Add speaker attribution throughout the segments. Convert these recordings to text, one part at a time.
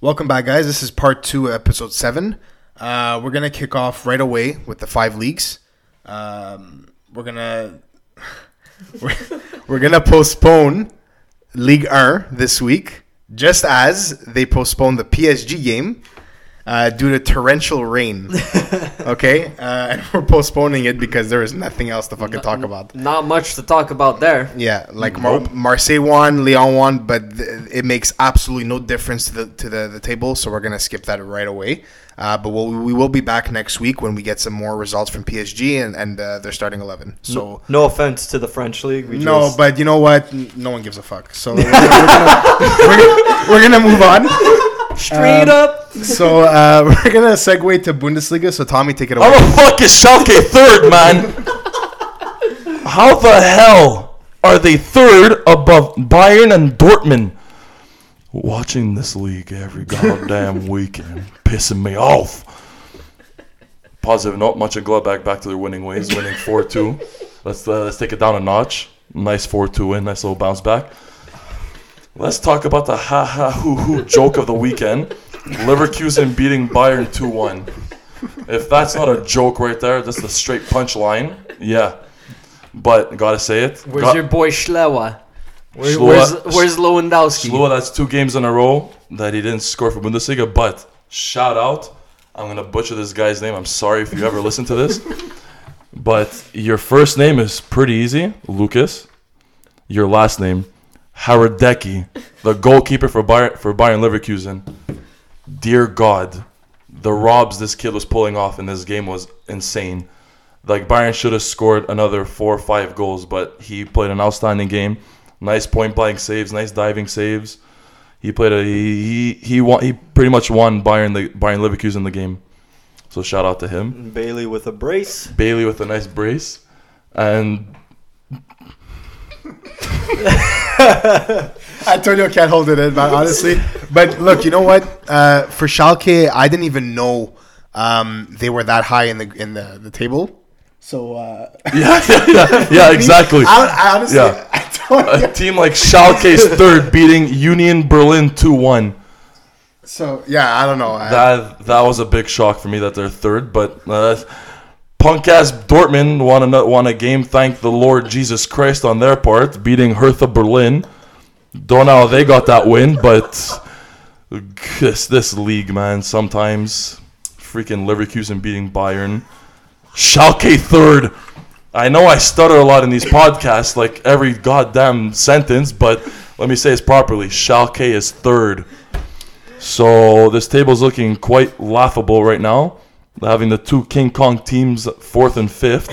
Speaker 1: Welcome back, guys. This is part two, episode seven. Uh, we're gonna kick off right away with the five leagues. Um, we're gonna we're, we're gonna postpone League R this week, just as they postponed the PSG game uh, due to torrential rain. okay, uh, and we're postponing it because there is nothing else to fucking talk about.
Speaker 2: Not much to talk about
Speaker 3: Uh,
Speaker 2: there.
Speaker 1: Yeah, like Mar- Marseille won, Lyon won, but th- it makes absolutely no difference to the to the, the table. So we're gonna skip that right away. Uh, but we'll, we will be back next week when we get some more results from PSG and and uh, their starting eleven. So.
Speaker 2: No offense to the French league. We
Speaker 1: No,
Speaker 2: just-
Speaker 1: but you know what? N- No one gives a fuck. So we're, gonna, we're, we're gonna move on.
Speaker 2: straight
Speaker 1: um,
Speaker 2: up.
Speaker 1: So uh, we're gonna segue to Bundesliga. So Tommy, take it away.
Speaker 3: How
Speaker 4: Oh,
Speaker 3: the fuck is Schalke third, man? How the hell are they third above Bayern and Dortmund? Watching this league every goddamn weekend, pissing me off. Positive note, much of Gladbach back to their winning ways, winning 4 2. Let's, uh, let's take it down a notch. Nice 4 2 win, nice little bounce back. Let's talk about the ha ha hoo hoo joke of the weekend. Leverkusen beating Bayern 2 1. If that's not a joke right there, that's the straight punchline. Yeah. But gotta say it.
Speaker 2: Where's
Speaker 3: Got-
Speaker 2: your boy Schlewa? Where,
Speaker 3: Schlewa-
Speaker 2: Where's Where's Lewandowski?
Speaker 3: Lua, that's two games in a row that he didn't score for Bundesliga. But shout out, I'm gonna butcher this guy's name. I'm sorry if you ever listen to this. But your first name is pretty easy, Lucas. Your last name, Haradecki, the goalkeeper for Bayern, for Bayern Leverkusen. Dear God, the robs this kid was pulling off in this game was insane. Like Bayern should have scored another four or five goals, but he played an outstanding game. Nice point blank saves, nice diving saves. He played a he he he, won, he pretty much won Bayern the Bayern Leverkusen the game. So shout out to him.
Speaker 2: Bailey with a brace.
Speaker 3: Bailey with a nice brace, and
Speaker 1: Antonio can't hold it in, man, honestly. But look, you know what? Uh, for Schalke, I didn't even know um, they were that high in the in the, the table. So uh,
Speaker 3: yeah, yeah, yeah, yeah, exactly.
Speaker 1: I, I honestly,
Speaker 3: Yeah.
Speaker 1: I don't.
Speaker 3: A team like Schalke's third beating Union Berlin two one.
Speaker 1: So yeah, I don't know. Uh, I-
Speaker 3: That that was a big shock for me that they're third, but uh, punk ass Dortmund won a won a game. Thank the Lord Jesus Christ on their part, beating Hertha Berlin. Don't know how they got that win, but this this league, man. Sometimes freaking Leverkusen beating Bayern, Schalke third. I know I stutter a lot in these podcasts, like every goddamn sentence, but let me say this properly. Schalke is third. So this table's looking quite laughable right now, having the two King Kong teams fourth and fifth.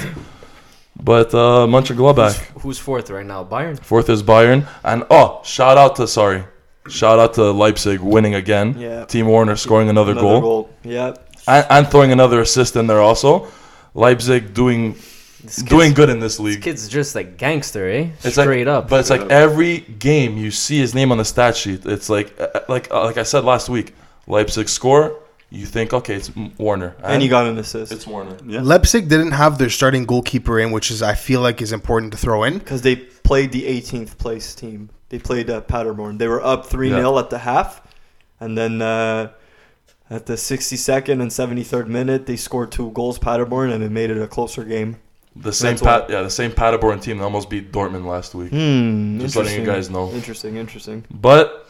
Speaker 3: But uh, Mönchengladbach,
Speaker 2: Who's fourth right now? Bayern.
Speaker 3: fourth is Bayern, and oh, shout out to sorry, shout out to Leipzig winning again.
Speaker 2: Yeah.
Speaker 3: Team Warner scoring another, goal,
Speaker 2: Yep.
Speaker 3: And, and throwing another assist in there also. Leipzig doing
Speaker 2: This kid's,
Speaker 3: doing good in this
Speaker 2: This
Speaker 3: league.
Speaker 2: kid's just a gangster, eh?
Speaker 3: It's like-
Speaker 2: Straight up.
Speaker 3: But it's like every game you see his name on the stat sheet. It's like uh, like uh, like I said last week, Leipzig score. You think okay, it's M- Warner, eh?
Speaker 4: And he got an assist
Speaker 3: it's Warner.
Speaker 1: Leipzig didn't have their starting goalkeeper in, which is I feel like is important to throw in.
Speaker 4: because they played the 18th place team. They played uh, Paderborn. They were up 3 0 at the half. And then uh, at the 62nd and 73rd minute, they scored two goals, Paderborn, and it made it a closer game.
Speaker 3: The same
Speaker 4: That's why-
Speaker 3: Pat, yeah, the same Paderborn team that almost beat Dortmund last week.
Speaker 4: Hmm.
Speaker 3: Just letting you guys know.
Speaker 4: Interesting, interesting.
Speaker 3: But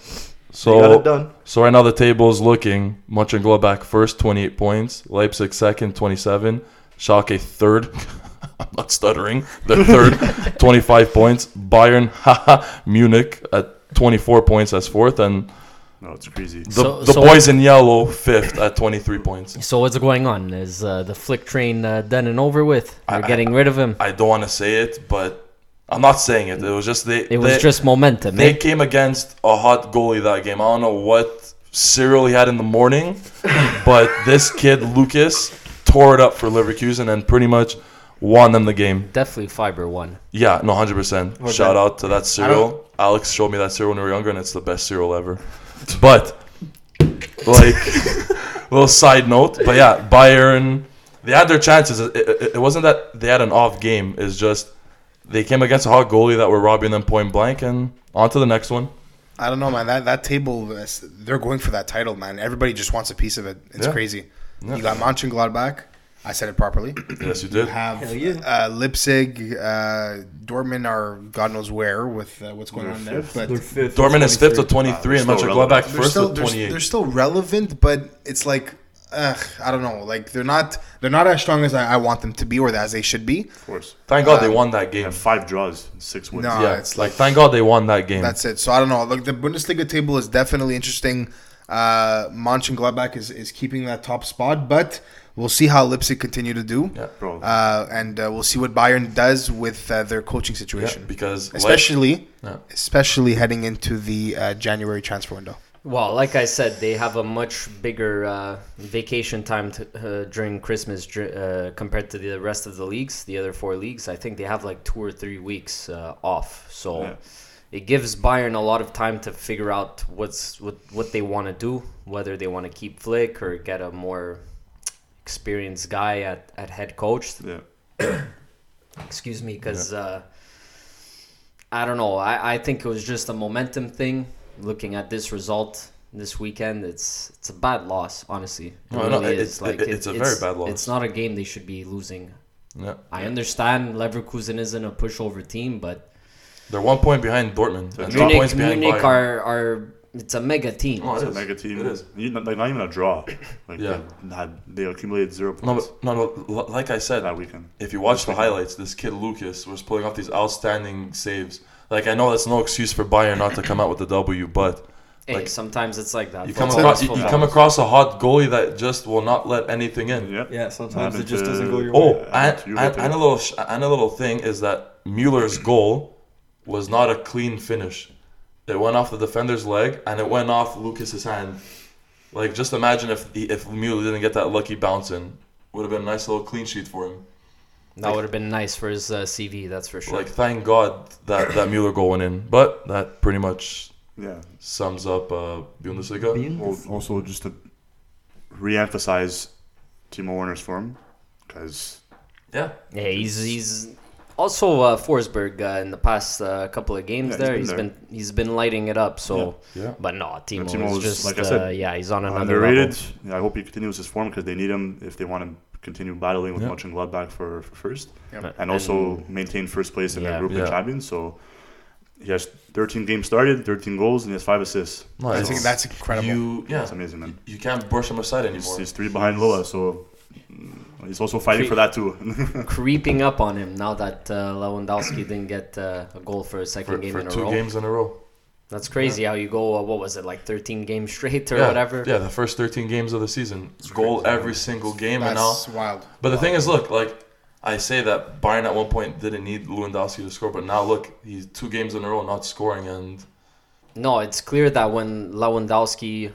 Speaker 4: So, they got it
Speaker 3: so
Speaker 4: done.
Speaker 3: so right now the table is looking Mönchengladbach first, 28 points. Leipzig second, 27. Schalke third. I'm not stuttering. They're third, 25 points. Bayern, haha, Munich at 24 points as fourth, and
Speaker 5: No, it's crazy.
Speaker 3: the,
Speaker 2: So-
Speaker 3: the
Speaker 2: so-
Speaker 3: boys in yellow fifth at 23 points.
Speaker 2: so what's going on? Is uh, the flick train uh, done and over with?
Speaker 3: I-
Speaker 2: They're getting rid of him.
Speaker 3: I don't want to say it, but I'm not saying it. It was just they.
Speaker 2: It was
Speaker 3: they-
Speaker 2: just momentum,
Speaker 3: They
Speaker 2: eh?
Speaker 3: came against a hot goalie that game. I don't know what cereal he had in the morning, but this kid Lucas tore it up for Leverkusen and pretty much won them the game.
Speaker 2: Definitely fiber one.
Speaker 3: Yeah, no, hundred percent.
Speaker 4: Or
Speaker 3: Shout
Speaker 4: that-
Speaker 3: out to that cereal. Alex showed me that cereal when we were younger, and it's the best cereal ever. But like, little side note. But yeah, Bayern, they had their chances. It, it, it wasn't that they had an off game. It's just they came against a hot goalie that were robbing them point blank, and on to the next one.
Speaker 1: I don't know, man. That that table, that's- they're going for that title, man. Everybody just wants a piece of it. It's
Speaker 3: Yeah.
Speaker 1: crazy.
Speaker 3: Yeah.
Speaker 1: You got Mönchengladbach. I said it properly.
Speaker 3: Yes, you did.
Speaker 1: Have
Speaker 4: Hell yeah.
Speaker 1: uh, Leipzig, uh, Dortmund are God knows where with uh, what's going
Speaker 5: They're
Speaker 1: on there.
Speaker 5: fifth.
Speaker 1: But
Speaker 4: They're fifth.
Speaker 3: Dortmund is fifth with 23 and
Speaker 5: They're still
Speaker 3: Mönchengladbach
Speaker 1: they're
Speaker 3: first
Speaker 1: still
Speaker 3: with
Speaker 1: they're, they're
Speaker 3: 28.
Speaker 1: still relevant, but it's like, ugh, I don't know. Like they're not they're not as strong as I, I want them to be or as they should be.
Speaker 5: Of course.
Speaker 3: Thank God they
Speaker 1: um,
Speaker 3: won that game.
Speaker 5: They have five draws, six wins.
Speaker 1: No.
Speaker 3: Yeah,
Speaker 1: it's
Speaker 3: like
Speaker 1: like-
Speaker 3: thank God they won that game.
Speaker 1: That's it. So I don't know. Look, the Bundesliga table is definitely interesting. Uh, Mönchengladbach is is keeping that top spot, but we'll see how Leipzig continue to do.
Speaker 3: Yeah.
Speaker 5: Bro,
Speaker 1: Uh, and uh, we'll see what Bayern does with uh, their coaching
Speaker 3: Yeah,
Speaker 1: situation,
Speaker 3: because like-
Speaker 1: especially
Speaker 3: Yeah.
Speaker 1: especially heading into the uh, January transfer window.
Speaker 2: Well, like I said, they have a much bigger uh, vacation time to, uh, during Christmas dr- uh, compared to the rest of the leagues, the other four leagues. I think they have like two or three weeks uh, off, so
Speaker 5: Yeah.
Speaker 2: it gives Bayern a lot of time to figure out what's what what they want to do, whether they want to keep Flick or get a more experienced guy at, at head coach
Speaker 5: yeah.
Speaker 2: excuse me because uh, i don't know I, I think it was just a momentum thing looking at this result this weekend it's it's a bad loss honestly it
Speaker 3: No, no, it's-
Speaker 2: is.
Speaker 3: it- it's a very bad loss.
Speaker 2: it's not a game they should be losing
Speaker 3: yeah.
Speaker 2: i understand leverkusen isn't a pushover team but
Speaker 3: They're one point behind Dortmund. And one
Speaker 2: munich,
Speaker 3: points behind
Speaker 2: munich
Speaker 3: Bayern.
Speaker 2: are are it's a mega team
Speaker 3: Oh, it
Speaker 5: It's
Speaker 3: is.
Speaker 5: a mega team.
Speaker 3: It is.
Speaker 5: You- Like, not even a draw. Like,
Speaker 3: Yeah.
Speaker 5: they, had, they accumulated zero
Speaker 3: No,
Speaker 5: points
Speaker 3: but, no, no. li- Like I said,
Speaker 5: that weekend.
Speaker 3: if you watch the highlights, this kid Lucas was pulling off these outstanding saves. Like I know that's no excuse for Bayern not to come out with the W, but
Speaker 2: hey,
Speaker 3: like-
Speaker 2: sometimes it's like that
Speaker 3: you come
Speaker 2: Football
Speaker 3: across
Speaker 2: is
Speaker 3: you, you
Speaker 2: football.
Speaker 3: come across a hot goalie that just will not let anything in.
Speaker 5: Yeah.
Speaker 4: Yeah, sometimes it
Speaker 5: Happened
Speaker 4: just
Speaker 5: to-
Speaker 4: doesn't go your way.
Speaker 3: Oh,
Speaker 5: Yeah,
Speaker 3: and,
Speaker 5: it's
Speaker 3: and,
Speaker 5: Juve too.
Speaker 3: and a little sh- and a little thing is that Mueller's goal was not a clean finish. It went off the defender's leg and it went off Lucas's hand. Like just imagine if he, if Mueller didn't get that lucky bounce in, would have been a nice little clean sheet for him.
Speaker 2: that would have been nice for his uh, cv that's for sure
Speaker 3: Like thank God that that Mueller goal went in. But that pretty much
Speaker 5: Yeah.
Speaker 3: sums up uh, Bundesliga.
Speaker 5: Well, also, just to re-emphasize Timo Werner's form, because
Speaker 3: Yeah,
Speaker 2: Yeah, he's he's also uh, Forsberg uh, in the past uh, couple of games.
Speaker 5: Yeah,
Speaker 2: there, he's
Speaker 5: he's been there.
Speaker 2: been he's been lighting it up. So,
Speaker 3: Yeah.
Speaker 2: but no, Timo,
Speaker 5: Timo
Speaker 2: is
Speaker 5: was,
Speaker 2: just
Speaker 5: like I said,
Speaker 2: uh, yeah, he's on another
Speaker 5: underrated.
Speaker 2: level.
Speaker 5: Yeah, I hope he continues his form because they need him if they want to continue battling with
Speaker 3: Yeah.
Speaker 5: Mönchengladbach for, for first,
Speaker 1: Yep.
Speaker 5: and also maintain first place in
Speaker 2: Yeah.
Speaker 5: their group
Speaker 3: Yeah.
Speaker 5: of champions. So he has 13 games started, 13 goals, and he has five assists.
Speaker 1: I
Speaker 3: nice.
Speaker 1: think that's incredible.
Speaker 3: You yeah,
Speaker 5: That's amazing, man.
Speaker 3: you can't brush him aside
Speaker 5: He's,
Speaker 3: anymore.
Speaker 5: he's three behind Loa, so mm, he's also fighting for that too.
Speaker 2: Creeping up on him now that uh, Lewandowski didn't get uh, a goal for a second
Speaker 3: For,
Speaker 2: game
Speaker 3: for
Speaker 2: in a
Speaker 3: two
Speaker 2: row.
Speaker 3: games in a row.
Speaker 2: That's crazy how you go. Uh, what was it like, thirteen games straight or
Speaker 3: yeah,
Speaker 2: whatever?
Speaker 3: Yeah, the first 13 games of the season, goal every single game, and all.
Speaker 1: That's wild.
Speaker 3: But the thing is, look, like I say that Bayern at one point didn't need Lewandowski to score, but now look, he's two games in a row not scoring, and
Speaker 2: No, it's clear that when Lewandowski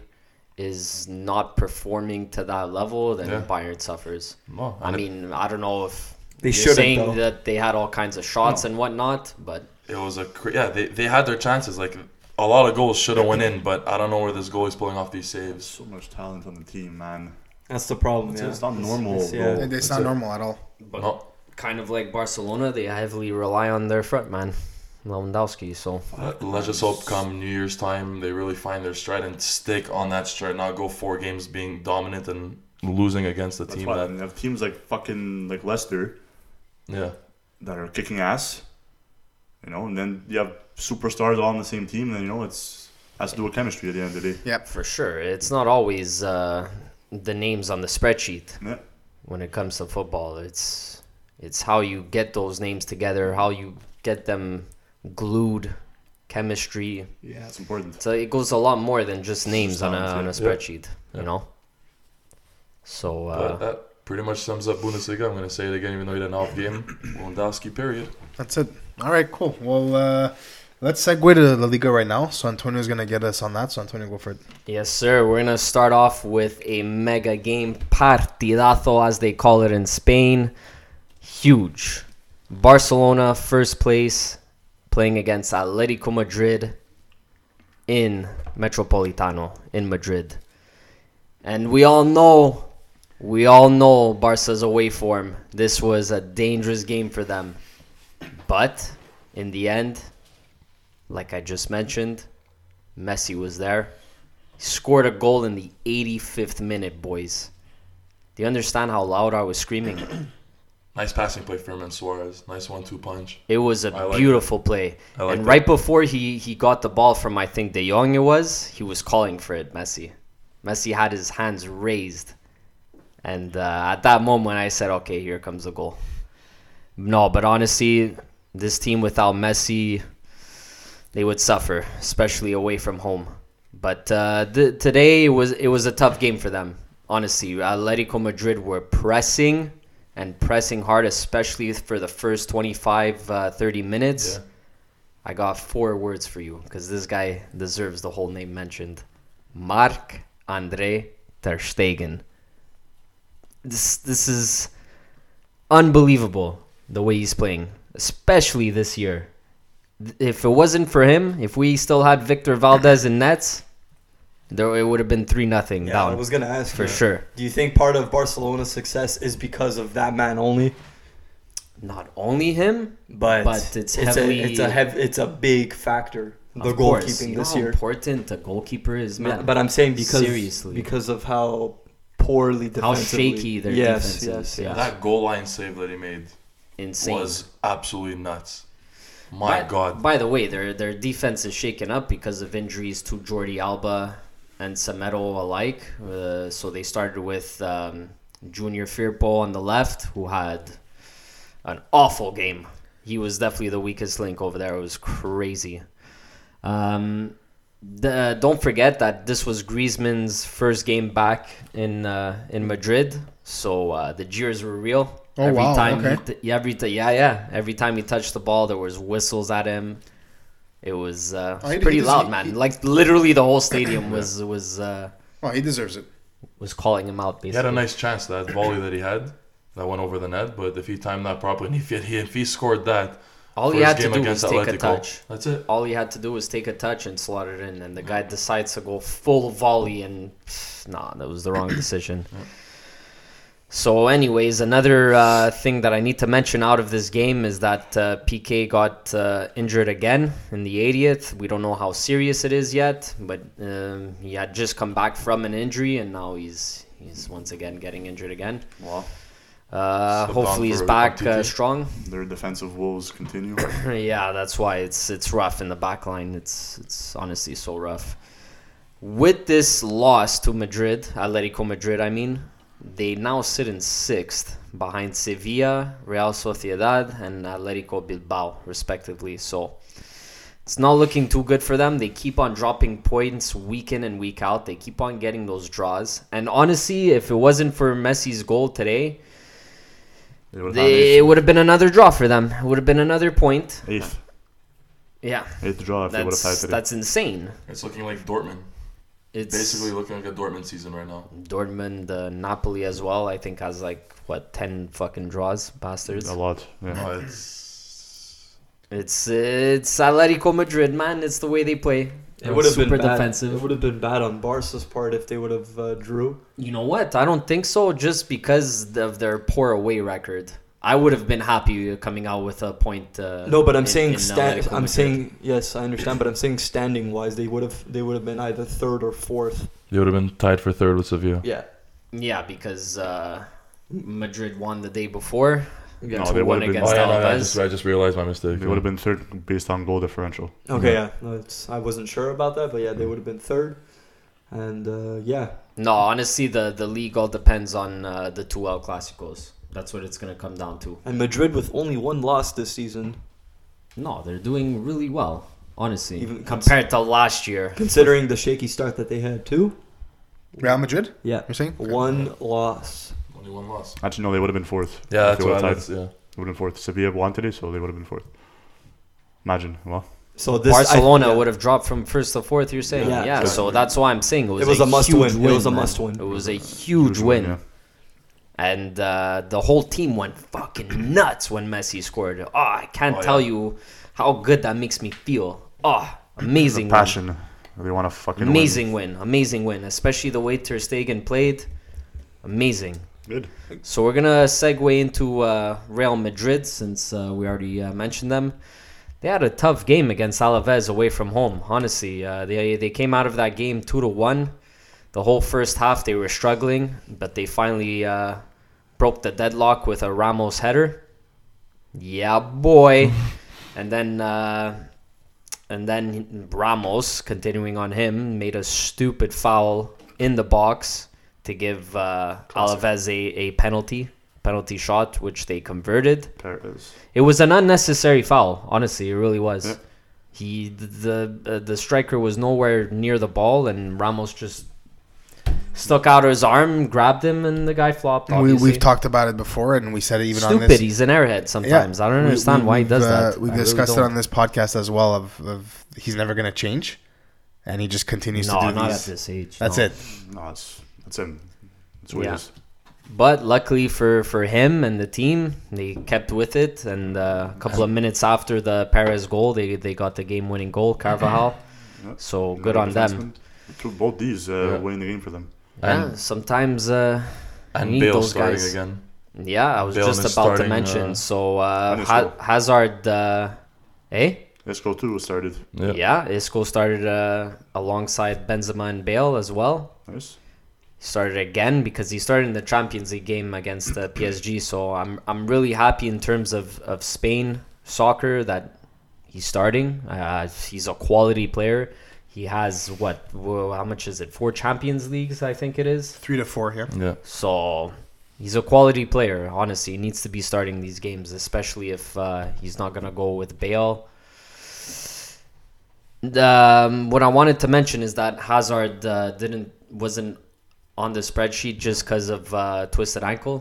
Speaker 2: is not performing to that level, then
Speaker 3: Yeah.
Speaker 2: Bayern suffers.
Speaker 3: well,
Speaker 2: I
Speaker 3: and it-
Speaker 2: mean, I don't know if
Speaker 4: They
Speaker 2: you're
Speaker 4: shouldn't,
Speaker 2: saying
Speaker 4: though.
Speaker 2: that they had all kinds of shots and whatnot, but
Speaker 3: it was a cr- yeah, they they had their chances. Like a lot of goals should have went in, but I don't know where this goalie's pulling off these saves.
Speaker 5: so much talent on the team, man.
Speaker 4: That's the problem.
Speaker 5: It's,
Speaker 4: yeah.
Speaker 5: it's not normal.
Speaker 4: it's- yeah.
Speaker 5: though.
Speaker 1: It's
Speaker 5: That's
Speaker 1: not
Speaker 5: it.
Speaker 1: normal at all.
Speaker 2: but
Speaker 3: No,
Speaker 2: kind of like Barcelona, they heavily rely on their front man, Lewandowski. So
Speaker 3: let- let's just hope come New Year's time they really find their stride and stick on that stride, not go four games being dominant and losing against the
Speaker 5: That's
Speaker 3: team
Speaker 5: why
Speaker 3: that
Speaker 5: you have teams like fucking like Leicester
Speaker 3: yeah.
Speaker 5: that are kicking ass, you know, and then you have superstars all on the same team, then you know it's has to do with chemistry at the end of the day.
Speaker 2: for sure, it's not always uh, the names on the spreadsheet
Speaker 5: Yeah.
Speaker 2: when it comes to football. It's it's how you get those names together, how you get them glued, chemistry.
Speaker 5: Yeah, it's important.
Speaker 2: So it goes a lot more than just names on a on a
Speaker 5: Sounds,
Speaker 2: spreadsheet,
Speaker 3: Yeah.
Speaker 2: you know. So
Speaker 3: But
Speaker 2: uh,
Speaker 3: that pretty much sums up Bundesliga. I'm going to say it again, even though he didn't off game. Lewandowski, period.
Speaker 1: That's it. All right, cool. Well, uh, let's segue to La Liga right now. So Antonio's gonna get us on that. So Antonio, go for it.
Speaker 2: Yes, sir. We're going to start off with a mega game, partidazo, as they call it in Spain. Huge. Barcelona, first place, playing against Atletico Madrid in Metropolitano, in Madrid. And we all know, we all know Barca's away form. This was a dangerous game for them. But in the end, like I just mentioned, Messi was there. He scored a goal in the 85th minute, boys. Do you understand how loud I was screaming?
Speaker 3: Nice passing play from Herman Suarez. Nice one-two punch.
Speaker 2: It was a
Speaker 3: I like
Speaker 2: beautiful play.
Speaker 3: I like
Speaker 2: and
Speaker 3: that.
Speaker 2: right before he, he got the ball from I think De Jong it was, he was calling for it, Messi. Messi had his hands raised. And uh, at that moment I said, okay, here comes the goal. No, but honestly, this team without Messi, they would suffer, especially away from home. But uh, th- today was it was a tough game for them. Honestly, Atletico Madrid were pressing and pressing hard, especially for the first 25, uh, 30 minutes.
Speaker 3: Yeah.
Speaker 2: I got four words for you because this guy deserves the whole name mentioned. Mark Andre Ter Stegen. This this is unbelievable the way he's playing, especially this year. Th- If it wasn't for him, if we still had Victor Valdez in nets, there it would have been three nothing
Speaker 4: Yeah, I
Speaker 2: down
Speaker 4: was gonna ask
Speaker 2: for
Speaker 4: you,
Speaker 2: sure.
Speaker 4: Do you think part of Barcelona's success is because of that man only?
Speaker 2: Not only him,
Speaker 4: But,
Speaker 2: But it's
Speaker 4: a-
Speaker 2: heavily-
Speaker 4: it's a heav- it's a big factor. The
Speaker 2: of course,
Speaker 4: goalkeeping
Speaker 2: you know
Speaker 4: this
Speaker 2: how
Speaker 4: year.
Speaker 2: important the goalkeeper is, man.
Speaker 4: But I'm saying because
Speaker 2: Seriously.
Speaker 4: because of how poorly
Speaker 2: how
Speaker 4: defensively
Speaker 2: shaky their
Speaker 4: yes,
Speaker 2: defense is.
Speaker 4: Yes, yes.
Speaker 2: yeah.
Speaker 3: That goal line save that he made
Speaker 2: Insane.
Speaker 3: was absolutely nuts. My
Speaker 2: by,
Speaker 3: God.
Speaker 2: By the way, their their defense is shaken up because of injuries to Jordi Alba and Semedo alike. Uh, so they started with um, Junior Firpo on the left, who had an awful game. He was definitely the weakest link over there. It was crazy. Um, the, don't forget that this was Griezmann's first game back in uh, in Madrid, so uh, the jeers were real.
Speaker 1: Oh,
Speaker 2: every
Speaker 1: wow,
Speaker 2: time
Speaker 1: okay.
Speaker 2: he t- yeah, every t- yeah, yeah. Every time he touched the ball, there was whistles at him. It was, uh,
Speaker 1: Oh,
Speaker 2: it was
Speaker 1: he- he
Speaker 2: pretty
Speaker 1: does-
Speaker 2: loud,
Speaker 1: he-
Speaker 2: man.
Speaker 1: he-
Speaker 2: like literally, the whole stadium was was uh,
Speaker 1: Well, Oh, he deserves it.
Speaker 2: was calling him out.
Speaker 3: He
Speaker 2: Basically,
Speaker 3: had a nice chance that volley that he had that went over the net, but if he timed that properly, and if he, had- if he scored that,
Speaker 2: all he
Speaker 3: first
Speaker 2: had to
Speaker 3: game
Speaker 2: do was
Speaker 3: against
Speaker 2: take a
Speaker 3: Atletico,
Speaker 2: touch.
Speaker 3: That's it.
Speaker 2: All he had to do was take a touch and slot it in, and the guy decides to go full volley, and pff, nah, that was the wrong decision. So, anyways, another uh, thing that I need to mention out of this game is that uh, PK got uh, injured again in the 80th. We don't know how serious it is yet, but um, he had just come back from an injury, and now he's he's once again getting injured again.
Speaker 5: Well,
Speaker 2: Uh,
Speaker 3: Slipped on
Speaker 2: hopefully, he's
Speaker 3: for
Speaker 2: back
Speaker 3: Umtiti.
Speaker 2: uh, strong.
Speaker 5: their defensive woes continue.
Speaker 2: yeah, that's why it's it's rough in the back line. It's it's honestly so rough. With this loss to Madrid, Atletico Madrid, I mean, they now sit in sixth behind Sevilla, Real Sociedad, and Atletico Bilbao, respectively. So it's not looking too good for them. They keep on dropping points week in and week out. They keep on getting those draws. And honestly, if it wasn't for Messi's goal today,
Speaker 5: They would have
Speaker 2: they, it
Speaker 5: eighth,
Speaker 2: would have been another draw for them. It would have been another point.
Speaker 5: eighth,
Speaker 2: Yeah.
Speaker 5: eighth draw if they would have tied
Speaker 2: That's,
Speaker 5: today.
Speaker 2: that's insane.
Speaker 3: It's looking like Dortmund.
Speaker 2: It's
Speaker 3: Basically looking like a Dortmund season right now.
Speaker 2: Dortmund, uh, Napoli as well. I think has like what ten fucking draws, bastards.
Speaker 5: a lot. Yeah.
Speaker 3: No, it's
Speaker 2: It's it's Atletico Madrid, man. It's the way they play.
Speaker 4: It would have been
Speaker 2: super
Speaker 4: bad. It
Speaker 2: defensive.
Speaker 4: would have been bad on Barca's part if they would have uh, drew.
Speaker 2: You know what? I don't think so. Just because of their poor away record, I would have been happy coming out with a point. Uh,
Speaker 4: No, but I'm
Speaker 2: in-
Speaker 4: saying
Speaker 2: in
Speaker 4: sta-
Speaker 2: Atletico
Speaker 4: I'm
Speaker 2: Madrid.
Speaker 4: saying yes, I understand, but I'm saying standing wise, they would have they would have been either third or fourth.
Speaker 3: they would have been tied for third with Sevilla.
Speaker 4: Yeah.
Speaker 2: yeah, because uh, Madrid won the day before.
Speaker 4: Yeah.
Speaker 5: No,
Speaker 2: Two
Speaker 5: they
Speaker 2: one
Speaker 5: would've been-
Speaker 3: Oh,
Speaker 2: against
Speaker 3: yeah, no, no, I,
Speaker 2: Alaves.
Speaker 3: just, I just realized my mistake.
Speaker 5: They would have been third based on goal differential.
Speaker 4: Okay, yeah. No, it's, I wasn't sure about that, but yeah, they would have been third. And uh, yeah,
Speaker 2: No, honestly, the the league all depends on uh, the two El Clasicos. That's what it's gonna come down to.
Speaker 4: and Madrid with only one loss this season,
Speaker 2: No, they're doing really well, honestly,
Speaker 4: Even cons-
Speaker 2: compared to last year.
Speaker 4: considering the shaky start that they had too.
Speaker 1: Real Madrid,
Speaker 4: Yeah,
Speaker 1: you're saying?
Speaker 4: one loss.
Speaker 3: Only one loss.
Speaker 5: Actually, no, they would have been fourth.
Speaker 3: Yeah,
Speaker 5: if
Speaker 3: that's
Speaker 5: they would
Speaker 3: what
Speaker 5: have
Speaker 3: I
Speaker 5: tied.
Speaker 3: meant, yeah.
Speaker 5: They would have been fourth. Sevilla won today, so they would have been fourth. Imagine. Well,
Speaker 4: So this
Speaker 2: Barcelona
Speaker 4: I, yeah.
Speaker 2: would have dropped from first to fourth. You're saying, yeah.
Speaker 4: Yeah.
Speaker 2: So that's why I'm saying it was,
Speaker 4: It was a must
Speaker 2: huge
Speaker 4: win. It was a
Speaker 2: man.
Speaker 4: must win.
Speaker 2: It was a huge win, and uh, the whole team went fucking nuts when Messi scored. Oh, I can't
Speaker 3: Oh,
Speaker 2: tell
Speaker 3: yeah.
Speaker 2: you how good that makes me feel. Oh,
Speaker 5: The
Speaker 2: amazing! win.
Speaker 5: passion. They want to fucking win.
Speaker 2: Amazing win. Amazing win. Especially the way Ter Stegen played. Amazing.
Speaker 5: Good.
Speaker 2: So we're going to segue into uh, Real Madrid since uh, we already uh, mentioned them. They had a tough game against Alaves away from home. Honestly, uh, they they came out of that game two to one. The whole first half they were struggling, but they finally uh, broke the deadlock with a Ramos header. Yeah, boy. and then uh, and then Ramos, continuing on him, made a stupid foul in the box to give uh, Alaves a, a penalty penalty shot, which they converted.
Speaker 5: Perez.
Speaker 2: It was an unnecessary foul. Honestly, it really was.
Speaker 5: Yeah.
Speaker 2: He the uh, the striker was nowhere near the ball, and Ramos just stuck out his arm, grabbed him, and the guy flopped.
Speaker 1: We,
Speaker 2: Obviously.
Speaker 1: we've talked about it before, and we said it even
Speaker 2: Stupid.
Speaker 1: on this.
Speaker 2: He's an airhead sometimes. I don't
Speaker 1: we-
Speaker 2: understand
Speaker 1: we-
Speaker 2: why he does
Speaker 1: we've, uh,
Speaker 2: that.
Speaker 1: We've
Speaker 2: I really
Speaker 1: discussed it
Speaker 2: don't.
Speaker 1: on this podcast as well. Of, of he's never going to change, and he just continues
Speaker 2: No,
Speaker 1: to do
Speaker 2: not
Speaker 1: these.
Speaker 2: at this age.
Speaker 1: That's
Speaker 2: no.
Speaker 1: it.
Speaker 5: No, it's that's him. That's what
Speaker 2: Yeah.
Speaker 5: it is.
Speaker 2: But luckily for, for him and the team, they kept with it. And uh, a couple of minutes after the Perez goal, they, they got the game winning goal, Carvajal.
Speaker 5: Yeah.
Speaker 2: So good on them.
Speaker 5: Two- Both these uh,
Speaker 3: Yeah.
Speaker 5: winning the game for them.
Speaker 2: Yeah,
Speaker 3: And-
Speaker 2: sometimes uh,
Speaker 3: And
Speaker 2: you need
Speaker 3: Bale
Speaker 2: those
Speaker 3: starting
Speaker 2: guys.
Speaker 3: again.
Speaker 2: Yeah, I was
Speaker 3: Bale
Speaker 2: just
Speaker 3: is
Speaker 2: about to
Speaker 3: starting,
Speaker 2: mention.
Speaker 3: uh,
Speaker 2: so uh,
Speaker 5: and
Speaker 2: ha-
Speaker 5: Isco.
Speaker 2: Hazard, uh, eh?
Speaker 5: Esco too started.
Speaker 3: Yeah.
Speaker 2: Yeah, Isco started uh, alongside Benzema and Bale as well.
Speaker 5: Nice.
Speaker 2: He started again because he started in the Champions League game against uh, PSG. So I'm I'm really happy in terms of, of Spain soccer that he's starting. Uh, he's a quality player. He has what? wha- How much is it? Four Champions Leagues, I think it is.
Speaker 1: Three to four. Yeah.
Speaker 3: Yeah.
Speaker 2: So he's a quality player. Honestly, he needs to be starting these games, especially if uh, he's not gonna go with Bale. Um, what I wanted to mention is that Hazard uh, didn't wasn't on the spreadsheet just because of uh, twisted ankle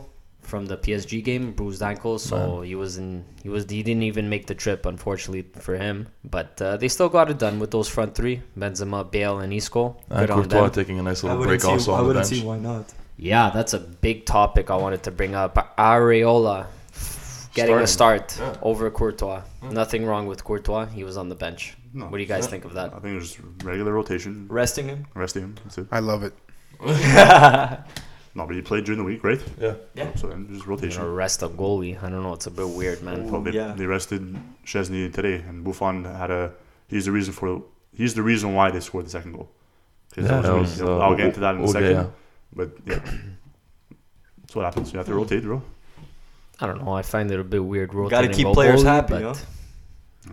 Speaker 2: from the PSG game, bruised ankle. So he was in he was he didn't even make the trip, unfortunately for him. But uh, they still got it done with those front three: Benzema, Bale, and Isco.
Speaker 3: And
Speaker 2: Good on them.
Speaker 3: Courtois taking a nice
Speaker 4: I
Speaker 3: little
Speaker 4: wouldn't,
Speaker 3: break
Speaker 4: see,
Speaker 3: also
Speaker 4: I
Speaker 3: on the
Speaker 4: wouldn't
Speaker 3: bench.
Speaker 4: see why not.
Speaker 2: Yeah, that's a big topic I wanted to bring up. Areola getting a
Speaker 3: Starting.
Speaker 2: start
Speaker 3: Yeah.
Speaker 2: over Courtois. Nothing wrong with Courtois. He was on the bench.
Speaker 5: No,
Speaker 2: what do you guys think of
Speaker 5: I
Speaker 2: that?
Speaker 5: think it was regular rotation,
Speaker 4: Resting him?
Speaker 5: resting him. That's it.
Speaker 1: I love it.
Speaker 5: No, but he played during the week, right?
Speaker 3: Yeah.
Speaker 4: Yeah.
Speaker 5: So then just
Speaker 2: You
Speaker 5: rotation.
Speaker 2: know, rest a goalie. I don't know. It's a bit weird, man.
Speaker 5: Well, they,
Speaker 4: Yeah.
Speaker 5: they rested Chesney today, and Buffon had a. He's the reason for. He's the reason why they scored the second goal. 'Cause that
Speaker 3: Yeah,
Speaker 5: was
Speaker 3: that
Speaker 5: the
Speaker 3: was,
Speaker 5: reason.
Speaker 3: uh,
Speaker 5: I'll get into that in a
Speaker 3: Uge,
Speaker 5: second.
Speaker 3: yeah.
Speaker 5: But yeah, that's what happens. You have to rotate, bro.
Speaker 2: I don't know. I find it a bit weird.
Speaker 4: Gotta
Speaker 2: rotating
Speaker 4: keep
Speaker 2: a
Speaker 4: players
Speaker 2: goalie,
Speaker 4: happy,
Speaker 2: but-
Speaker 4: huh?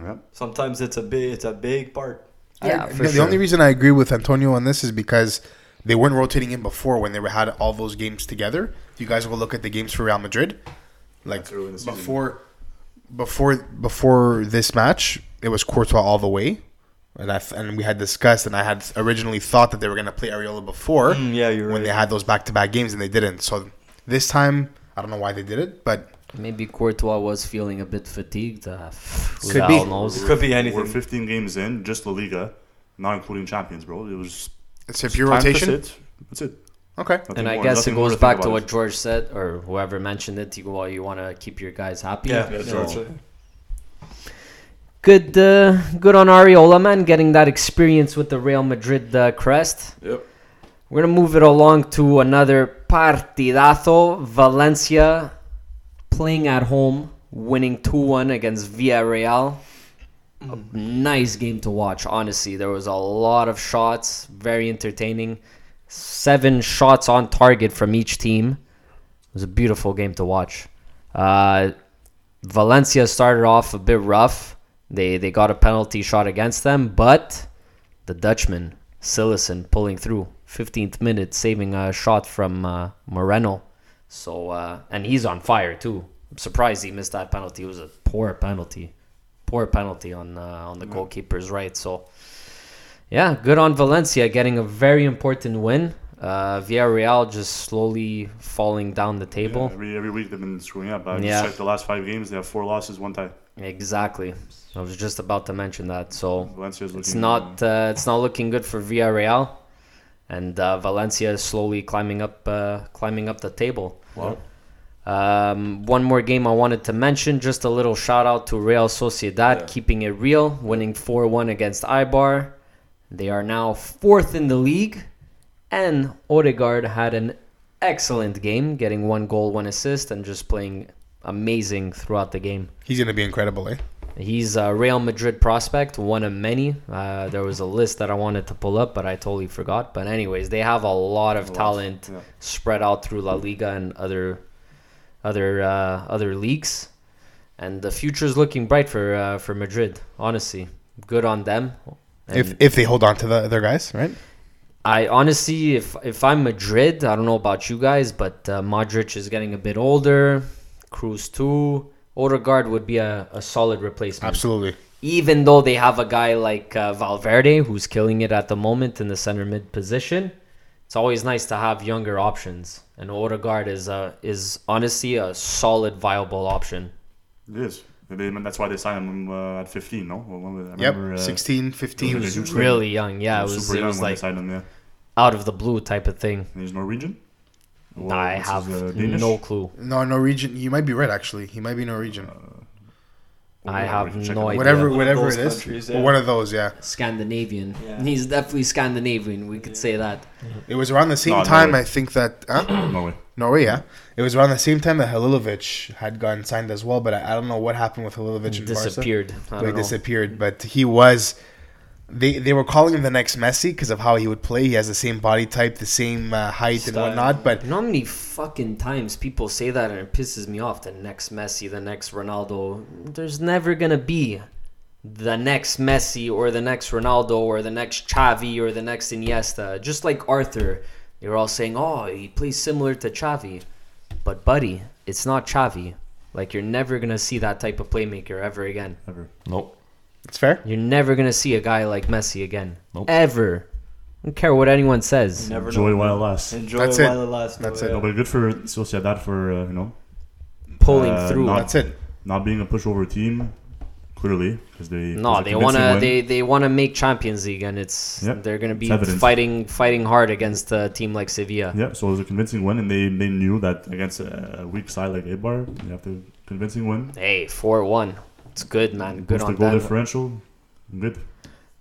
Speaker 5: Yeah.
Speaker 4: Sometimes it's a big it's a big part.
Speaker 2: Yeah, for
Speaker 1: the, the
Speaker 2: sure.
Speaker 1: only reason I agree with Antonio on this is because they weren't rotating him before when they were had all those games together. If you guys will look at the games for Real Madrid, like
Speaker 5: That's early in the season.
Speaker 1: before, before, before this match, it was Courtois all the way, and I and we had discussed, and I had originally thought that they were going to play Ariola before
Speaker 4: Mm, yeah, you're
Speaker 1: when
Speaker 4: right.
Speaker 1: they had those back to back games, and they didn't. So this time, I don't know why they did it, but
Speaker 2: Maybe Courtois was feeling a bit fatigued. Uh, who
Speaker 1: Could
Speaker 2: the
Speaker 1: be.
Speaker 2: hell knows?
Speaker 4: Could be
Speaker 5: We're
Speaker 4: anything.
Speaker 5: 15 games in, just La Liga, not including Champions, bro. It was
Speaker 1: it's a pure
Speaker 5: time to
Speaker 1: rotation.
Speaker 5: sit. That's it.
Speaker 1: Okay,
Speaker 5: Nothing
Speaker 2: And I
Speaker 5: more-
Speaker 2: guess
Speaker 5: nothing
Speaker 2: it
Speaker 5: more
Speaker 2: goes
Speaker 5: think
Speaker 2: back to
Speaker 5: about
Speaker 2: what
Speaker 5: it.
Speaker 2: George said, or whoever mentioned it. You go, well, you want to keep your guys happy.
Speaker 4: Yeah,
Speaker 5: Yeah,
Speaker 4: yeah,
Speaker 5: sure.
Speaker 4: that's right.
Speaker 2: Good, uh, good on Ariola, man, getting that experience with the Real Madrid uh, crest.
Speaker 3: Yep.
Speaker 2: We're gonna move it along to another partidazo. Valencia playing at home, winning two one against Villarreal. A nice game to watch. Honestly, there was a lot of shots, very entertaining. Seven shots on target from each team. It was a beautiful game to watch. Uh, Valencia started off a bit rough. They they got a penalty shot against them, but the Dutchman Sillison pulling through 15th minute, saving a shot from uh, Moreno. So uh, and he's on fire too. I'm surprised he missed that penalty. It was a poor penalty, poor penalty on uh, on the goalkeeper's right. So yeah, good on Valencia getting a very important win. Uh, Villarreal just slowly falling down the
Speaker 5: Yeah,
Speaker 2: table.
Speaker 5: every, every week they've been screwing up. I
Speaker 2: Yeah.
Speaker 5: just checked the last five games. They have four losses, one tie.
Speaker 2: Exactly. I was just about to mention that. So
Speaker 5: Valencia's looking.
Speaker 2: it's not uh, it's not looking good for Villarreal, and uh, Valencia is slowly climbing up uh, climbing up the table.
Speaker 3: Wow.
Speaker 2: Um, one more game I wanted to mention. Just a little shout out to Real Sociedad,
Speaker 3: Yeah.
Speaker 2: keeping it real, winning four one against Ibar. They are now fourth in the league, and Odegaard had an excellent game, getting one goal, one assist, and just playing amazing throughout the game.
Speaker 1: he's going to be incredible, eh?
Speaker 2: He's a Real Madrid prospect, one of many. Uh, there was a list that I wanted to pull up, but I totally forgot. But anyways, they have a lot of
Speaker 5: Lots,
Speaker 2: talent
Speaker 5: yeah.
Speaker 2: spread out through La Liga and other other uh, other leagues, and the future is looking bright for uh, for Madrid. Honestly, good on them. And
Speaker 1: If if they hold on to the other guys, right?
Speaker 2: I honestly, if if I'm Madrid, I don't know about you guys, but uh, Modric is getting a bit older. Cruz too. Odegaard would be a, a solid replacement
Speaker 1: Absolutely.
Speaker 2: even though they have a guy like uh, Valverde who's killing it at the moment in the center mid position, it's always nice to have younger options. And Odegaard is uh, is honestly a solid, viable option.
Speaker 5: It is. Maybe that's why they signed him uh, at 15, no? Well, when- I
Speaker 1: Yep.
Speaker 5: remember, uh,
Speaker 1: 16,
Speaker 5: He
Speaker 1: 15.
Speaker 5: was a huge thing.
Speaker 2: Really young, yeah.
Speaker 5: He
Speaker 2: It
Speaker 5: was
Speaker 2: was
Speaker 5: super
Speaker 2: it
Speaker 5: young
Speaker 2: was
Speaker 5: when they
Speaker 2: like
Speaker 5: signed him, yeah.
Speaker 2: out of the blue type of thing.
Speaker 5: And he's Norwegian? Well,
Speaker 2: I
Speaker 5: what's
Speaker 2: have
Speaker 5: his, uh, Danish?
Speaker 2: no clue.
Speaker 1: No, Norwegian. You might be right, actually. He might be
Speaker 5: Uh,
Speaker 1: Norwegian.
Speaker 2: I
Speaker 5: yeah, we
Speaker 2: have
Speaker 5: can check
Speaker 2: no
Speaker 5: it out.
Speaker 2: idea.
Speaker 1: whatever,
Speaker 4: of
Speaker 1: whatever
Speaker 4: those
Speaker 1: it is.
Speaker 4: countries,
Speaker 1: Well,
Speaker 4: yeah.
Speaker 1: One of those, yeah.
Speaker 2: Scandinavian.
Speaker 4: Yeah.
Speaker 2: He's definitely Scandinavian. We could say that.
Speaker 1: It was around the same
Speaker 5: No,
Speaker 1: time,
Speaker 5: Norway.
Speaker 1: I think that. Huh?
Speaker 5: No way.
Speaker 1: Norway, yeah. It was around the same time that Halilovic had gotten signed as well, but I, I don't know what happened with Halilovic and
Speaker 2: Disappeared. I
Speaker 1: Barca. Like,
Speaker 2: don't know.
Speaker 1: disappeared, but he was. They, they were calling him the next Messi because of how he would play. He has the same body type, the same uh, height and
Speaker 4: Style.
Speaker 1: whatnot. But
Speaker 2: You know how many fucking times people say that and it pisses me off? The next Messi, the next Ronaldo. There's never gonna be the next Messi or the next Ronaldo or the next Xavi or the next Iniesta. Just like Arthur, they were all saying, oh, he plays similar to Xavi. But, buddy, it's not Xavi. Like, you're never gonna see that type of playmaker ever again.
Speaker 5: Ever.
Speaker 3: Nope.
Speaker 1: it's fair.
Speaker 2: You're never gonna see a guy like Messi again.
Speaker 3: Nope.
Speaker 2: Ever. I don't care what anyone says.
Speaker 4: Never
Speaker 5: Enjoy
Speaker 4: know.
Speaker 5: while it lasts.
Speaker 4: Enjoy
Speaker 1: That's it.
Speaker 4: while it lasts.
Speaker 1: That's
Speaker 4: though,
Speaker 1: it.
Speaker 5: No, but good for Sociedad for, uh, you know,
Speaker 2: Pulling
Speaker 5: Uh,
Speaker 2: through.
Speaker 5: not
Speaker 1: That's it.
Speaker 5: not being a pushover team, clearly, because they
Speaker 2: No, they want to. They, they want to make Champions League, and it's
Speaker 5: Yep.
Speaker 2: they're going to be
Speaker 5: It's evident.
Speaker 2: fighting fighting hard against a team like Sevilla.
Speaker 5: yeah. So it was a convincing win, and they, they knew that against a a weak side like Eibar, you have to convincing win.
Speaker 2: Hey, four one. It's good, man. Good
Speaker 5: Boost
Speaker 2: on
Speaker 5: the goal
Speaker 2: them.
Speaker 5: differential. Good.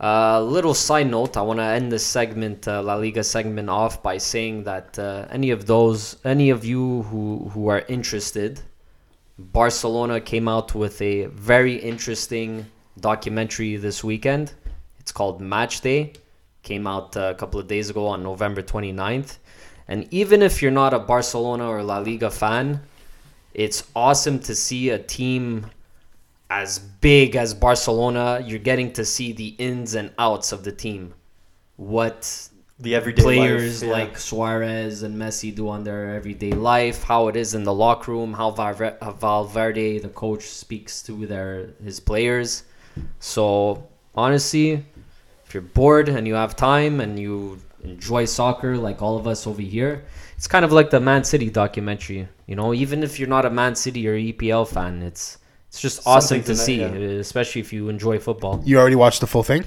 Speaker 2: Uh, little side note: I want to end this segment, uh, La Liga segment, off by saying that uh, any of those, any of you who who are interested, Barcelona came out with a very interesting documentary this weekend. It's called Match Day. Came out uh, a couple of days ago on November 29th. And even if you're not a Barcelona or La Liga fan, it's awesome to see a team as big as Barcelona. You're getting to see the ins and outs of the team. What
Speaker 4: The everyday
Speaker 2: players
Speaker 4: life, yeah.
Speaker 2: like Suarez and Messi do on their everyday life, how it is in the locker room, how Valver- uh, Valverde, the coach, speaks to their his players. So honestly, if you're bored and you have time and you enjoy soccer like all of us over here, it's kind of like the Man City documentary. You know, even if you're not a Man City or EPL fan, it's it's just awesome
Speaker 4: Something
Speaker 2: to
Speaker 4: to
Speaker 2: see,
Speaker 4: that,
Speaker 2: especially if you enjoy football
Speaker 1: You already watched the full thing?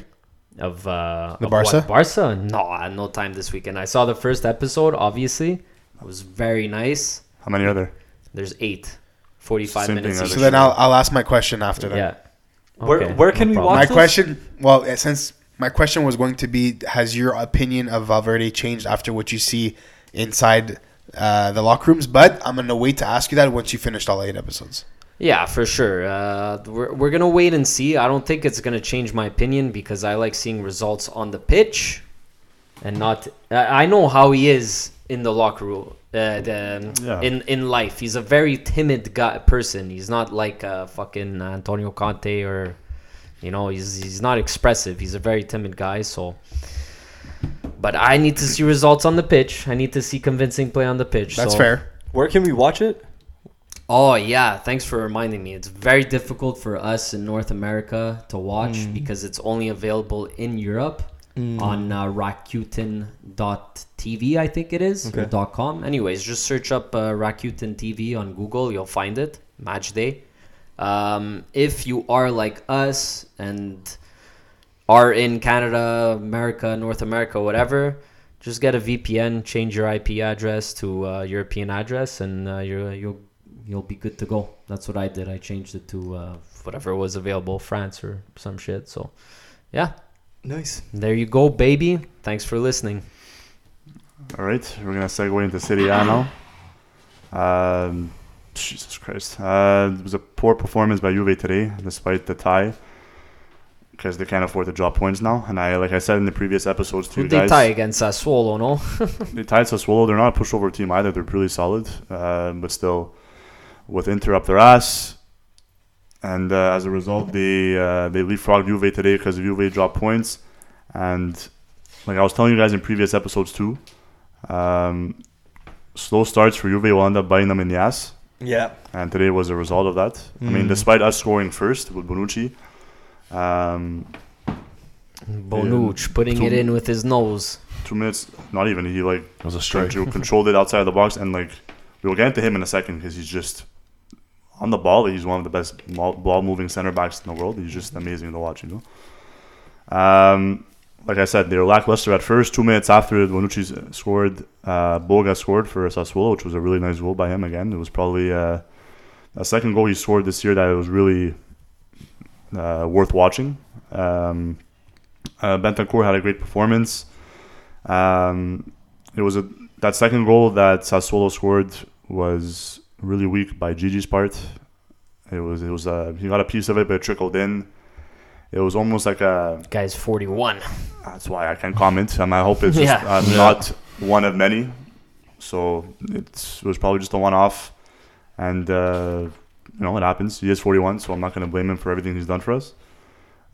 Speaker 2: of uh
Speaker 1: The
Speaker 2: of
Speaker 1: Barca?
Speaker 2: what, Barca? No, I had no time this weekend. I saw the first episode, obviously. It was very nice.
Speaker 5: How many are there?
Speaker 2: There's eight. Forty five
Speaker 5: Same
Speaker 2: minutes
Speaker 5: thing
Speaker 2: each.
Speaker 5: as
Speaker 1: So then I'll, I'll ask my question after that.
Speaker 2: yeah.
Speaker 4: Where- where can we
Speaker 1: My
Speaker 4: watch- Watch this?
Speaker 1: question, well, eh, since my question was going to be, has your opinion of Valverde changed after what you see inside uh, the locker rooms? But I'm gonna wait to ask you that once you finished all eight episodes.
Speaker 2: Yeah, for sure. Uh, we're we're gonna wait and see. I don't think it's gonna change my opinion because I like seeing results on the pitch, and not. I I know how he is in the locker room. Uh, the,
Speaker 5: Yeah.
Speaker 2: In in life, he's a very timid guy person. He's not like uh, fucking Antonio Conte or, you know, he's he's not expressive. He's a very timid guy. So. But I need to see results on the pitch. I need to see convincing play on the pitch.
Speaker 1: That's
Speaker 2: so-
Speaker 1: fair.
Speaker 4: Where can we watch it?
Speaker 2: Oh yeah, thanks for reminding me. It's very difficult for us in North America to watch because it's only available in Europe on uh, Rakuten.tv, I think it is, or
Speaker 4: Okay.
Speaker 2: dot .com. Anyways, just search up uh, Rakuten TV on Google, you'll find it. Match day. Um, if you are like us and are in Canada, America, North America, whatever, just get a VPN, change your IP address to uh, European address, and uh, you're, you'll you'll be good to go. That's what I did. I changed it to uh, whatever was available, France or some shit. So, yeah,
Speaker 4: Nice.
Speaker 2: there you go, baby. Thanks for listening.
Speaker 5: All right, we're gonna segue into Serie A now. Um, Jesus Christ. Uh, it was a poor performance by Juve today, despite the tie, because they can't afford to drop points now. And I, like I said in the previous episodes to
Speaker 2: Who
Speaker 5: you
Speaker 2: they
Speaker 5: guys,
Speaker 2: tie against Sassuolo, no?
Speaker 5: they tied Sassuolo. They're not a pushover team either. They're pretty solid, uh, but still, with Inter up their ass, and uh, as a result, they uh, they leapfrogged Juve today because Juve dropped points, and like I was telling you guys in previous episodes too, um, slow starts for Juve will end up biting them in the ass.
Speaker 4: Yeah.
Speaker 5: And today was a result of that. I mean,
Speaker 3: Mm.
Speaker 5: despite us scoring first with Bonucci, um,
Speaker 2: Bonucci putting it in with his nose.
Speaker 5: two minutes, not even, he like
Speaker 3: It was a strike.
Speaker 5: control, controlled it outside the box. And like, we'll get into him in a second because he's just on the ball. He's one of the best ball moving center backs in the world. He's just amazing to watch, you know. Um, like I said, they were lackluster at first. Two minutes after Bonucci scored, uh, Boga scored for Sassuolo, which was a really nice goal by him again. It was probably uh, a second goal he scored this year that was really uh, worth watching. Um, uh, Bentancur had a great performance. Um, it was a that second goal that Sassuolo scored was really weak by Gigi's part. It was it was a, he got a piece of it, but it trickled in. It was almost like a
Speaker 2: Guy's 41.
Speaker 5: that's why I can't comment. Um, I hope it's just,
Speaker 2: Yeah.
Speaker 5: uh,
Speaker 3: Yeah.
Speaker 5: not one of many. So it's, it was probably just a one-off, and uh, you know it happens. He is 41, so I'm not going to blame him for everything he's done for us.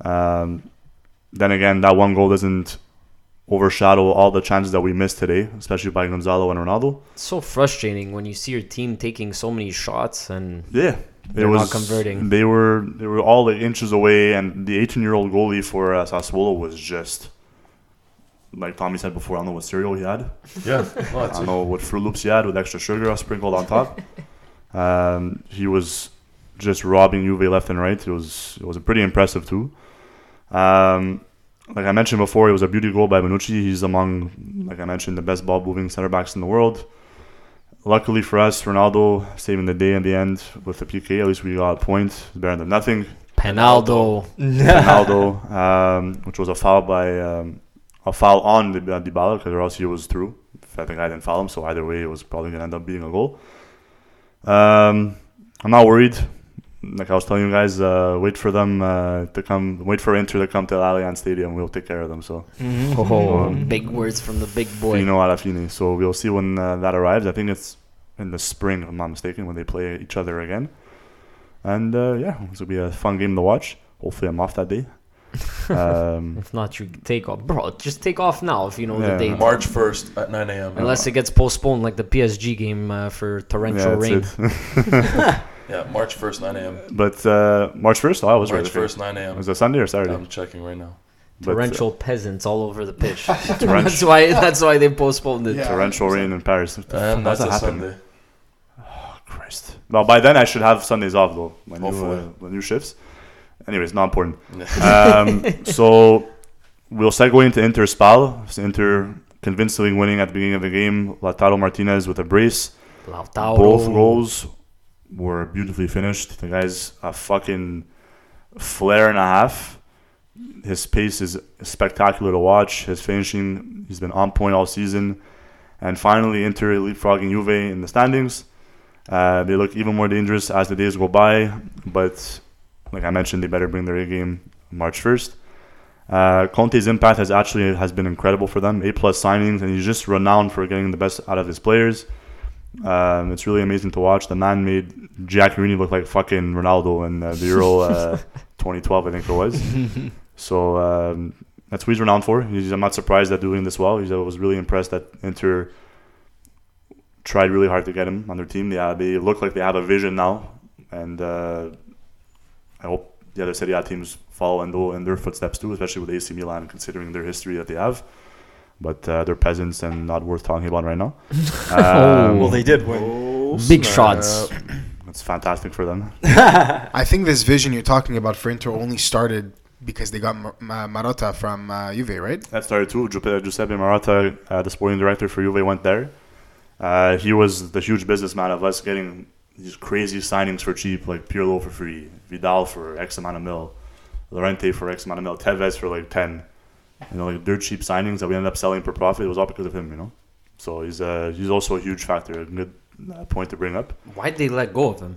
Speaker 5: Um, then again, that one goal doesn't overshadow all the chances that we missed today, especially by Gonzalo and Ronaldo.
Speaker 2: It's so frustrating when you see your team taking so many shots and
Speaker 5: Yeah,
Speaker 2: They're not converting.
Speaker 5: They were they were all like inches away, and the 18 year old goalie for uh, Sassuolo was just like Tommy said before. I don't know what cereal he had.
Speaker 3: Yeah. No,
Speaker 5: I
Speaker 3: it's-
Speaker 5: don't know what Fruit Loops he had with extra sugar sprinkled on top. um, he was just robbing Juve left and right. It was it was pretty impressive too. Um, like I mentioned before, it was a beauty goal by Minucci. He's among, like I mentioned, the best ball moving center backs in the world. Luckily for us, Ronaldo saving the day in the end with the PK. At least we got a point, better than nothing.
Speaker 2: Penaldo. Oh,
Speaker 5: Ronaldo, um, which was a foul by um, a foul on the Dybala because Rossi was through. I think I didn't foul him, so either way, it was probably gonna end up being a goal. Um, I'm not worried. Like I was telling you guys, uh, wait for them uh, to come. Wait for Inter to come to Allianz Stadium. We'll take care of them. So
Speaker 4: Mm-hmm.
Speaker 2: Oh, big
Speaker 5: Um,
Speaker 2: words from the big boy.
Speaker 5: Mm-hmm. Fino alla fine. So we'll see when uh, that arrives. I think it's in the spring, if I'm not mistaken, when they play each other again. And uh, yeah, this will be a fun game to watch. Hopefully, I'm off that day. Um,
Speaker 2: If not, you take off, bro. Just take off now if you know
Speaker 5: Yeah.
Speaker 2: the date.
Speaker 3: March 1st at 9 a.m.
Speaker 2: Unless it gets postponed, like the PSG game uh, for torrential rain.
Speaker 5: that's it.
Speaker 3: Yeah, March 1st, 9 a.m.
Speaker 5: But uh, March 1st? Oh, I was
Speaker 3: March Um,
Speaker 5: right. okay.
Speaker 3: 1st, 9 a.m.
Speaker 5: Was it Sunday or Saturday?
Speaker 3: I'm checking right now.
Speaker 5: But, uh,
Speaker 2: Torrential peasants all over the pitch. that's
Speaker 5: torrential,
Speaker 2: why. That's why they postponed it.
Speaker 1: Yeah.
Speaker 5: torrential rain in Paris. What the fuck
Speaker 3: And that's
Speaker 5: does
Speaker 3: a
Speaker 5: that happen?
Speaker 3: Sunday.
Speaker 5: Christ. Well, by then I should have Sundays off, though. My new,
Speaker 3: Hopefully.
Speaker 5: uh, my new shifts. Anyways, not important.
Speaker 3: Yeah.
Speaker 5: Um, so we'll segue into Inter Spal. Inter convincingly winning at the beginning of the game. Lautaro Martinez with a brace.
Speaker 2: Lautaro.
Speaker 5: Both goals were beautifully finished. The guy's a fucking flare and a half. His pace is spectacular to watch. His finishing, he's been on point all season. And finally, Inter leapfrogging Juve in the standings. Uh, they look even more dangerous as the days go by. But like I mentioned, they better bring their A game March 1st. Uh, Conte's impact has actually has been incredible for them. A plus signings, and he's just renowned for getting the best out of his players. Um, it's really amazing to watch. The man made Jack Rooney look like fucking Ronaldo in uh, the Euro uh, 2012, I think it was. so um, that's what he's renowned for. He's, I'm not surprised at doing this well. He's, I was really impressed that Inter tried really hard to get him on their team. Yeah, they look like they have a vision now, and uh, I hope the other Serie A teams follow in, tho- in their footsteps too, especially with AC Milan, considering their history that they have. But uh, they're peasants and not worth talking about right now. Um,
Speaker 4: Well, they did win.
Speaker 2: Big shots.
Speaker 5: Uh, it's fantastic for them.
Speaker 1: I think this vision you're talking about for Inter only started because they got Mar- Ma- Marotta from uh, Juve, right?
Speaker 5: That started too. Giuseppe Giuseppe Marotta, uh, the sporting director for Juve, went there. Uh, he was the huge businessman of us getting these crazy signings for cheap, like Pirlo for free, Vidal for X amount of mil, Lorente for X amount of mil, Tevez for like 10. You know, like dirt cheap signings that we ended up selling for profit. It was all because of him, you know? So he's uh, he's also a huge factor, a good, uh, point to bring up.
Speaker 2: Why'd they let go of him?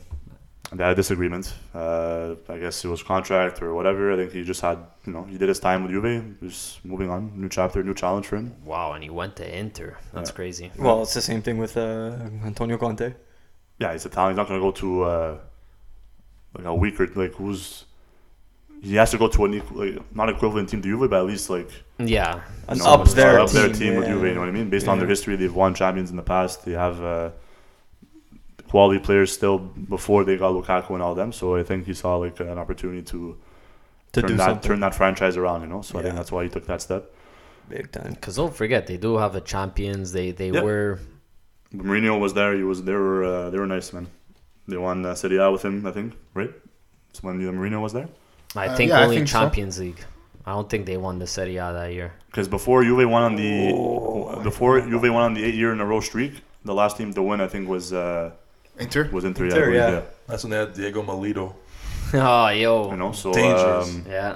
Speaker 5: They had a disagreement. Uh, I guess it was contract or whatever. I think he just had, you know, he did his time with Juve. Just moving on, new chapter, new challenge for him.
Speaker 2: Wow, and he went to Inter. That's
Speaker 5: Yeah.
Speaker 2: crazy.
Speaker 4: Well, it's the same thing with uh, Antonio Conte.
Speaker 5: Yeah, he's Italian. He's not gonna go to uh, like a weaker like who's. He has to go to an equal, like, not equivalent team to Juve, but at least like
Speaker 2: Yeah,
Speaker 4: An
Speaker 5: No,
Speaker 4: up
Speaker 5: it's
Speaker 4: there
Speaker 5: not up there
Speaker 4: team,
Speaker 5: team with
Speaker 4: yeah.
Speaker 5: Juve. You know what I mean? Based on their
Speaker 4: Yeah.
Speaker 5: history, they've won champions in the past. They have uh, quality players still before they got Lukaku and all them. So I think he saw like an opportunity to,
Speaker 4: to
Speaker 5: turn
Speaker 4: do
Speaker 5: that
Speaker 4: something
Speaker 5: turn that franchise around. You know, so I think
Speaker 4: Yeah.
Speaker 5: that's why he took that step.
Speaker 4: big time.
Speaker 2: because don't forget they do have a champions. They they
Speaker 5: Yeah.
Speaker 2: were
Speaker 5: Mourinho was there. He was they were uh, they were nice man. They won uh, Serie A with him, I think. Right? It's when Mourinho was there.
Speaker 2: I
Speaker 1: Uh,
Speaker 2: think
Speaker 1: yeah, I
Speaker 2: only
Speaker 1: think so.
Speaker 2: Champions League. I don't think they won the Serie A that year.
Speaker 5: Because before Juve won on the
Speaker 4: Oh,
Speaker 5: before Juve won on the eight year in a row streak, the last team to win I think was uh,
Speaker 1: Inter.
Speaker 5: was Inter.
Speaker 4: Inter,
Speaker 5: I believe,
Speaker 4: yeah.
Speaker 5: yeah.
Speaker 3: That's when they had Diego Melito.
Speaker 2: oh
Speaker 5: You
Speaker 2: yo,
Speaker 5: know, so
Speaker 3: Dangerous.
Speaker 5: um,
Speaker 2: yeah,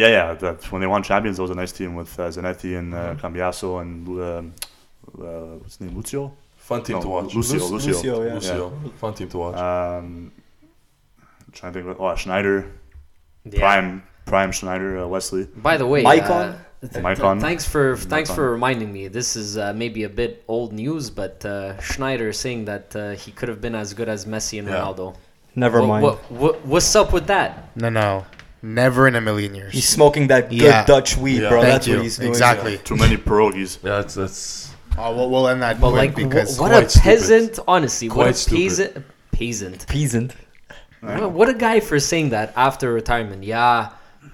Speaker 5: Yeah, yeah. That when they won champions, that was a nice team with uh, Zanetti and uh,
Speaker 4: Mm-hmm.
Speaker 5: Cambiasso and um, uh, what's his name, Lucio.
Speaker 3: Fun team
Speaker 5: No,
Speaker 3: to watch.
Speaker 5: Lucio,
Speaker 3: Lucio.
Speaker 4: Lucio,
Speaker 5: Lucio.
Speaker 4: yeah.
Speaker 3: Lucio. Fun team to watch.
Speaker 5: Um, I'm trying to think. Of, oh, Schneider,
Speaker 2: yeah.
Speaker 5: prime, prime Schneider, uh, Wesley.
Speaker 2: By the way,
Speaker 4: Mycon?
Speaker 2: uh, th-
Speaker 5: Mycon.
Speaker 2: Thanks for thanks
Speaker 5: Mycon.
Speaker 2: for reminding me. This is uh, maybe a bit old news, but uh, Schneider is saying that uh, he could have been as good as Messi and
Speaker 3: Yeah.
Speaker 2: Ronaldo.
Speaker 4: Never
Speaker 2: Wha-
Speaker 4: mind.
Speaker 2: wha- wha- what's up with that?
Speaker 1: No, no, never in a million years.
Speaker 4: He's smoking that good
Speaker 1: Yeah.
Speaker 4: Dutch weed,
Speaker 3: Yeah.
Speaker 4: bro.
Speaker 1: Thank
Speaker 4: Oh, That's
Speaker 1: you.
Speaker 4: what he's doing.
Speaker 1: exactly.
Speaker 5: Too many pierogies.
Speaker 3: yeah, that's that's
Speaker 1: Uh, we'll, we'll end that
Speaker 2: But
Speaker 1: quick
Speaker 2: like, wha-
Speaker 1: because
Speaker 2: what a
Speaker 3: quite stupid.
Speaker 2: peasant! Honestly,
Speaker 3: Quite
Speaker 2: what a
Speaker 3: stupid.
Speaker 2: peasant. Peasant.
Speaker 4: Peasant.
Speaker 2: Wha- What a guy for saying that after retirement. Yeah,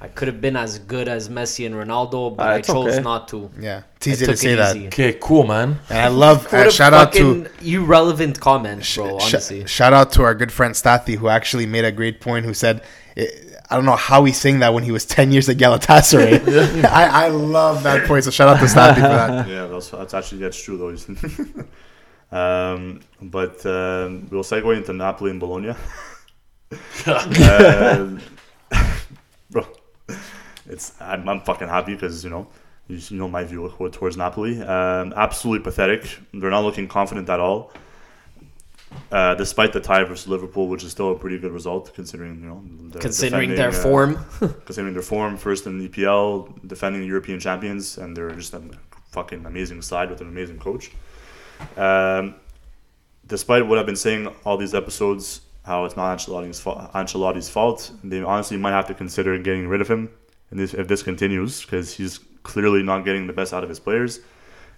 Speaker 2: I could have been as good as Messi and Ronaldo, but
Speaker 4: Ah,
Speaker 2: I
Speaker 4: it's
Speaker 2: chose
Speaker 4: okay.
Speaker 2: not to.
Speaker 1: yeah, it's
Speaker 2: I
Speaker 1: easy to
Speaker 2: took
Speaker 1: say
Speaker 2: it
Speaker 1: that.
Speaker 2: easy.
Speaker 3: okay. Cool, man.
Speaker 1: And I love
Speaker 2: What
Speaker 1: uh,
Speaker 2: a
Speaker 1: shout out to
Speaker 2: fucking irrelevant comment, bro.
Speaker 1: Sh-
Speaker 2: Honestly,
Speaker 1: shout out to our good friend Stathi, who actually made a great point. Who said, "I I don't know how he's saying that when he was ten years at Galatasaray." I, I love that point. So shout out to Stathi for that.
Speaker 5: yeah, that's, that's actually that's true though. isn't it? um, but um, we'll segue into Napoli and Bologna. Uh, bro, it's I'm, I'm fucking happy because you know you, s- you know my view w- towards Napoli. Um, absolutely pathetic. They're not looking confident at all. Uh, despite the tie versus Liverpool, which is still a pretty good result considering you know they're
Speaker 2: considering
Speaker 5: defending,
Speaker 2: their
Speaker 5: uh,
Speaker 2: form,
Speaker 5: considering their form, first in the EPL, defending European champions, and they're just a fucking amazing side with an amazing coach. Um, despite what I've been saying all these episodes, how it's not Ancelotti's, fa- Ancelotti's fault, they honestly might have to consider getting rid of him and this, if this continues, because he's clearly not getting the best out of his players,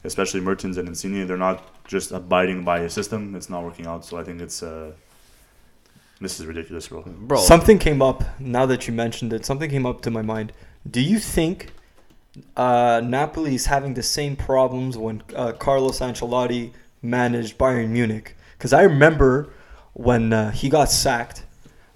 Speaker 5: especially Mertens and Insigne. They're not just abiding by his system. It's not working out, so I think it's... Uh, this is ridiculous, bro.
Speaker 2: bro.
Speaker 4: Something came up now that you mentioned it. Something came up to my mind. Do you think uh, Napoli is having the same problems when uh, Carlos Ancelotti managed Bayern Munich? Because I remember when uh, he got sacked.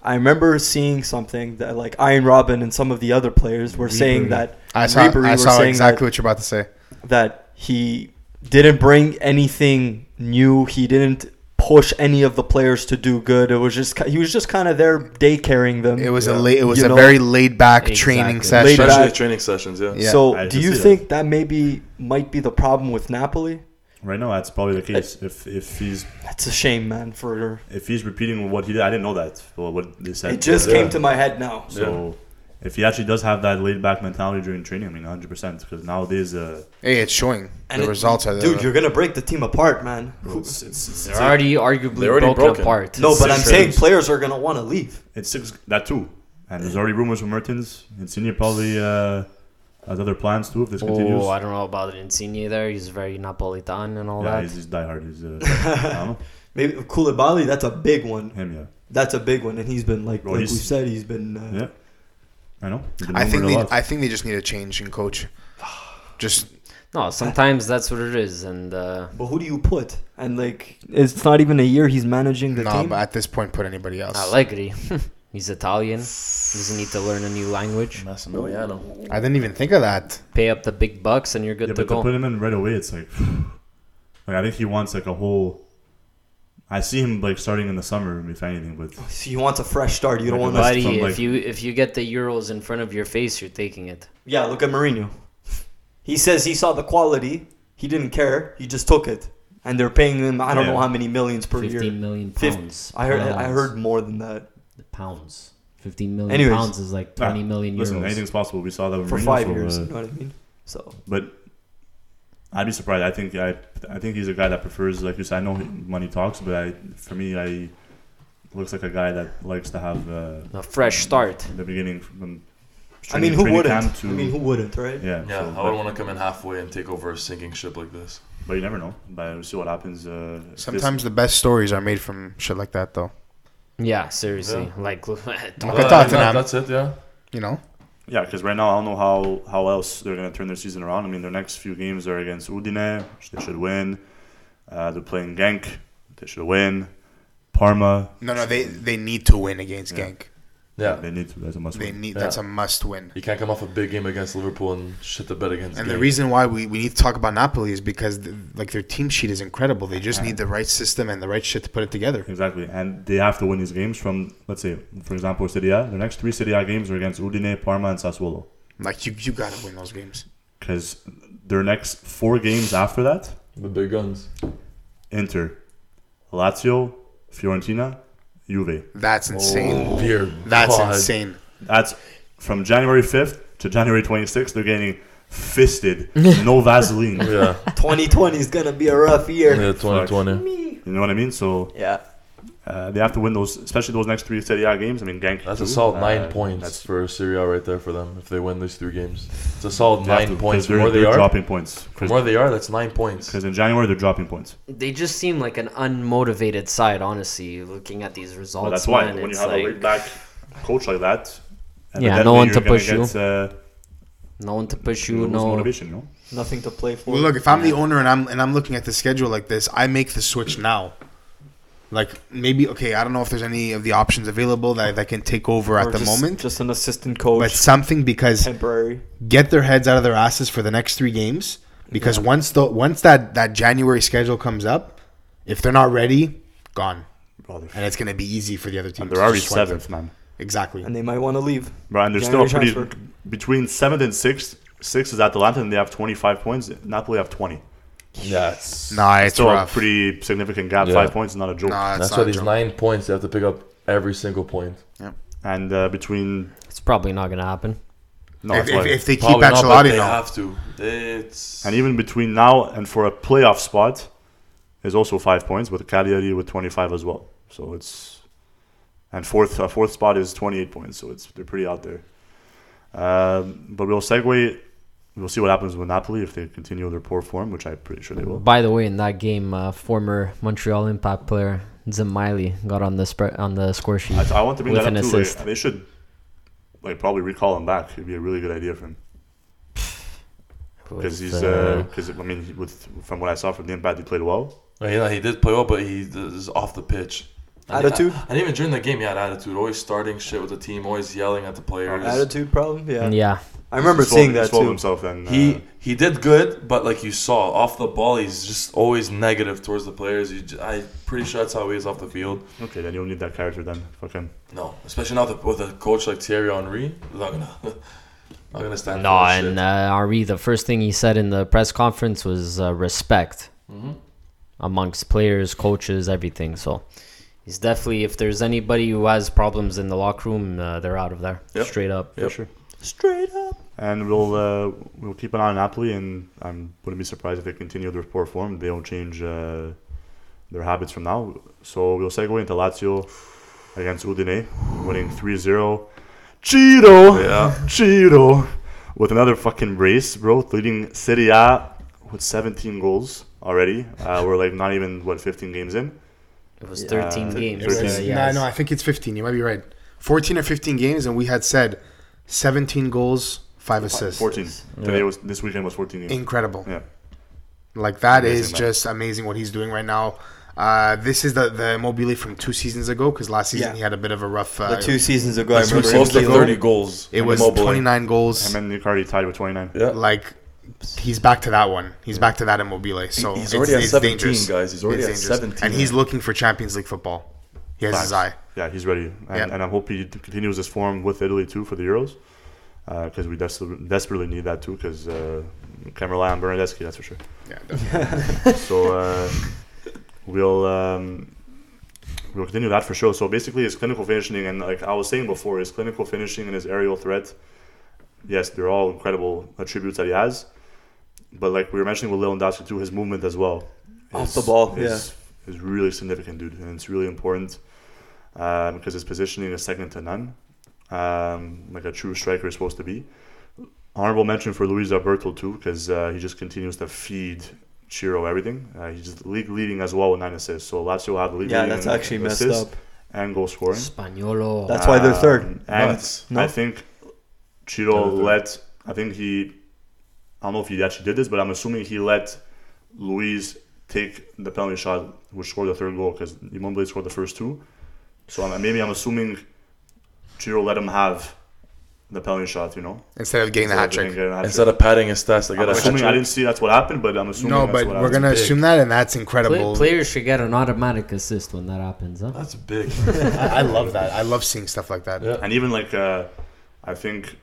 Speaker 4: I remember seeing something that like Iron Robin and some of the other players were saying
Speaker 1: Ribery.
Speaker 4: that
Speaker 1: I saw,
Speaker 4: Ribery
Speaker 1: I
Speaker 4: were
Speaker 1: saw
Speaker 4: saying
Speaker 1: exactly what you're about to say.
Speaker 4: that he didn't bring anything new. He didn't push any of the players to do good. It was just ki- he was just kind of there day carrying them.
Speaker 1: It was
Speaker 3: Yeah.
Speaker 1: a late, it was
Speaker 4: You
Speaker 1: a
Speaker 4: know-
Speaker 1: very laid back training
Speaker 2: Exactly.
Speaker 1: session.
Speaker 4: Laid back.
Speaker 3: Especially the training sessions. Yeah.
Speaker 1: Yeah.
Speaker 4: so
Speaker 5: I
Speaker 4: do
Speaker 5: can
Speaker 4: you
Speaker 5: see that.
Speaker 4: think that. maybe might be the problem with Napoli?
Speaker 5: Right now, that's probably the case. If if he's
Speaker 4: That's a shame, man. For
Speaker 5: if he's repeating what he did, I didn't know that. Well, what they said.
Speaker 4: it just
Speaker 3: Yeah.
Speaker 4: came to my head now.
Speaker 5: So if he actually does have that laid back mentality during training, I mean, 100 percent. Because nowadays, uh,
Speaker 1: Hey, it's showing.
Speaker 4: And
Speaker 1: the
Speaker 4: it-
Speaker 1: results are there.
Speaker 4: Dude, you're gonna break the team apart, man. Who-
Speaker 5: it's, it's, it's,
Speaker 2: They're already arguably
Speaker 3: They're already
Speaker 2: broken,
Speaker 3: broken.
Speaker 2: apart.
Speaker 4: No, but I'm
Speaker 5: Six
Speaker 4: saying
Speaker 5: games.
Speaker 4: players are gonna want to leave.
Speaker 5: it's six that too. And there's already rumors from Mertens. Insigne probably uh, has other plans too if this continues.
Speaker 2: Oh, I don't know about Insigne there. He's very Napolitan and all
Speaker 5: yeah,
Speaker 2: that.
Speaker 5: he's, he's diehard. He's uh, I don't know.
Speaker 4: Maybe Koulibaly, that's a big one.
Speaker 5: him, yeah,
Speaker 4: That's a big one, and he's been like,
Speaker 5: Bro,
Speaker 4: like we
Speaker 5: he's-
Speaker 4: said, he's been uh,
Speaker 5: yeah. I know. He's been
Speaker 1: I think
Speaker 5: rumored a
Speaker 1: they,
Speaker 5: lot.
Speaker 1: I think they just need a change in coach. Just
Speaker 2: No, sometimes that's what it is. And uh,
Speaker 4: But who do you put? And like, it's not even a year he's managing the
Speaker 1: no,
Speaker 4: team.
Speaker 1: but at this point, put anybody else.
Speaker 2: Allegri, he's Italian. Doesn't need to learn a new language.
Speaker 3: Massimiliano.
Speaker 1: I didn't even think of that.
Speaker 2: Pay up the big bucks, and you're good
Speaker 5: yeah,
Speaker 2: to
Speaker 5: but to
Speaker 2: go.
Speaker 5: put him in right away, it's like, like I think he wants like a whole. I see him like starting in the summer, if anything, but
Speaker 4: So he wants a fresh start. You don't want to.
Speaker 5: But-
Speaker 2: Buddy,
Speaker 5: from,
Speaker 2: if
Speaker 5: like-
Speaker 2: you if you get the euros in front of your face, you're taking it.
Speaker 4: Yeah, look at Mourinho. He says he saw the quality. He didn't care. He just took it. and they're paying them I don't know
Speaker 5: Yeah.
Speaker 4: how many millions per year.
Speaker 6: Fifteen million
Speaker 4: Fif-
Speaker 6: pounds.
Speaker 4: I heard I
Speaker 6: Pounds.
Speaker 4: heard more than that.
Speaker 6: The pounds. Fifteen million
Speaker 4: Anyways.
Speaker 6: pounds is like
Speaker 5: Ah,
Speaker 6: twenty million
Speaker 5: Listen,
Speaker 6: euros.
Speaker 5: anything's possible. We saw that with
Speaker 4: for
Speaker 5: Mourinho,
Speaker 4: five
Speaker 5: so,
Speaker 4: years.
Speaker 5: uh,
Speaker 4: You know what I mean? So
Speaker 5: But I'd be surprised. I think I, I think he's a guy that prefers, like you said. I know money talks, but I, for me, I looks like a guy that likes to have uh,
Speaker 2: A fresh start.
Speaker 5: the beginning from.
Speaker 4: I
Speaker 5: training-
Speaker 4: mean, who
Speaker 5: training
Speaker 4: wouldn't?
Speaker 5: camp
Speaker 4: I mean, who wouldn't, right?
Speaker 5: yeah,
Speaker 3: Yeah,
Speaker 5: so,
Speaker 3: I would
Speaker 5: but,
Speaker 3: want to come in halfway and take over a sinking ship like this.
Speaker 5: but you never know. But we'll see what happens. Uh, if this-
Speaker 1: Sometimes the best stories are made from shit like that, though.
Speaker 2: Yeah, seriously. Like,
Speaker 1: Look at Tottenham.
Speaker 3: that's it, yeah.
Speaker 1: You know,
Speaker 5: yeah, because right now I don't know how how else they're gonna turn their season around. I mean, their next few games are against Udine, which they should win. Uh, they're playing Genk, they should win. Parma,
Speaker 1: no, no, they they need to win against
Speaker 5: Yeah. Mm-hmm.
Speaker 1: Genk.
Speaker 3: Yeah.
Speaker 5: they need to. That's a must.
Speaker 1: They
Speaker 5: win.
Speaker 1: need
Speaker 3: Yeah.
Speaker 1: that's a must win.
Speaker 3: You can't come off a big game against Liverpool and shit the bed against
Speaker 1: And
Speaker 3: Genk.
Speaker 1: the reason why we, we need to talk about Napoli is because the, like their team sheet is incredible. They just need the right system and the right shit to put it together.
Speaker 5: Exactly, and they have to win these games from, let's say, for example, Serie A. Their next three Serie A games are against Udine, Parma, and Sassuolo.
Speaker 1: Like you, you gotta win those games.
Speaker 5: Because their next four games after that,
Speaker 3: the big guns.
Speaker 5: Inter, Lazio, Fiorentina, Juve.
Speaker 1: That's insane.
Speaker 3: Oh, dear
Speaker 1: That's
Speaker 3: God.
Speaker 1: insane.
Speaker 5: That's from January 5th to January 26th. They're getting fisted, no Vaseline. You
Speaker 3: Yeah,
Speaker 4: 2020 is gonna be a rough year.
Speaker 3: yeah, 2020.
Speaker 5: know what I mean? So
Speaker 4: Yeah.
Speaker 5: uh, they have to win those, especially those next three Serie A games. I mean, Genk.
Speaker 3: That's a
Speaker 5: too.
Speaker 3: solid
Speaker 5: Uh,
Speaker 3: nine points
Speaker 5: that's-
Speaker 3: for Serie A right there for them if they win these three games. It's a solid
Speaker 5: they have to,
Speaker 3: nine
Speaker 5: 'cause
Speaker 3: points
Speaker 5: They're,
Speaker 3: from where they
Speaker 5: they're
Speaker 3: are.
Speaker 5: dropping points.
Speaker 3: From where they are, that's nine points.
Speaker 5: Because in January, they're dropping points.
Speaker 2: They just seem like an unmotivated side, honestly, looking at these results.
Speaker 5: Well, that's why
Speaker 2: man,
Speaker 5: when you
Speaker 2: it's
Speaker 5: have a
Speaker 2: like,
Speaker 5: laid back coach like that, and
Speaker 2: Yeah,
Speaker 5: then
Speaker 2: no
Speaker 5: you're
Speaker 2: one to
Speaker 5: gonna
Speaker 2: push you.
Speaker 5: get, Uh,
Speaker 2: no one to push
Speaker 5: you
Speaker 2: you, no.
Speaker 5: motivation, you know.
Speaker 4: Nothing to play for.
Speaker 1: Well, look, if I'm the owner and I'm and I'm looking at the schedule like this, I make the switch now. Like maybe okay, I don't know if there's any of the options available that that can take over
Speaker 4: Or
Speaker 1: at the
Speaker 4: just-
Speaker 1: moment,
Speaker 4: just an assistant
Speaker 1: but
Speaker 4: coach,
Speaker 1: something because
Speaker 4: temporary.
Speaker 1: get their heads out of their asses for the next three games because once the once that that January schedule comes up, if they're not ready, gone,
Speaker 5: Bro, they're,
Speaker 1: and it's gonna be easy for the other team.
Speaker 5: and they're already
Speaker 1: swipe them.
Speaker 5: seventh, man.
Speaker 1: Exactly.
Speaker 4: and they might want to leave.
Speaker 5: Bro, and they're
Speaker 4: January
Speaker 5: still pretty
Speaker 4: transfer.
Speaker 5: between seventh and sixth. Sixth is Atalanta, and they have 25 points. Napoli have 20.
Speaker 3: Yeah, it's,
Speaker 1: Nah, it's
Speaker 5: Still
Speaker 1: rough.
Speaker 5: a pretty significant gap.
Speaker 3: Yeah.
Speaker 5: Five points, is not a joke.
Speaker 1: nah, it's
Speaker 3: that's
Speaker 1: not
Speaker 3: why
Speaker 1: a
Speaker 3: these
Speaker 1: joke.
Speaker 3: nine points, they have to pick up every single point.
Speaker 5: And uh, between
Speaker 2: It's probably not going to happen.
Speaker 5: no,
Speaker 1: if,
Speaker 5: that's why.
Speaker 1: if, if they keep
Speaker 3: Probably not, but
Speaker 1: Ancelotti,
Speaker 3: they
Speaker 1: no.
Speaker 3: have to. It's
Speaker 5: and even between now and for a playoff spot, is also five points with Cagliari with 25 as well. So it's and fourth uh, fourth spot is 28 points. So it's they're pretty out there. Um, but we'll segue. We'll see what happens with Napoli if they continue their poor form, which I'm pretty sure they will.
Speaker 2: By the way, in that game, uh, former Montreal Impact player Zamiley got on the spread on the score sheet.
Speaker 5: I, I want to bring
Speaker 2: With
Speaker 5: that
Speaker 2: an
Speaker 5: up too. Like,
Speaker 2: assist.
Speaker 5: they should like probably recall him back. It'd be a really good idea for him because
Speaker 2: with,
Speaker 5: he's
Speaker 2: uh,
Speaker 5: because I mean he- with from what I saw from the impact he played well.
Speaker 3: Well, yeah, he did play well, but he is off the pitch. And
Speaker 4: Attitude?
Speaker 3: I, and even during the game, he had attitude. Always starting shit with the team. Always yelling at the players.
Speaker 4: Attitude problem. Yeah.
Speaker 2: uh, yeah,
Speaker 4: I remember
Speaker 5: He swallowed-
Speaker 4: seeing
Speaker 5: he
Speaker 4: that
Speaker 5: swallowed
Speaker 4: too.
Speaker 5: himself and uh,
Speaker 3: He he did good, but like you saw, off the ball, he's just always negative towards the players. You, j- I'm pretty sure that's how he is off the field.
Speaker 5: okay then you don't need that character then fuck him.
Speaker 3: No, especially not the, with a coach like Thierry Henry. They're not gonna, not gonna stand.
Speaker 2: no,
Speaker 3: for that
Speaker 2: and uh, Henri, the first thing he said in the press conference was uh, respect
Speaker 5: Mm-hmm.
Speaker 2: amongst players, coaches, everything. So he's definitely, if there's anybody who has problems in the locker room, uh, they're out of there
Speaker 3: Yep.
Speaker 2: straight up.
Speaker 3: Yep.
Speaker 4: Straight up.
Speaker 5: And we'll uh, we'll keep an eye on Napoli, and I wouldn't be surprised if they continue their poor form. They don't change uh, their habits from now. So we'll segue into Lazio against Udine, winning 3-0. Ciro,
Speaker 3: Yeah.
Speaker 5: Ciro, with another fucking brace, bro, leading Serie A with 17 goals already. Uh, we're like not even what 15 games in.
Speaker 2: It was
Speaker 4: Yeah.
Speaker 2: 13
Speaker 5: Thir-
Speaker 2: games.
Speaker 5: thirteen.
Speaker 2: uh,
Speaker 5: Nah,
Speaker 2: yeah,
Speaker 1: No, no, I think it's 15. You might be right. 14 or 15 games, and we had said 17 goals, five assists.
Speaker 5: 14. Today was this weekend was 14 games.
Speaker 1: Incredible.
Speaker 5: Yeah.
Speaker 1: Like that is
Speaker 5: Amazing, man.
Speaker 1: just amazing what he's doing right now. Uh, this is the the Mobile from two seasons ago because last season
Speaker 4: Yeah.
Speaker 1: he had a bit of a rough. Uh,
Speaker 4: The two seasons ago, I
Speaker 1: That's
Speaker 4: remember.
Speaker 1: what
Speaker 3: Close
Speaker 1: Close
Speaker 4: him
Speaker 1: to
Speaker 3: to
Speaker 1: Immobile.
Speaker 4: being-
Speaker 3: 30
Speaker 1: 30
Speaker 3: goals.
Speaker 1: it was 29 goals.
Speaker 5: Him and Nicardi tied with 29.
Speaker 3: Yeah.
Speaker 1: Like he's back to that one. He's back to that Immobile. So it's-
Speaker 3: he's already at
Speaker 1: it's
Speaker 3: 17,
Speaker 1: dangerous.
Speaker 3: guys. He's already
Speaker 1: It's
Speaker 3: at
Speaker 1: dangerous.
Speaker 3: 17.
Speaker 1: and he's looking for Champions League football. He has his eye.
Speaker 5: Facts. Yeah, he's ready, and,
Speaker 1: Yeah.
Speaker 5: and I hope he continues his form with Italy too for the Euros. because we des- desperately need that too. Because uh, can rely on Bernadeschi, that's for sure.
Speaker 1: Yeah, definitely.
Speaker 5: so uh, we'll um, we'll continue that for sure. So basically, his clinical finishing and like I was saying before, his clinical finishing and his aerial threat, yes, they're all incredible attributes that he has. But like we were mentioning with Lewandowski too, his movement as well.
Speaker 4: Off the ball,
Speaker 5: is, is really significant, dude, and it's really important um, because his positioning is second to none, um, like a true striker is supposed to be. Honorable mention for Luis Alberto too, because uh, he just continues to feed Chiro everything. Uh, he's just league leading as well with nine assists. So Lazio have league
Speaker 4: Yeah,
Speaker 5: leading
Speaker 4: that's
Speaker 5: in
Speaker 4: actually messed
Speaker 5: assists
Speaker 4: up.
Speaker 5: and goal scoring.
Speaker 6: Spaniolo.
Speaker 4: That's why they're third.
Speaker 5: Um, and
Speaker 3: Nuts.
Speaker 5: I
Speaker 4: No?
Speaker 5: think
Speaker 3: They're
Speaker 5: Chiro
Speaker 3: third.
Speaker 5: let. I think he. I don't know if he actually did this, but I'm assuming he let Luis take the penalty shot, which scored the third goal because Immobile scored the first two. So I'm, maybe I'm assuming Chiro let him have the penalty shot. You know,
Speaker 1: Instead of getting the
Speaker 5: So
Speaker 1: hat
Speaker 5: they didn't
Speaker 1: trick.
Speaker 5: get a hat trick.
Speaker 3: Instead of padding his stats, I
Speaker 5: I'm
Speaker 3: got a hat
Speaker 5: assuming I
Speaker 3: trick.
Speaker 5: didn't see that's what happened, but I'm assuming
Speaker 1: No,
Speaker 5: that's
Speaker 1: but
Speaker 5: what
Speaker 1: we're
Speaker 5: happened.
Speaker 1: gonna assume that, and that's incredible.
Speaker 6: Play, players should get an automatic assist when that happens, huh?
Speaker 3: That's big.
Speaker 1: I I love that. I love seeing stuff like that.
Speaker 3: Yeah.
Speaker 5: And even like, uh, I think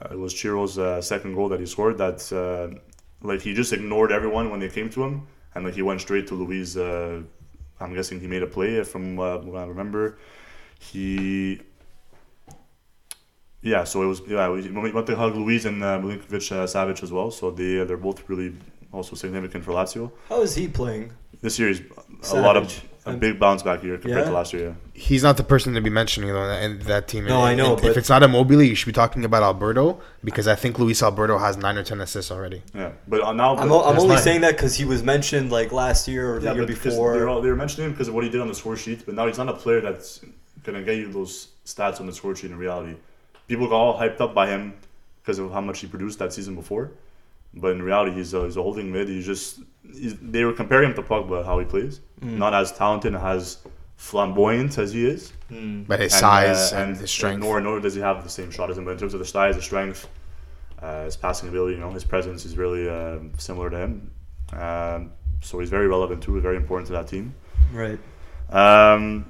Speaker 5: uh, it was Chiro's uh, second goal that he scored. That uh, like he just ignored everyone when they came to him, and like he went straight to Luis. Uh, I'm guessing he made a play from uh, what I remember. He. Yeah, so it was yeah. We we went to hug Luis and uh, Milinkovic uh, Savic as well. So they they're both really also significant for Lazio.
Speaker 4: How is he playing?
Speaker 5: This year is a lot of
Speaker 4: Savic.
Speaker 5: a big bounce back year compared to
Speaker 4: Yeah.
Speaker 5: last year. Yeah.
Speaker 1: He's not the person to be mentioning though, and that team.
Speaker 4: No, I know,
Speaker 1: If,
Speaker 4: but-
Speaker 1: it's not Immobile, you should be talking about Alberto because I think Luis Alberto has nine or ten assists already.
Speaker 5: Yeah, but uh, now
Speaker 4: I'm, o- I'm
Speaker 5: That's
Speaker 4: only
Speaker 5: fine.
Speaker 4: saying that because he was mentioned like last year or the year
Speaker 5: but because They're,
Speaker 4: before.
Speaker 5: all, they're mentioning him because of what he did on the score sheet, but now he's not a player that's gonna get you those stats on the score sheet in reality. People got all hyped up by him because of how much he produced that season before, but in reality, he's a, he's a holding mid. He's just he's, they were comparing him to Pogba how he plays,
Speaker 4: Mm.
Speaker 5: not as talented, and as flamboyant as he is,
Speaker 1: But his
Speaker 5: and,
Speaker 1: size
Speaker 5: uh,
Speaker 1: and, his strength.
Speaker 5: Nor nor does he have the same shot as him, but in terms of the size, the strength, uh, his passing ability, you know, his presence is really um similar to him. Um, so he's very relevant too, very important to that team.
Speaker 4: Right.
Speaker 5: Um,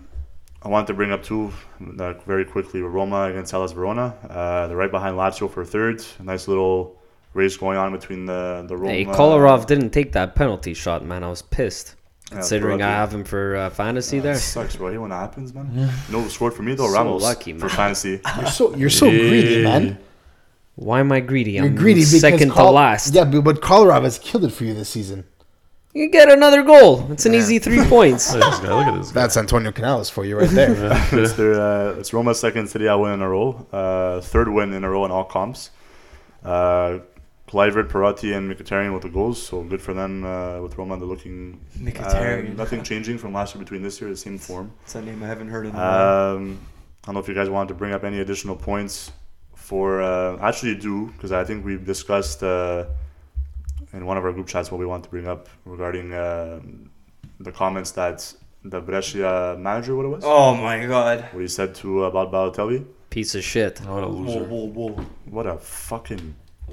Speaker 5: I wanted to bring up two uh, very quickly. Roma against Hellas Verona. Uh, they're right behind Lazio for third. A nice little race going on between the the Roma.
Speaker 2: Hey, Kolarov didn't take that penalty shot, man. I was pissed.
Speaker 5: Yeah,
Speaker 2: Considering I
Speaker 5: Kolarov-
Speaker 2: have him for uh, fantasy there.
Speaker 5: Sucks, bro. You know when that happens, man. You know who scored for me though?
Speaker 2: So
Speaker 5: Ramos
Speaker 2: lucky, man.
Speaker 5: for fantasy.
Speaker 1: You're so you're so greedy, man.
Speaker 2: Why am I greedy?
Speaker 1: You're
Speaker 2: I'm
Speaker 1: greedy because
Speaker 2: Mm, second
Speaker 1: Kol-
Speaker 2: to last.
Speaker 1: Yeah, but, but Kolarov has killed it for you this season.
Speaker 2: You get another goal. It's an easy three points.
Speaker 3: Look at this guy. Look at this guy.
Speaker 1: That's Antonio Canales for you right there.
Speaker 5: it's their uh, it's Roma's second Serie A win in a row, uh, third win in a row in all comps. Uh, Kluivert, Perotti, and Mkhitaryan with the goals, so good for them uh, with Roma. They're looking uh,
Speaker 4: Mkhitaryan.
Speaker 5: nothing changing from last year between this year, the same form.
Speaker 4: It's a name I haven't heard in a while.
Speaker 5: Um, I don't know if you guys wanted to bring up any additional points for. Uh, actually, you do because I think we've discussed uh, in one of our group chats what we want to bring up regarding uh, the comments that the Brescia manager, what it was,
Speaker 4: Oh my god.
Speaker 5: what he said to about Balotelli.
Speaker 2: Piece of shit.
Speaker 3: What a loser.
Speaker 5: What a fucking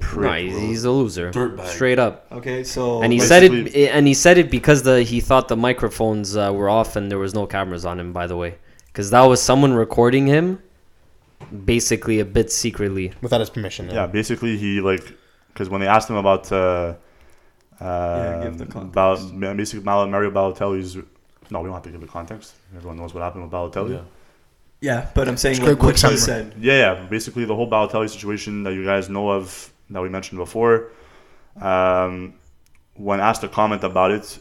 Speaker 2: No,
Speaker 5: prick.
Speaker 2: he's,
Speaker 5: bro.
Speaker 2: he's a loser.
Speaker 3: Dirtbag.
Speaker 2: Straight up.
Speaker 4: Okay, so
Speaker 2: And he
Speaker 5: Well,
Speaker 2: said it.
Speaker 5: basically-
Speaker 2: And he said it because the he thought the microphones uh, were off and there was no cameras on him. By the way, because that was someone recording him, basically a bit secretly.
Speaker 1: Without his permission.
Speaker 5: yeah, basically he like because when they asked him about uh, uh,
Speaker 4: give the
Speaker 5: about basically Mal- Mario Balotelli's. No, we don't have to give the context. Everyone knows what happened with Balotelli.
Speaker 3: Yeah.
Speaker 4: yeah, but I'm saying
Speaker 1: Just quick-
Speaker 4: what, what
Speaker 1: quick
Speaker 4: he
Speaker 1: summary.
Speaker 4: said.
Speaker 5: Yeah, yeah. Basically, the whole Balotelli situation that you guys know of that we mentioned before. Um, when asked a comment about it,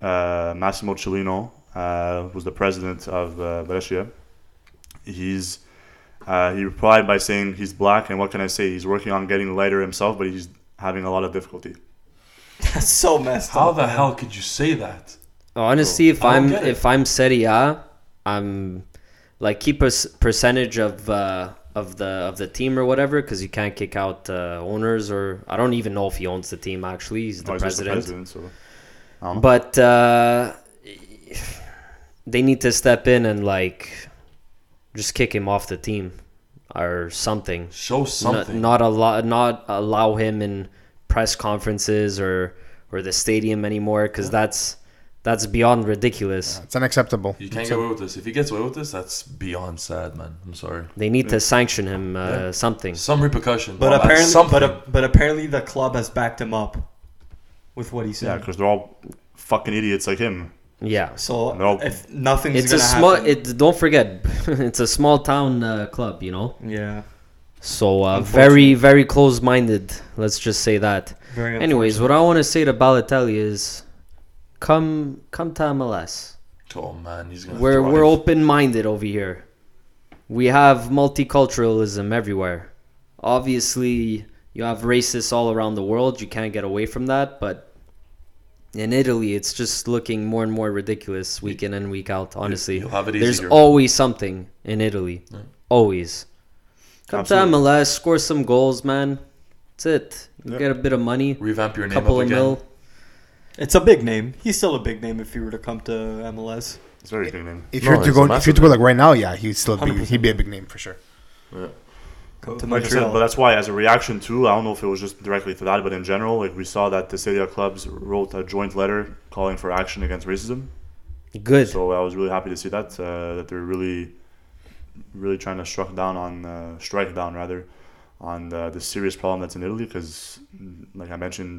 Speaker 5: uh, Massimo Cellino, uh, who's the president of uh, Brescia, he's uh, he replied by saying he's black and what can I say? He's working on getting lighter himself, but he's having a lot of difficulty.
Speaker 4: That's so messed
Speaker 3: How
Speaker 4: up.
Speaker 3: the hell could you say that?
Speaker 5: Oh.
Speaker 2: Honestly, if
Speaker 3: I don't
Speaker 2: I'm
Speaker 3: get it.
Speaker 2: if I'm Serie A, I'm like keep a s- percentage of uh, of the of the team or whatever because you can't kick out uh, owners or I don't even know if he owns the team actually. He's the
Speaker 5: No, Oh, he's just the
Speaker 2: president.
Speaker 5: president, so I don't know.
Speaker 2: But uh, they need to step in and like just kick him off the team or something.
Speaker 3: Show something.
Speaker 2: Not, not allow not allow him in press conferences or or the stadium anymore because that's That's beyond ridiculous.
Speaker 1: It's unacceptable.
Speaker 3: You can't get away with this. If he gets away with this, that's beyond sad, man. I'm sorry.
Speaker 2: They need to sanction him uh, something.
Speaker 3: Some repercussion.
Speaker 4: But
Speaker 3: Well, that's
Speaker 4: apparently,
Speaker 3: something.
Speaker 4: but, a- but apparently, the club has backed him up with what he
Speaker 5: Yeah,
Speaker 4: said.
Speaker 5: because they're all fucking idiots like him.
Speaker 2: Yeah.
Speaker 4: So
Speaker 5: No.
Speaker 4: if nothing's
Speaker 2: It's a
Speaker 4: gonna
Speaker 2: small.
Speaker 4: happen,
Speaker 2: It, don't forget, it's a small town uh, club. You know,
Speaker 4: yeah,
Speaker 2: so uh, very, very close-minded. Let's just say that.
Speaker 4: very.
Speaker 2: Anyways, what I want to say to Balotelli is, come, come to MLS.
Speaker 3: oh man, he's gonna.
Speaker 2: We're
Speaker 3: thrive.
Speaker 2: we're open-minded over here. We have multiculturalism everywhere. Obviously, you have racists all around the world. You can't get away from that, but. In Italy, it's just looking more and more ridiculous week in and week out. Honestly,
Speaker 3: You'll have it
Speaker 2: there's
Speaker 3: easier.
Speaker 2: always something in Italy. Always. Come
Speaker 5: Absolutely.
Speaker 2: to MLS, score some goals, man. That's it. You
Speaker 5: Yeah.
Speaker 2: get a bit of money,
Speaker 3: Revamp your name
Speaker 2: couple
Speaker 3: up
Speaker 2: of
Speaker 3: again.
Speaker 2: mil.
Speaker 4: It's a big name. He's still a big name if he were to come to MLS.
Speaker 5: It's very big name.
Speaker 1: If
Speaker 3: No,
Speaker 1: you're to
Speaker 3: it's
Speaker 1: go, if
Speaker 3: massive.
Speaker 1: you're to go like right now, yeah, he'd still be,
Speaker 4: 100%.
Speaker 1: he'd be a big name for sure.
Speaker 4: Come to
Speaker 5: Like I said,
Speaker 4: Montreal.
Speaker 5: but that's why, as a reaction to, I don't know if it was just directly to that, but in general, like we saw that the Celia clubs wrote a joint letter calling for action against racism.
Speaker 2: Good.
Speaker 5: So I was really happy to see that uh, that they're really, really trying to strike down on uh, strike down rather on the, the serious problem that's in Italy because, like I mentioned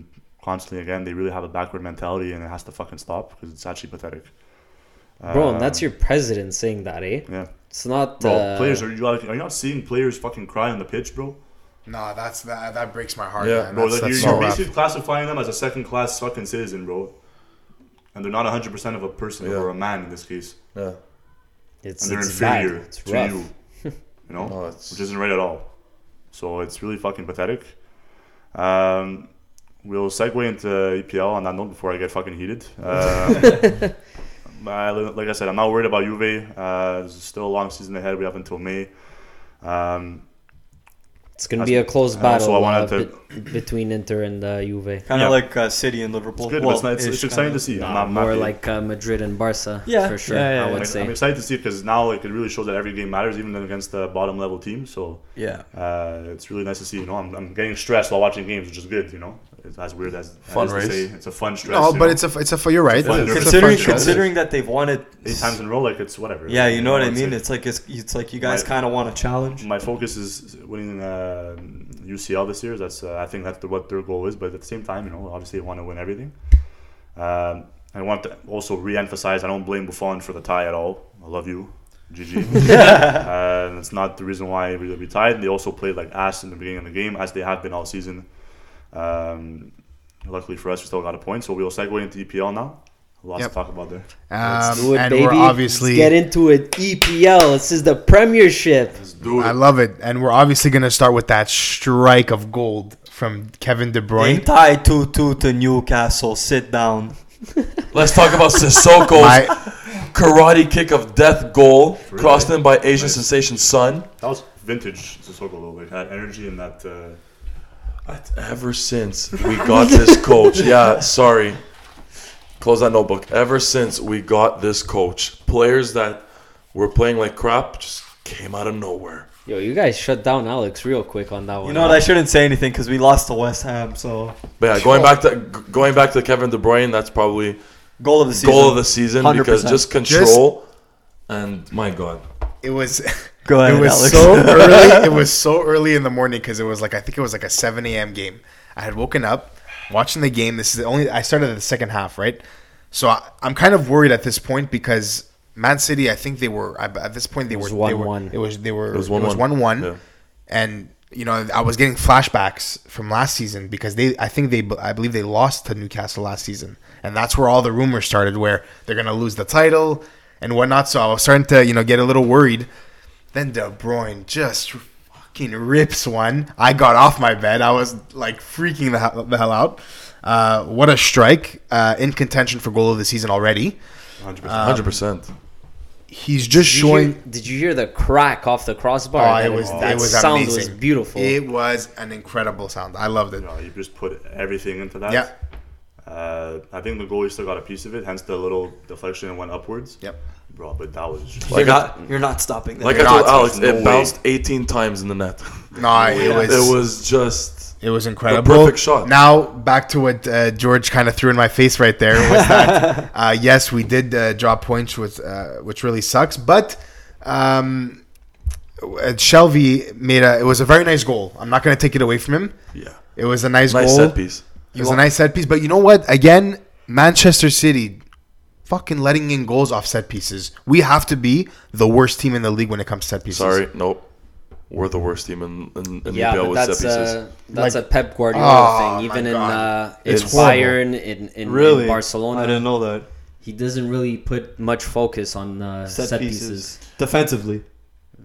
Speaker 5: constantly again, they really have a backward mentality and it has to fucking stop because it's actually pathetic.
Speaker 2: Bro, and that's
Speaker 5: Um,
Speaker 2: your president saying that, eh?
Speaker 5: yeah.
Speaker 2: It's not.
Speaker 5: Bro,
Speaker 2: uh,
Speaker 5: players are you are you not seeing players fucking cry on the pitch, bro?
Speaker 1: No, that's that. That breaks my heart.
Speaker 3: Yeah,
Speaker 1: man.
Speaker 5: Bro,
Speaker 1: That's,
Speaker 5: like
Speaker 1: that's
Speaker 5: you're,
Speaker 1: so
Speaker 5: you're
Speaker 1: rough.
Speaker 5: basically classifying them as a second class fucking citizen, bro. And they're not 100% of a person
Speaker 3: Yeah.
Speaker 5: or a man in this case.
Speaker 3: Yeah.
Speaker 2: It's,
Speaker 5: And they're
Speaker 2: it's bad.
Speaker 5: inferior
Speaker 2: It's
Speaker 5: to
Speaker 2: rough.
Speaker 5: you. You know?
Speaker 3: No, it's-
Speaker 5: Which isn't right at all. So it's really fucking pathetic. Um, we'll segue into EPL on that note before I get fucking heated. Um, I- like I said, I'm not worried about Juve. Uh, there's still a long season ahead. We have until May. Um,
Speaker 2: It's gonna be a close
Speaker 5: And also
Speaker 2: battle
Speaker 5: I wanted
Speaker 2: uh,
Speaker 5: to-
Speaker 2: bet- between Inter and uh, Juve.
Speaker 4: kind of
Speaker 5: Yeah.
Speaker 4: like uh, City and Liverpool.
Speaker 5: it's good. but
Speaker 4: Well,
Speaker 5: it's, not, it's, it's
Speaker 4: ish,
Speaker 5: exciting
Speaker 4: kinda.
Speaker 5: to see.
Speaker 2: Nah,
Speaker 5: I'm not- I'm not
Speaker 2: more
Speaker 5: happy.
Speaker 2: like uh, Madrid and Barca,
Speaker 4: Yeah,
Speaker 2: for sure.
Speaker 4: yeah, yeah,
Speaker 2: I would
Speaker 4: yeah.
Speaker 2: say.
Speaker 5: I'm excited to see it because now like, it really shows that every game matters, even against the bottom level team. So
Speaker 4: Yeah.
Speaker 5: uh, it's really nice to see. You know, I'm, I'm getting stressed while watching games, which is good. You know, it's as weird as that
Speaker 3: Fun
Speaker 5: is to
Speaker 3: race.
Speaker 5: say. It's a fun stress.
Speaker 1: No,
Speaker 5: you
Speaker 1: but
Speaker 5: know?
Speaker 1: it's a it's a you're right. It's
Speaker 5: Well,
Speaker 1: a fun
Speaker 4: Considering
Speaker 1: show.
Speaker 4: considering that they've won it
Speaker 5: eight times in a row. Like it's whatever.
Speaker 4: Yeah, you know what I
Speaker 5: it's
Speaker 4: mean.
Speaker 5: like-
Speaker 4: It's like it's, it's like you guys
Speaker 5: My-
Speaker 4: kind of want a challenge.
Speaker 5: my focus is winning uh, UCL this year. That's uh, I think that's the, what their goal is. But at the same time, you know, obviously they want to win everything. Um, I want to also re-emphasize. I don't blame Buffon for the tie at all. I love you, GG. uh, and it's not the reason why we, we tied. They also played like ass in the beginning of the game, as they have been all season. Um, luckily for us, we still got a point. So we'll segue into EPL now. Lots
Speaker 1: Yep.
Speaker 5: to talk about there.
Speaker 2: Let's
Speaker 1: Um,
Speaker 2: do it,
Speaker 1: and
Speaker 2: baby.
Speaker 1: we're obviously
Speaker 2: Let's get into it. EPL. This is the Premiership.
Speaker 3: Let's do it.
Speaker 1: I love it. And we're obviously going to start with that strike of gold from Kevin De
Speaker 4: They
Speaker 1: Bruyne.
Speaker 4: tie two two to Newcastle. Sit down.
Speaker 3: Let's talk about Sissoko's
Speaker 1: My,
Speaker 3: karate kick of death goal, crossed in by Asian sensation Sun.
Speaker 5: That was vintage Sissoko though. Like that energy and that. Uh,
Speaker 3: Ever since we got this coach, yeah, sorry. Close that notebook. Ever since we got this coach, players that were playing like crap just came out of nowhere.
Speaker 2: Yo, you guys shut down Alex real quick on that one.
Speaker 4: You know what? I shouldn't say anything because we lost to West Ham. So
Speaker 3: But yeah, going back to g- going back to Kevin De Bruyne, that's probably
Speaker 4: goal of the season.
Speaker 3: goal of the season because
Speaker 4: 100%.
Speaker 3: just control and my god.
Speaker 1: it was
Speaker 4: Go ahead,
Speaker 1: it was
Speaker 4: Alex.
Speaker 1: so early. It was so early in the morning because it was like I think it was like a 7 a.m. game. I had woken up watching the game. This is the only I started the second half, right? So I, I'm kind of worried at this point because Man City. I think they were I- at this point they
Speaker 2: was
Speaker 1: were they were-
Speaker 2: 1-1.
Speaker 1: It was they were it
Speaker 3: was
Speaker 1: was one
Speaker 3: 1-1.
Speaker 1: one,
Speaker 3: Yeah.
Speaker 1: and you know I was getting flashbacks from last season because they I think they I believe they lost to Newcastle last season, and that's where all the rumors started where they're gonna lose the title and whatnot. So I was starting to you know get a little worried. Then De Bruyne just fucking rips one. I got off my bed. I was like freaking the hell, the hell out. Uh, what a strike! Uh, in contention for goal of the season already.
Speaker 5: 100%.
Speaker 1: Um,
Speaker 3: 100%.
Speaker 1: He's just
Speaker 2: Did you
Speaker 1: showing.
Speaker 2: hear- did you hear the crack off the crossbar?
Speaker 1: Oh,
Speaker 2: That
Speaker 1: it was
Speaker 2: that
Speaker 1: it was
Speaker 2: sound
Speaker 1: amazing.
Speaker 2: was beautiful.
Speaker 1: It was an incredible sound. I loved it.
Speaker 5: you know, you just put everything into that.
Speaker 1: Yeah.
Speaker 5: Uh, I think the goalie still got a piece of it, hence the little deflection went upwards.
Speaker 1: Yep.
Speaker 5: Bro, but that was just
Speaker 4: You're
Speaker 3: Like I,
Speaker 4: not. You're not stopping that.
Speaker 3: like I
Speaker 1: Not
Speaker 3: told Alex,
Speaker 5: no
Speaker 3: it
Speaker 5: way.
Speaker 3: bounced 18 times in the net.
Speaker 1: No, it was
Speaker 3: It was just
Speaker 1: It was incredible.
Speaker 3: perfect shot.
Speaker 1: Now back to what uh, George kind of threw in my face right there was that uh, yes, we did uh, drop points with uh, which really sucks, but um, uh, Shelby made a. It was a very nice goal. I'm not going to take it away from him.
Speaker 3: Yeah.
Speaker 1: It was a nice,
Speaker 3: Nice
Speaker 1: goal.
Speaker 3: set piece.
Speaker 1: It was a nice set piece, but you know what? Again, Manchester City fucking letting in goals off set pieces. We have to be the worst team in the league when it comes to set pieces.
Speaker 3: Sorry, nope. We're the worst team in, in, in
Speaker 2: Yeah,
Speaker 3: the
Speaker 2: but
Speaker 3: PL with
Speaker 2: that's uh,
Speaker 3: set pieces.
Speaker 2: a that's
Speaker 1: Like-
Speaker 2: a Pep Guardiola
Speaker 1: Oh,
Speaker 2: thing.
Speaker 1: my
Speaker 2: Even in
Speaker 1: God.
Speaker 2: uh, in
Speaker 1: It's horrible.
Speaker 2: Bayern, in, in,
Speaker 4: Really?
Speaker 2: in Barcelona,
Speaker 4: I didn't know that.
Speaker 6: He doesn't really put much focus on uh, set, pieces.
Speaker 4: Defensively.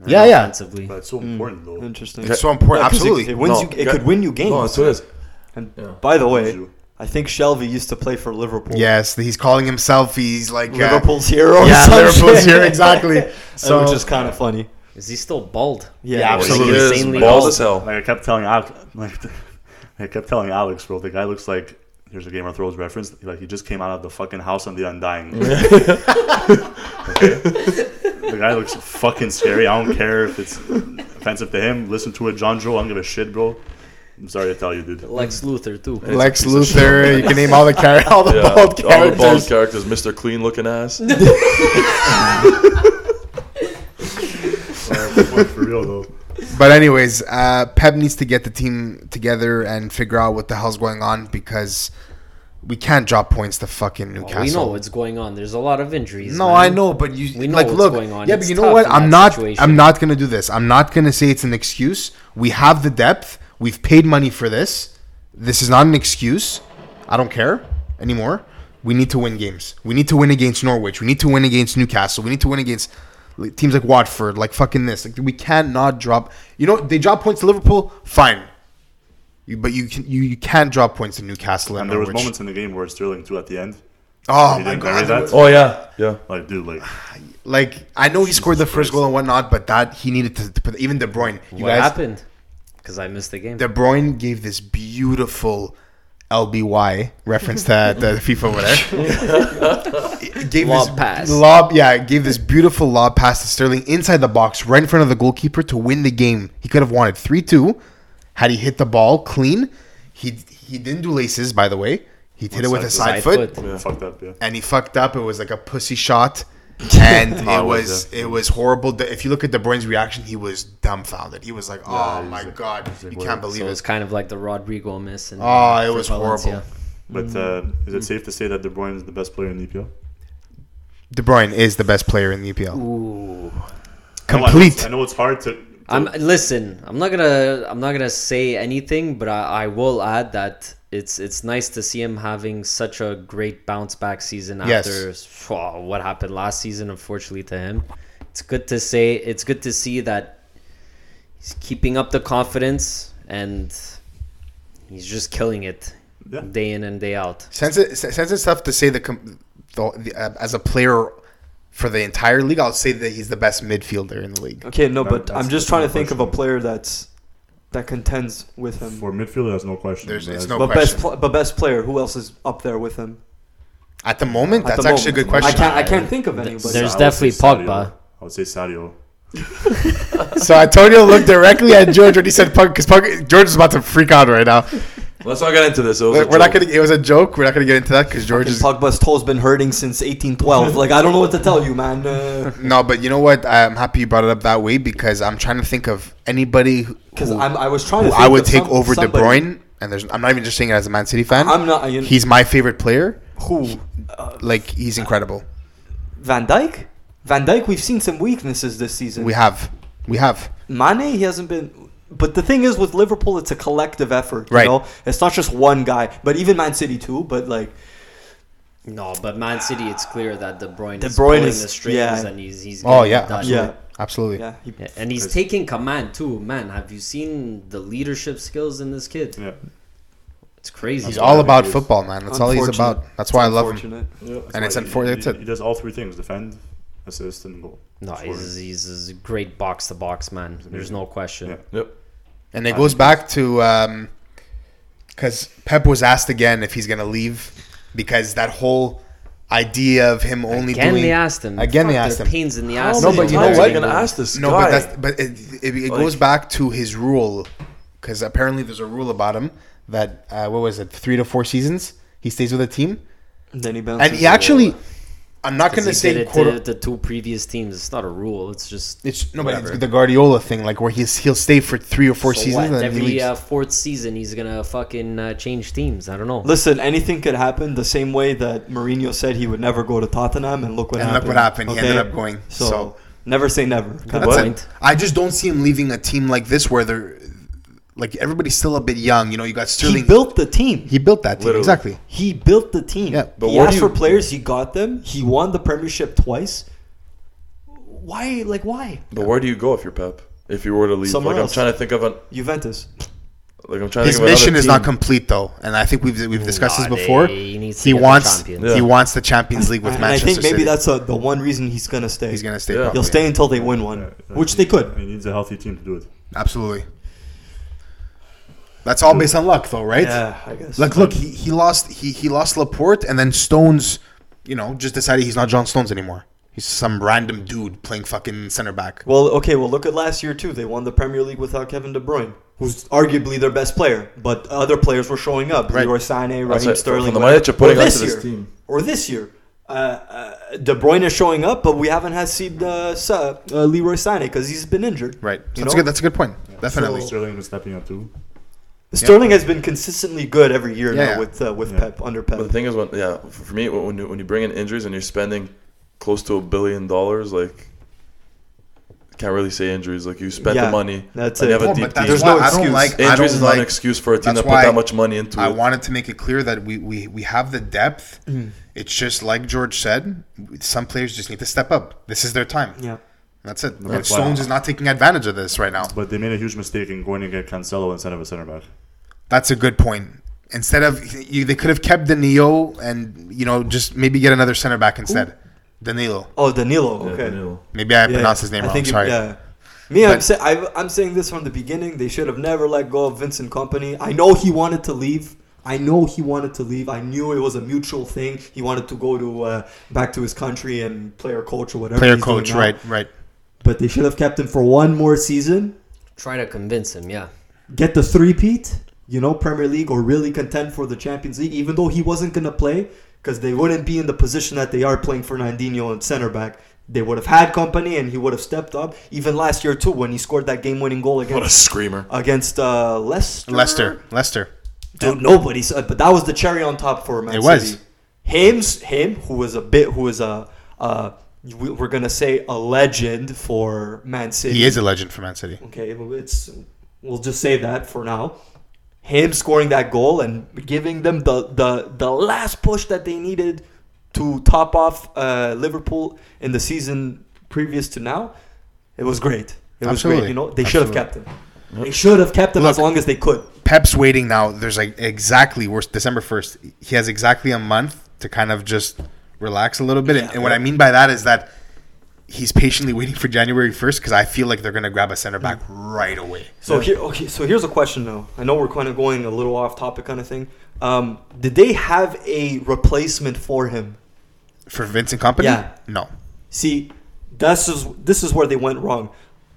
Speaker 6: and
Speaker 1: Yeah, yeah.
Speaker 6: Offensively.
Speaker 5: But it's so
Speaker 1: mm.
Speaker 5: important though.
Speaker 4: Interesting.
Speaker 1: It's so important.
Speaker 4: No, 'cause it-
Speaker 1: Absolutely.
Speaker 4: It, wins
Speaker 3: No,
Speaker 4: you, it could win you games.
Speaker 3: No, that's what it is.
Speaker 4: and
Speaker 3: yeah.
Speaker 4: by the way,
Speaker 5: you.
Speaker 4: I think Shelby used to play for Liverpool.
Speaker 1: Yes, he's calling himself. He's like uh,
Speaker 4: Liverpool's hero. or
Speaker 1: Yeah,
Speaker 4: some
Speaker 1: Liverpool's
Speaker 4: shit.
Speaker 1: here exactly.
Speaker 4: So,
Speaker 1: So
Speaker 4: which is kind of funny.
Speaker 2: is he still bald?
Speaker 4: Yeah,
Speaker 1: Yeah,
Speaker 3: Well, he
Speaker 1: absolutely.
Speaker 3: is
Speaker 2: Insanely
Speaker 3: bald
Speaker 2: bald.
Speaker 3: as hell.
Speaker 5: Like I kept telling Alex, like I kept telling Alex, bro, the guy looks like here's a Game of Thrones reference. Like he just came out of the fucking house on the Undying. okay? The guy looks fucking scary. I don't care if it's offensive to him. Listen to it, John Joe. I don't give a shit, bro. I'm sorry to tell you, dude.
Speaker 2: Lex Luthor too.
Speaker 1: Lex Luthor. You can name all the char- all the
Speaker 3: Yeah,
Speaker 1: bald
Speaker 3: all the
Speaker 1: characters.
Speaker 3: bald characters, Mr. Clean looking ass.
Speaker 5: for real though.
Speaker 1: But anyways, uh, Pep needs to get the team together and figure out what the hell's going on because we can't drop points to fucking Newcastle.
Speaker 2: Well, we know what's going on. There's a lot of injuries.
Speaker 1: No,
Speaker 2: man.
Speaker 1: I know, but you
Speaker 2: We know
Speaker 1: like
Speaker 2: what's
Speaker 1: look.
Speaker 2: going on.
Speaker 1: Yeah,
Speaker 2: It's
Speaker 1: but you know
Speaker 2: tough
Speaker 1: what?
Speaker 2: in
Speaker 1: I'm
Speaker 2: that
Speaker 1: not.
Speaker 2: situation.
Speaker 1: I'm not gonna do this. I'm not gonna say it's an excuse. We have the depth. We've paid money for this. This is not an excuse. I don't care anymore. We need to win games. We need to win against Norwich. We need to win against Newcastle. We need to win against like, teams like Watford. Like fucking this. Like we cannot drop. You know they drop points to Liverpool. Fine. You, but you can you, you can't drop points to Newcastle and,
Speaker 5: And there was
Speaker 1: Norwich.
Speaker 5: moments in the game where Sterling too at the end.
Speaker 1: oh
Speaker 5: He
Speaker 1: my
Speaker 5: didn't bury
Speaker 1: god,
Speaker 5: that.
Speaker 3: Oh yeah, yeah.
Speaker 5: Like, dude, like
Speaker 1: Like I know he scored the first
Speaker 5: Christ.
Speaker 1: goal and whatnot, but that he needed to, to put even De Bruyne. You
Speaker 2: what
Speaker 1: guys,
Speaker 2: happened? Because I missed the game.
Speaker 1: De Bruyne gave this beautiful LBY reference to the FIFA over there. It gave
Speaker 2: Lob
Speaker 1: this
Speaker 2: pass.
Speaker 1: Lob, yeah, it gave this beautiful lob pass to Sterling inside the box, right in front of the goalkeeper to win the game. He could have won it three two, had he hit the ball clean. He he didn't do laces, by the way. He hit it with a side,
Speaker 2: Side
Speaker 1: foot
Speaker 2: foot.
Speaker 5: fucked up, yeah.
Speaker 1: and he fucked up. It was like a pussy shot, and it
Speaker 5: Oh, was
Speaker 1: was it was horrible. The- If you look at De Bruyne's reaction, he was dumbfounded. He was like, "Oh my god, you can't believe
Speaker 2: So it's
Speaker 1: it."
Speaker 2: kind of like the Rodrigo miss. And,
Speaker 1: Oh, it was horrible.
Speaker 5: But uh,
Speaker 1: Mm.
Speaker 5: is it safe to say that De Bruyne is the best player in the E EPL?
Speaker 1: De Bruyne is the best player in the EPL.
Speaker 2: Ooh.
Speaker 1: Complete.
Speaker 5: I know it's hard to.
Speaker 2: I'm listen. I'm not gonna. I'm not gonna say anything, but I, I will add that it's it's nice to see him having such a great bounce back season
Speaker 1: Yes.
Speaker 2: after phew, what happened last season. Unfortunately to him, it's good to say. It's good to see that he's keeping up the confidence and he's just killing it
Speaker 5: Yeah.
Speaker 2: day in and day out.
Speaker 1: Since it since it's tough to say the, com- the, the uh, as a player for the entire league, I'll say that he's the best midfielder in the league.
Speaker 4: Okay, no, but
Speaker 5: that's-
Speaker 4: I'm just
Speaker 5: that's
Speaker 4: trying to
Speaker 5: my
Speaker 4: think of a
Speaker 5: question.
Speaker 4: player that's that contends with him.
Speaker 5: For midfielder, that's no question.
Speaker 1: There's-
Speaker 5: But
Speaker 1: it's
Speaker 5: as-
Speaker 1: no-
Speaker 4: but best,
Speaker 1: question.
Speaker 4: pl- but best player. Who else is up there with him?
Speaker 1: At the moment,
Speaker 4: At
Speaker 1: that's
Speaker 4: the
Speaker 1: actually a
Speaker 4: moment.
Speaker 1: good question.
Speaker 4: I can't. I can't think of anybody.
Speaker 5: So
Speaker 2: There's
Speaker 5: I would say
Speaker 2: definitely
Speaker 5: Sadio.
Speaker 2: Pogba.
Speaker 5: I would say Sadio.
Speaker 1: So Antonio looked directly at George when he said "punk" because George is about to freak out right now.
Speaker 3: Let's not get into this. It was a
Speaker 1: We're not
Speaker 3: joke.
Speaker 1: gonna. It was a joke. We're not gonna get into that because George
Speaker 4: Fucking
Speaker 1: is
Speaker 4: Pogba's toe's been hurting since 1812. like I don't know what to tell you, man. Uh,
Speaker 1: No, but you know what? I'm happy you brought it up that way because I'm trying to think of anybody who,
Speaker 4: Because I'm, I was trying
Speaker 1: who
Speaker 4: to. Think
Speaker 1: I would
Speaker 4: of
Speaker 1: take
Speaker 4: some-
Speaker 1: over
Speaker 4: somebody.
Speaker 1: De Bruyne. And there's, I'm not even just saying it as a Man City fan.
Speaker 4: I'm not. You know,
Speaker 1: he's my favorite player.
Speaker 4: who? Uh,
Speaker 1: Like he's incredible.
Speaker 4: Van Dyke. Van Dyke. We've seen some weaknesses this season.
Speaker 1: We have, we have.
Speaker 4: Mane. He hasn't been. But the thing is, with Liverpool, it's a collective effort. You
Speaker 1: Right.
Speaker 4: know, it's not just one guy. But even Man City too. But like,
Speaker 2: No, but Man City, it's clear that De Bruyne,
Speaker 4: De
Speaker 2: is
Speaker 4: Bruyne
Speaker 2: pulling
Speaker 4: is-
Speaker 2: the strings
Speaker 4: yeah.
Speaker 2: and he's he's
Speaker 1: Oh,
Speaker 2: getting
Speaker 1: yeah,
Speaker 2: it done.
Speaker 1: absolutely.
Speaker 4: yeah,
Speaker 1: Absolutely.
Speaker 4: yeah. He,
Speaker 2: Yeah, and he's
Speaker 5: Cause-
Speaker 2: taking command too, man. Have you seen the leadership skills in this kid?
Speaker 5: Yeah.
Speaker 2: It's crazy.
Speaker 1: He's all
Speaker 5: I
Speaker 1: about
Speaker 5: think he is.
Speaker 1: football, man. That's all he's
Speaker 4: Unfortunate.
Speaker 1: about. That's why I love him.
Speaker 4: Unfortunate.
Speaker 5: That's
Speaker 1: And
Speaker 5: why
Speaker 1: it's
Speaker 5: he-
Speaker 1: unfortunate.
Speaker 5: He, he does all three things: defend, assist, and goal.
Speaker 2: no,
Speaker 5: That's
Speaker 2: he's, he's a great box to box man. There's no question.
Speaker 5: Yeah.
Speaker 3: Yep.
Speaker 1: And it goes back to because Pep was asked again if he's gonna leave because that whole idea of him only
Speaker 2: Again,
Speaker 1: doing
Speaker 2: they asked him.
Speaker 1: Again, they
Speaker 2: Fuck,
Speaker 1: asked
Speaker 2: they're
Speaker 1: him.
Speaker 2: Pains in the
Speaker 3: How
Speaker 2: ass.
Speaker 1: No,
Speaker 3: many
Speaker 1: but you know
Speaker 3: times are
Speaker 1: what?
Speaker 3: gonna ask this
Speaker 1: No,
Speaker 3: guy?
Speaker 1: but that's but it, it, it goes
Speaker 3: Like-
Speaker 1: back to his rule because apparently there's a rule about him that uh, what was it, three to four seasons he stays with a team,
Speaker 4: Then he bounces.
Speaker 1: and he
Speaker 4: to-
Speaker 1: actually, I'm not gonna
Speaker 2: He did
Speaker 1: say
Speaker 2: it
Speaker 1: quote.
Speaker 2: to the two previous teams. It's not a rule. It's just
Speaker 1: It's no, but
Speaker 2: Whatever.
Speaker 1: it's the Guardiola thing, like where he's he'll stay for three or four
Speaker 2: so
Speaker 1: seasons
Speaker 2: what?
Speaker 1: and then he
Speaker 2: Every
Speaker 1: leaves.
Speaker 2: uh, fourth season, he's gonna fucking uh, change teams. I don't know.
Speaker 4: Listen, anything could happen. The same way that Mourinho said he would never go to Tottenham, and look what
Speaker 1: and
Speaker 4: happened.
Speaker 1: look what happened. He
Speaker 4: okay?
Speaker 1: ended up going.
Speaker 4: So,
Speaker 1: So,
Speaker 4: never say never.
Speaker 2: Good
Speaker 1: that's
Speaker 2: point.
Speaker 1: it. I just don't see him leaving a team like this where they're like everybody's still a bit young. You know, you got
Speaker 4: He
Speaker 1: Sterling.
Speaker 4: built the team.
Speaker 1: He built that team
Speaker 3: Literally.
Speaker 1: exactly.
Speaker 4: He built the team.
Speaker 1: Yeah.
Speaker 3: But
Speaker 4: he
Speaker 3: what
Speaker 4: asked
Speaker 3: do you-
Speaker 4: for players. He got them. He won the Premiership twice. Why? Like why?
Speaker 3: But where do you go if you're Pep? If you were to leave,
Speaker 4: Somewhere
Speaker 3: like
Speaker 4: else.
Speaker 3: I'm trying to think of an
Speaker 4: Juventus.
Speaker 3: like I'm trying to
Speaker 1: His
Speaker 3: think of
Speaker 1: mission
Speaker 3: another
Speaker 1: is not
Speaker 3: team.
Speaker 1: complete though, and I think we've we've discussed
Speaker 2: Nah,
Speaker 1: this before.
Speaker 2: they- he needs to
Speaker 1: He
Speaker 2: get the
Speaker 1: wants
Speaker 2: champions.
Speaker 3: Yeah.
Speaker 1: he wants the Champions League with
Speaker 4: and
Speaker 1: Manchester
Speaker 4: I think maybe
Speaker 1: City.
Speaker 4: that's a, the one reason he's gonna stay.
Speaker 1: he's gonna stay.
Speaker 3: Yeah.
Speaker 1: probably,
Speaker 4: He'll stay until they win one, which they could.
Speaker 5: He needs a healthy team to do it.
Speaker 1: absolutely. That's all based on luck, though, right?
Speaker 4: Yeah, I guess.
Speaker 1: Like, look, he, he lost he he lost Laporte, and then Stones, you know, just decided he's not John Stones anymore. He's some random dude playing fucking center back.
Speaker 4: Well, okay, well, look at last year, too. They won the Premier League without Kevin De Bruyne, who's arguably their best player, but other players were showing up.
Speaker 1: Right.
Speaker 4: Leroy Sané,
Speaker 3: That's
Speaker 4: Raheem
Speaker 3: it. From
Speaker 4: Sterling. whatever.
Speaker 3: the money that you're putting
Speaker 4: Or
Speaker 3: onto this
Speaker 4: year.
Speaker 3: team.
Speaker 4: Or this year. Uh, uh, De Bruyne is showing up, but we haven't had seen uh, Sa- uh, Leroy Sané because he's been injured.
Speaker 1: Right. So
Speaker 4: You
Speaker 1: that's
Speaker 4: know?
Speaker 1: a good. That's a good point. Definitely.
Speaker 5: Sterling was stepping up too.
Speaker 4: Sterling has been consistently good every year
Speaker 1: Yeah,
Speaker 4: now
Speaker 1: yeah.
Speaker 4: with uh, with
Speaker 5: Yeah.
Speaker 4: Pep under
Speaker 3: But the
Speaker 4: Pep.
Speaker 3: thing is, when yeah, f- for me, when you, when you bring in injuries and you're spending close to a billion dollars, like can't really say injuries. Like you spent
Speaker 4: Yeah,
Speaker 3: the money,
Speaker 4: that's
Speaker 3: and
Speaker 4: it.
Speaker 3: you have
Speaker 1: No,
Speaker 3: a
Speaker 1: but
Speaker 3: deep
Speaker 1: that's
Speaker 3: team.
Speaker 4: There's
Speaker 1: why
Speaker 4: no
Speaker 1: I
Speaker 4: excuse.
Speaker 1: don't like. I
Speaker 3: Injuries
Speaker 1: don't
Speaker 3: is not
Speaker 1: like.
Speaker 3: an excuse for a team
Speaker 1: that's
Speaker 3: that put
Speaker 1: why
Speaker 3: that much money into
Speaker 1: I
Speaker 3: it.
Speaker 1: wanted to make it clear that we we we have the depth. It's just like George said. Some players just need to step up. This is their time.
Speaker 4: Yeah.
Speaker 1: That's it.
Speaker 5: That's why-
Speaker 1: Stones is not taking advantage of this right now.
Speaker 5: But they made a huge mistake in going to get Cancelo instead of a center back.
Speaker 1: That's a good point. Instead of you, they could have kept Danilo and you know just maybe get another center back instead. Danilo.
Speaker 4: Oh, Danilo.
Speaker 3: Yeah,
Speaker 4: Okay.
Speaker 3: Danilo.
Speaker 1: Maybe I
Speaker 4: Yeah,
Speaker 1: pronounced his name wrong.
Speaker 4: it-
Speaker 1: Sorry.
Speaker 4: Yeah. Me, I'm,
Speaker 1: But-
Speaker 4: say, I, I'm saying this from the beginning. They should have never let go of Vincent Company. I know he wanted to leave. I know he wanted to leave. I knew it was a mutual thing. He wanted to go to uh, back to his country and player coach or whatever.
Speaker 1: Player
Speaker 4: he's doing
Speaker 1: coach,
Speaker 4: now.
Speaker 1: right, right.
Speaker 4: But they should have kept him for one more season.
Speaker 2: Try to convince him. Yeah.
Speaker 4: Get the three-peat, you know, Premier League, or really contend for the Champions League, even though he wasn't going to play because they wouldn't be in the position that they are playing Fernandinho and center back. They would have had company and he would have stepped up. Even last year, too, when he scored that game winning goal
Speaker 3: What a
Speaker 4: against
Speaker 3: screamer!
Speaker 4: against uh, Leicester.
Speaker 1: Lester, Lester.
Speaker 4: Dude, nobody saw But that was the cherry on top for Man
Speaker 1: It
Speaker 4: City.
Speaker 1: was.
Speaker 4: Him, him, who was a bit, who was a, uh, we- we're going to say a legend for Man City.
Speaker 1: He is a legend for Man City.
Speaker 4: Okay, well, it's we'll just say that for now. Him scoring that goal and giving them the the, the last push that they needed to top off uh, Liverpool in the season previous to now, it was great. It was great.
Speaker 1: Absolutely.
Speaker 4: You know, they should have
Speaker 1: Absolutely.
Speaker 4: kept him. They should have kept him as
Speaker 1: Look.
Speaker 4: long as they could.
Speaker 1: Pep's waiting now. There's like exactly we're December first. He has exactly a month to kind of just relax a little bit. And, and what I mean by that is that he's patiently waiting for January first because I feel like they're gonna grab a center back right away.
Speaker 4: So here, okay. So here's a question though. I know we're kind of going a little off topic, kind of thing. Um, did they have a replacement for him?
Speaker 1: For Vincent Company?
Speaker 4: Yeah.
Speaker 1: No.
Speaker 4: See, this is this is where they went wrong.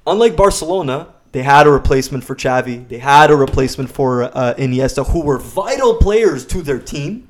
Speaker 4: Unlike Barcelona, they had a replacement for Xavi. They had a replacement for uh, Iniesta, who were vital players to their team.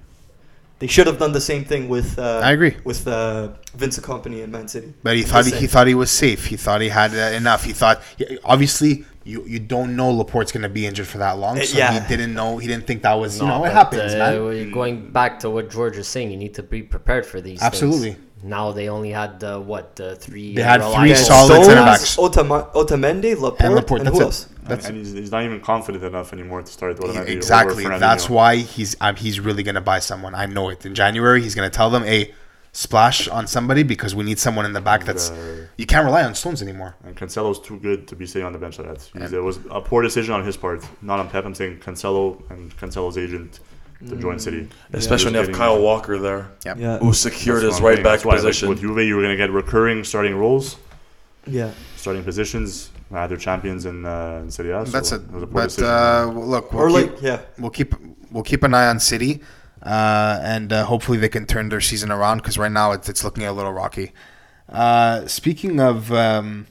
Speaker 4: They should have done the same thing with. Uh,
Speaker 1: I agree.
Speaker 4: with uh, Vincent Company and Man City.
Speaker 1: But he
Speaker 4: The
Speaker 1: thought he,
Speaker 4: same.
Speaker 1: he thought he was safe. He thought he had uh, enough. He thought he- obviously you you don't know Laporte's gonna be injured for that long.
Speaker 4: Uh,
Speaker 1: So
Speaker 4: yeah.
Speaker 1: he didn't know. He didn't think that was you know
Speaker 2: But,
Speaker 1: Oh, it happens,
Speaker 2: uh,
Speaker 1: man.
Speaker 2: we're Going back to what George is saying, you need to be prepared for these. things.
Speaker 1: Absolutely.
Speaker 2: Now they only had uh, what uh, three.
Speaker 1: They had
Speaker 2: reliable-
Speaker 1: three
Speaker 4: Against
Speaker 1: solid
Speaker 4: Stones,
Speaker 1: center backs.
Speaker 4: Otama- Otamendi, Laporte,
Speaker 1: And
Speaker 4: and,
Speaker 1: Laporte.
Speaker 4: who
Speaker 1: That's
Speaker 4: else?
Speaker 1: it. That's
Speaker 5: and he's, he's not even confident enough anymore to start
Speaker 1: He-
Speaker 5: Otamendi
Speaker 1: exactly.
Speaker 5: over Fernandinho.
Speaker 1: That's why he's um, he's really gonna buy someone. I know it. In January, he's gonna tell them, "Hey, splash on somebody because we need someone in the back that's
Speaker 5: Uh,
Speaker 1: you can't rely on Stones anymore."
Speaker 5: and Cancelo's too good to be sitting on the bench like that. He's- It was a poor decision on his part, not on Pep. I'm saying Cancelo and Cancelo's agent to join
Speaker 4: Mm.
Speaker 5: City,
Speaker 3: Especially when you have
Speaker 5: Getting-
Speaker 3: Kyle Walker there,
Speaker 1: Yep.
Speaker 4: Yeah,
Speaker 3: who secured his
Speaker 5: That's what I'm
Speaker 3: right
Speaker 5: saying.
Speaker 3: back
Speaker 5: That's why, like,
Speaker 3: position.
Speaker 5: with Juve, you were going to get recurring starting roles,
Speaker 4: yeah.
Speaker 5: starting positions, either champions and uh, in Serie A. so
Speaker 1: That's it.
Speaker 5: was a poor
Speaker 1: But
Speaker 5: decision.
Speaker 1: uh, well, look, we'll
Speaker 4: Or
Speaker 1: keep,
Speaker 4: like, yeah.
Speaker 1: we'll keep we'll keep an eye on City, uh, and uh, hopefully they can turn their season around because right now it's it's looking a little rocky. Uh, speaking of um,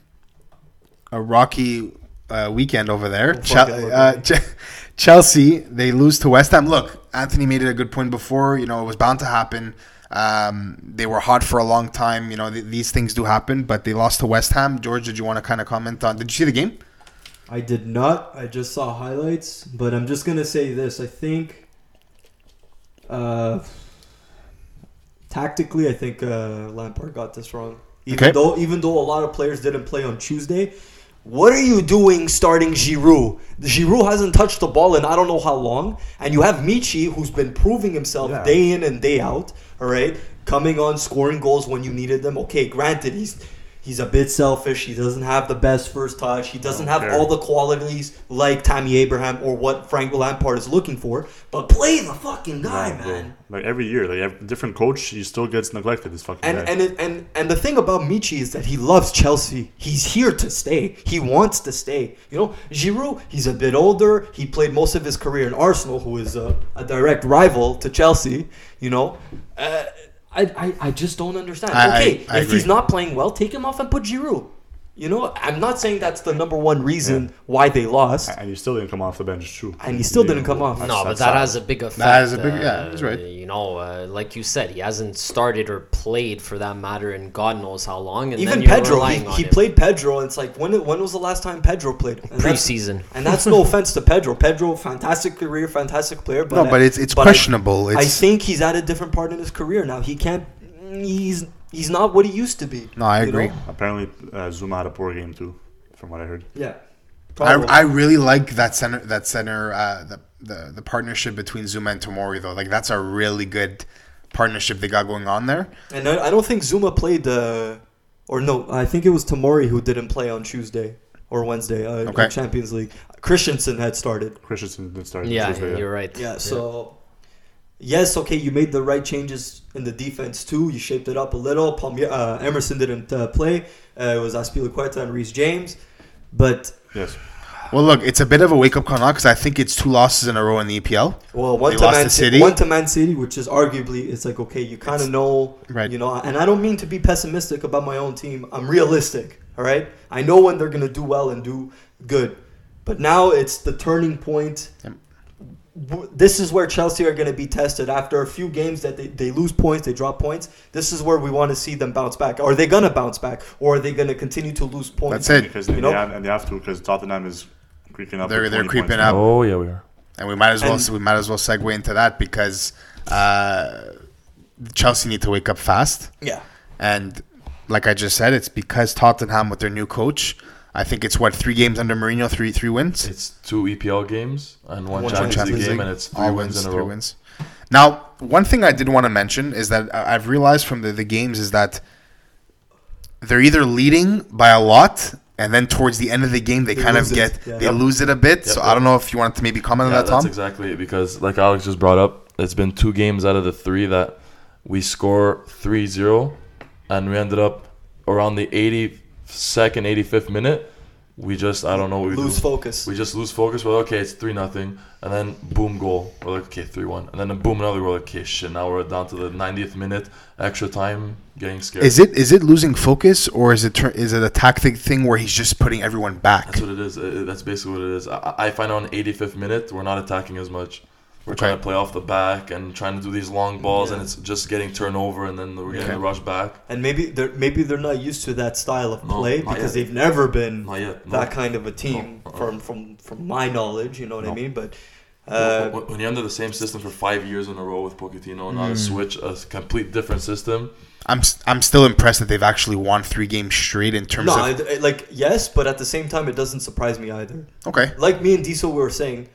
Speaker 1: a rocky uh, weekend over there.
Speaker 4: fuck
Speaker 1: Chel
Speaker 4: that would
Speaker 1: uh,
Speaker 4: be.
Speaker 1: Ch- Chelsea, they lose to West Ham. Look, Anthony made it a good point before. You know, it was bound to happen. Um, they were hot for a long time. You know, th- these things do happen, but they lost to West Ham. George, did you want to kind of comment on? Did you see the game?
Speaker 4: I did not. I just saw highlights, but I'm just gonna say this. I think, uh, tactically, I think uh, Lampard got this wrong. Even
Speaker 1: Okay.
Speaker 4: though, even though a lot of players didn't play on Tuesday, what are you doing starting Giroud? Giroud hasn't touched the ball in I don't know how long, and you have Michi who's been proving himself
Speaker 5: Yeah.
Speaker 4: day in and day out. All right, coming on, scoring goals when you needed them. Okay, granted, he's he's a bit selfish. He doesn't have the best first touch. He doesn't have
Speaker 5: Okay.
Speaker 4: all the qualities like Tammy Abraham or what Frank Lampard is looking for. But play the fucking guy,
Speaker 5: Yeah, bro.
Speaker 4: man.
Speaker 5: Like every year, like every different coach, he still gets neglected. This fucking
Speaker 4: And
Speaker 5: guy.
Speaker 4: and it, and and the thing about Michi is that he loves Chelsea. He's here to stay. He wants to stay. You know, Giroud. He's a bit older. He played most of his career in Arsenal, who is a, a direct rival to Chelsea. You know, uh, I, I I just don't understand.
Speaker 1: I- I-
Speaker 4: okay,
Speaker 1: I
Speaker 4: if he's
Speaker 1: agree.
Speaker 4: not playing well, take him off and put Giroud. You know, I'm not saying that's the number one reason why they lost.
Speaker 5: and he still didn't come off the bench too.
Speaker 4: And he still didn't come off.
Speaker 5: That's-
Speaker 2: No, but
Speaker 5: that's
Speaker 2: that
Speaker 5: sad.
Speaker 2: has a big effect.
Speaker 1: has a big- yeah, that's right.
Speaker 2: You know, uh, like you said, he hasn't started or played for that matter in God knows how long. And
Speaker 4: Even
Speaker 2: then you're
Speaker 4: Pedro,
Speaker 2: relying
Speaker 4: he,
Speaker 2: on
Speaker 4: he
Speaker 2: him.
Speaker 4: played Pedro, and it's like when when was the last time Pedro played? And that's-
Speaker 2: preseason.
Speaker 4: And that's no offense to Pedro. Pedro, fantastic career, fantastic player. But
Speaker 1: no, but it's it's
Speaker 4: but I-
Speaker 1: questionable.
Speaker 4: I,
Speaker 1: it's,
Speaker 4: think he's at a different part in his career now. He can't. He's he's not what he used to be.
Speaker 1: no, I
Speaker 4: you know?
Speaker 1: agree.
Speaker 5: Apparently, uh, Zuma had a poor game too, from what I heard.
Speaker 4: Yeah.
Speaker 1: I,
Speaker 4: Probably.
Speaker 1: I really like that center that center uh, the, the the partnership between Zuma and Tomori though. Like that's a really good partnership they got going on there.
Speaker 4: and I, I don't think Zuma played. Uh, or no, I think it was Tamori who didn't play on Tuesday or Wednesday. Uh,
Speaker 1: Okay.
Speaker 4: Champions League. Christensen had started.
Speaker 5: Christensen did start.
Speaker 2: Yeah,
Speaker 5: Tuesday,
Speaker 2: you're right.
Speaker 4: Yeah, so yes, okay, you made the right changes in the defense too. You shaped it up a little. Palmier, uh, Emerson didn't uh, play. Uh, it was Aspilicueta and Reese James, but
Speaker 5: Yes.
Speaker 1: Well, look, it's a bit of a wake up call now because I think it's two losses in a row in the E EPL.
Speaker 4: well, one
Speaker 1: They
Speaker 4: to
Speaker 1: lost
Speaker 4: Man
Speaker 1: to
Speaker 4: City,
Speaker 1: City.
Speaker 4: one to Man City, which is arguably it's like okay, you kind of know,
Speaker 1: right.
Speaker 4: You know, and I don't mean to be pessimistic about my own team. I'm realistic. All right, I know when they're gonna do well and do good, but now it's the turning point. w- this is where Chelsea are going to be tested after a few games that they, they lose points, they drop points. This is where we want to see them bounce back. Are they going to bounce back, or are they going to continue to lose points?
Speaker 1: That's it.
Speaker 5: Because
Speaker 4: You
Speaker 5: they,
Speaker 4: know-
Speaker 5: they have, and they have to because Tottenham is creeping up.
Speaker 1: They're-
Speaker 5: with
Speaker 1: they're
Speaker 5: 20 points
Speaker 1: creeping
Speaker 5: now.
Speaker 1: up.
Speaker 3: Oh yeah, we are.
Speaker 1: and we might as well
Speaker 4: And-
Speaker 1: we might as well segue into that because uh, Chelsea need to wake up fast.
Speaker 4: Yeah,
Speaker 1: And like I just said, it's because Tottenham with their new coach. I think it's what three games under Mourinho, three three wins.
Speaker 3: It's two EPL games and one,
Speaker 4: One
Speaker 3: Champions,
Speaker 4: Champions
Speaker 3: League
Speaker 4: League.
Speaker 3: game, and it's three
Speaker 1: All
Speaker 3: wins, in a
Speaker 1: three
Speaker 3: row.
Speaker 1: wins. Now, one thing I did want to mention is that I- I've realized from the, the games is that they're either leading by a lot, and then towards the end of the game they,
Speaker 4: They
Speaker 1: kind of
Speaker 4: lose it.
Speaker 1: get
Speaker 4: Yeah.
Speaker 1: they
Speaker 4: Yep.
Speaker 1: lose it a bit.
Speaker 3: Yep,
Speaker 1: so I
Speaker 3: yep.
Speaker 1: don't know if you wanted to maybe comment
Speaker 3: Yeah,
Speaker 1: on that,
Speaker 3: that's
Speaker 1: Tom.
Speaker 3: exactly it. Because like Alex just brought up, it's been two games out of the three that we score 3-0, and we ended up around the 82nd, 85th minute. We just I don't know what we
Speaker 4: lose
Speaker 3: do.
Speaker 4: focus.
Speaker 3: We just lose focus. We're like, okay, it's three nothing, and then boom, goal. We're like, okay, three one, and then boom, another. We're like, okay, shit. Now we're down to the 90th minute, extra time, getting scared.
Speaker 1: Is it is it losing focus or is it tur- is it a tactic thing where he's just putting everyone back?
Speaker 3: That's what it is. Uh, That's basically what it is. I, I- I find on 85th minute we're not attacking as much. We're
Speaker 1: Okay.
Speaker 3: trying to play off the back and trying to do these long balls,
Speaker 4: Yeah.
Speaker 3: and it's just getting turnover, and then we're getting
Speaker 1: Okay.
Speaker 3: the rush back.
Speaker 4: And maybe they're maybe they're not used to that style of
Speaker 3: No,
Speaker 4: play
Speaker 3: not
Speaker 4: because
Speaker 3: yet.
Speaker 4: they've never been
Speaker 3: Not yet. No.
Speaker 4: that kind of a team
Speaker 3: No.
Speaker 4: from from from my knowledge. You know what I
Speaker 3: No.
Speaker 4: mean? But
Speaker 3: When-
Speaker 4: uh,
Speaker 3: when, when you're under the same system for five years in a row with Pochettino, and now
Speaker 1: Hmm.
Speaker 3: to switch a s- complete different system.
Speaker 1: I'm s- I'm still impressed that they've actually won three games straight in terms
Speaker 4: no,
Speaker 1: of
Speaker 4: I, I- like yes, but at the same time, it doesn't surprise me either.
Speaker 1: okay.
Speaker 4: like me and Diesel were saying,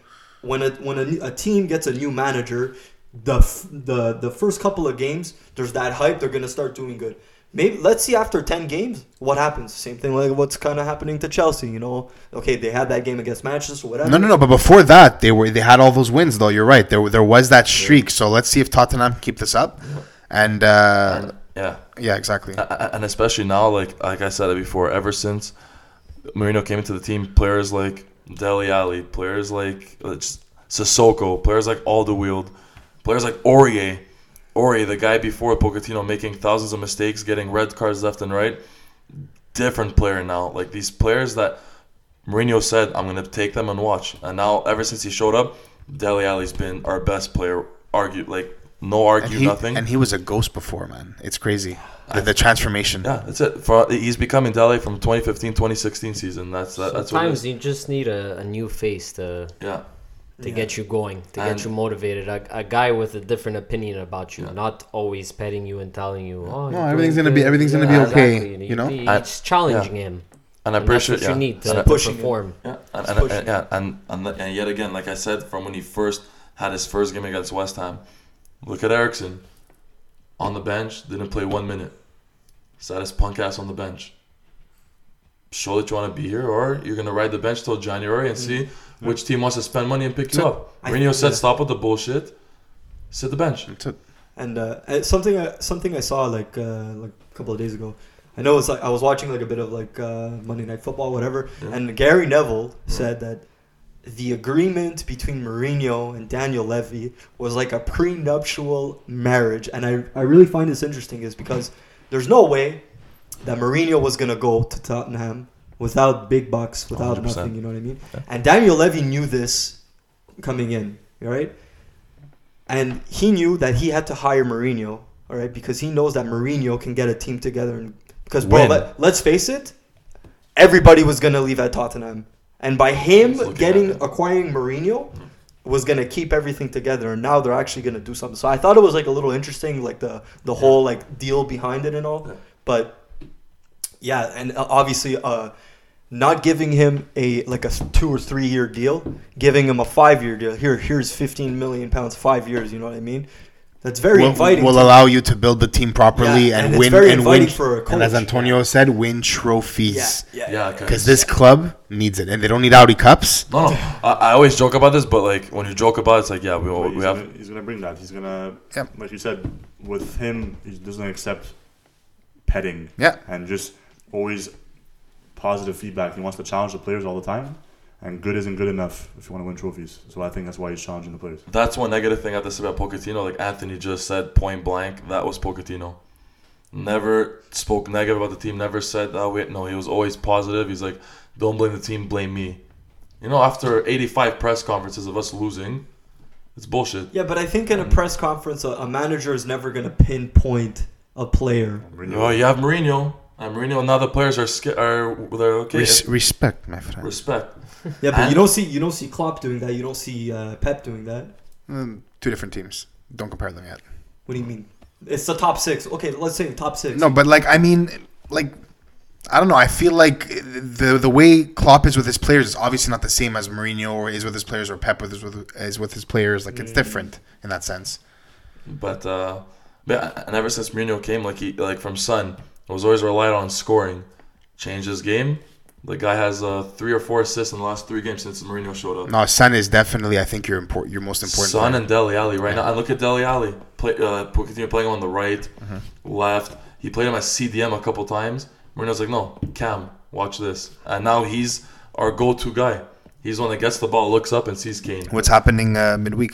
Speaker 4: when a when a, a team gets a new manager, the f- the the first couple of games, there's that hype. They're gonna start doing good. Maybe let's see after ten games what happens. Same thing like what's kind of happening to Chelsea. You know, okay, they had that game against Manchester, whatever.
Speaker 1: No, no, no. But before that, they were they had all those wins though. You're right. There there was that streak. So let's see if Tottenham can keep this up. And, uh,
Speaker 3: And, yeah.
Speaker 1: yeah, exactly.
Speaker 4: uh,
Speaker 3: A- a- and especially now, like like I said it before, ever since Marino came into the team, players like Deli Ali, players like uh, just Sissoko, players like Alderweireld, players like Aurier, Aurier, the guy before Pochettino, making thousands of mistakes, getting red cards left and right. Different player now, like these players that Mourinho said, "I'm gonna take them and watch." And now, ever since he showed up, Deli Ali's been our best player. Argue like no
Speaker 1: And
Speaker 3: argue
Speaker 1: he,
Speaker 3: nothing.
Speaker 1: and he was a ghost before, man. It's crazy. The, the transformation.
Speaker 3: yeah, that's it. For, he's becoming Deli from 2015, 2016 season. That's that, that's what. It
Speaker 2: Sometimes
Speaker 3: is.
Speaker 2: you just need a, a new face to
Speaker 3: Yeah,
Speaker 2: to get you going, to
Speaker 3: And-
Speaker 2: get you motivated. A, a guy with a different opinion about you, not always petting you and telling you, "Oh,
Speaker 1: No,
Speaker 2: you're
Speaker 1: everything's
Speaker 2: doing
Speaker 1: gonna be-
Speaker 2: good."
Speaker 1: everything's gonna be okay, you know?
Speaker 2: he-
Speaker 3: I-
Speaker 2: it's challenging him.
Speaker 3: and I'm
Speaker 2: and
Speaker 3: pretty
Speaker 2: that's
Speaker 3: sure
Speaker 2: what
Speaker 3: yeah.
Speaker 2: you need to,
Speaker 3: And I-
Speaker 2: to
Speaker 4: pushing him.
Speaker 2: perform.
Speaker 3: Yeah, and, and, and, yeah, and, and the- and yet again, like I said, from when he first had his first game against West Ham, look at Erickson on the bench, didn't play one minute, sat his punk ass on the bench. Show that you want to be here, or you're gonna ride the bench till January and see which team wants to spend money and pick you
Speaker 1: So-
Speaker 3: up. Mourinho said, "Stop with the bullshit, sit the bench."
Speaker 1: It's a-
Speaker 4: And uh, uh, something I, something I saw like uh, like a couple of days ago. I know it's like I was watching like a bit of like uh, Monday Night Football, whatever.
Speaker 3: Yeah.
Speaker 4: And Gary Neville said that the agreement between Mourinho and Daniel Levy was like a prenuptial marriage. And I, I really find this interesting is because there's no way that Mourinho was gonna go to Tottenham without big bucks, without
Speaker 3: 100%.
Speaker 4: nothing. You know what I mean?
Speaker 3: Yeah.
Speaker 4: And Daniel Levy knew this coming in. All right. And he knew that he had to hire Mourinho, all right, because he knows that Mourinho can get a team together. And because, bro,
Speaker 3: When?
Speaker 4: let, let's face it, everybody was gonna leave at Tottenham, and by
Speaker 3: It's
Speaker 4: him
Speaker 3: looking
Speaker 4: getting
Speaker 3: at Hmm. it.
Speaker 4: acquiring Mourinho was gonna keep everything together. And now they're actually gonna do something. So I thought it was like a little interesting, like the the whole like deal behind it and all.
Speaker 3: Yeah.
Speaker 4: But yeah, and uh, obviously, uh, not giving him a like a two or three year deal, giving him a five year deal. Here, here's fifteen million pounds, five years. You know what I mean? That's very
Speaker 1: will,
Speaker 4: inviting.
Speaker 1: will
Speaker 4: to-
Speaker 1: allow you to build the team properly
Speaker 4: Yeah,
Speaker 1: and,
Speaker 4: and it's
Speaker 1: win
Speaker 4: very
Speaker 1: and win.
Speaker 4: inviting for a
Speaker 1: and as
Speaker 4: coach.
Speaker 1: Antonio said, win
Speaker 4: yeah,
Speaker 1: trophies
Speaker 4: yeah,
Speaker 3: Yeah, okay.
Speaker 1: because this club needs it, and they don't need Audi cups.
Speaker 3: no, no, I, I always joke about this, but like when you joke about it, it's like yeah, we
Speaker 5: But
Speaker 3: all,
Speaker 5: he's,
Speaker 3: we have
Speaker 5: gonna, he's gonna bring that. He's gonna,
Speaker 1: Yep.
Speaker 5: like you said, with him, he doesn't accept petting.
Speaker 1: Yeah.
Speaker 5: And just always positive feedback. He wants to challenge the players all the time. And good isn't good enough if you want to win trophies. So I think that's why he's challenging the players.
Speaker 3: That's one negative thing I have to say about Pochettino. Like Anthony just said point blank, that was Pochettino. Never spoke negative about the team. Never said that. Wait, no, he was always positive. He's like, don't blame the team, blame me. You know, after 85 press conferences of us losing, it's bullshit.
Speaker 4: yeah. But I think in a press conference, a, a manager is never gonna pinpoint a player.
Speaker 3: Oh, you have Mourinho. And Mourinho, now the players are scared. Are they're
Speaker 4: uh,
Speaker 3: okay?
Speaker 1: Res-
Speaker 3: if-
Speaker 1: respect, my friend.
Speaker 3: respect.
Speaker 4: Yeah, but
Speaker 3: And-
Speaker 4: you don't see you don't see Klopp doing that. You don't see uh, Pep doing that.
Speaker 1: Mm, two different teams. Don't compare them yet.
Speaker 4: What do you mean? It's the top six. Okay, let's say the top six.
Speaker 1: No, but like I mean, like I don't know. I feel like the the way Klopp is with his players is obviously not the same as Mourinho or is with his players or Pep with is with is with his players. Like it's different in that sense.
Speaker 3: But uh, yeah, and ever since Mourinho came, like he like from Sun, it was always relied on scoring. Changed his game. The guy has uh, three or four assists in the last three games since Mourinho showed up.
Speaker 1: No, Son is definitely I think your important your most important.
Speaker 3: Son
Speaker 1: player.
Speaker 3: and Deli Alley right now. And look at Deli Alley. Play, uh, Pochettino playing him on the right, left. He played him as CDM a couple times. Mourinho's like, no, Cam, watch this. And now he's our go-to guy. He's the one that gets the ball, looks up, and sees Kane.
Speaker 1: What's happening uh, midweek?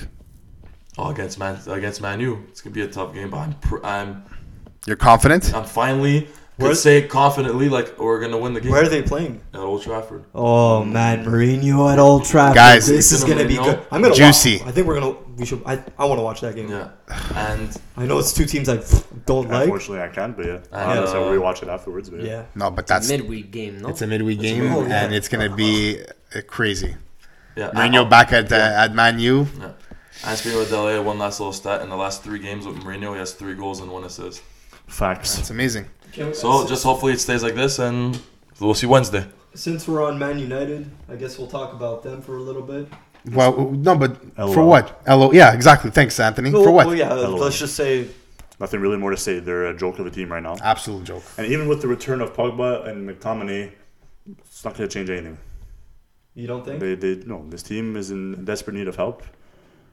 Speaker 3: Oh, against Man, against Manu, it's gonna be a tough game. But I'm, pr- I'm,
Speaker 1: You're confident?
Speaker 3: I'm finally
Speaker 4: Where-
Speaker 3: could say confidently like oh, we're gonna win the game.
Speaker 4: Where are they playing?
Speaker 3: At Old Trafford.
Speaker 4: Oh man, Mourinho at Old Trafford.
Speaker 1: Guys,
Speaker 4: this is gonna be good. I'm gonna
Speaker 1: Juicy.
Speaker 4: Watch. I think we're gonna. We should. I, I want to watch that game.
Speaker 3: Yeah, and
Speaker 4: I know it's two teams I don't like.
Speaker 5: Unfortunately, I can't, but yeah.
Speaker 3: I
Speaker 5: I
Speaker 3: know.
Speaker 5: will rewatch it afterwards. But
Speaker 4: Yeah.
Speaker 1: No, but that's
Speaker 2: midweek game, no?
Speaker 1: it's a midweek game,
Speaker 4: midweek game.
Speaker 1: and it's gonna be uh, crazy.
Speaker 3: yeah,
Speaker 1: Mourinho back at uh, at Man U.
Speaker 3: Yeah. And speaking of Dele, one last little stat in the last three games with Mourinho, he has three goals and one assist.
Speaker 5: Facts.
Speaker 1: It's amazing.
Speaker 3: So just hopefully it stays like this, and we'll see Wednesday.
Speaker 4: Since we're on Man United, I guess we'll talk about them for a little bit.
Speaker 1: Well, no, but
Speaker 5: LOL.
Speaker 1: for what? Hello, yeah, exactly. Thanks, Anthony.
Speaker 4: Well,
Speaker 1: for what?
Speaker 4: Well, yeah.
Speaker 5: Hello.
Speaker 4: Let's just say
Speaker 5: Nothing really more to say. They're a joke of a team right now.
Speaker 1: Absolute joke.
Speaker 5: And even with the return of Pogba and McTominay, it's not going to change anything.
Speaker 4: you don't think.
Speaker 5: They, they, no, this team is in desperate need of help.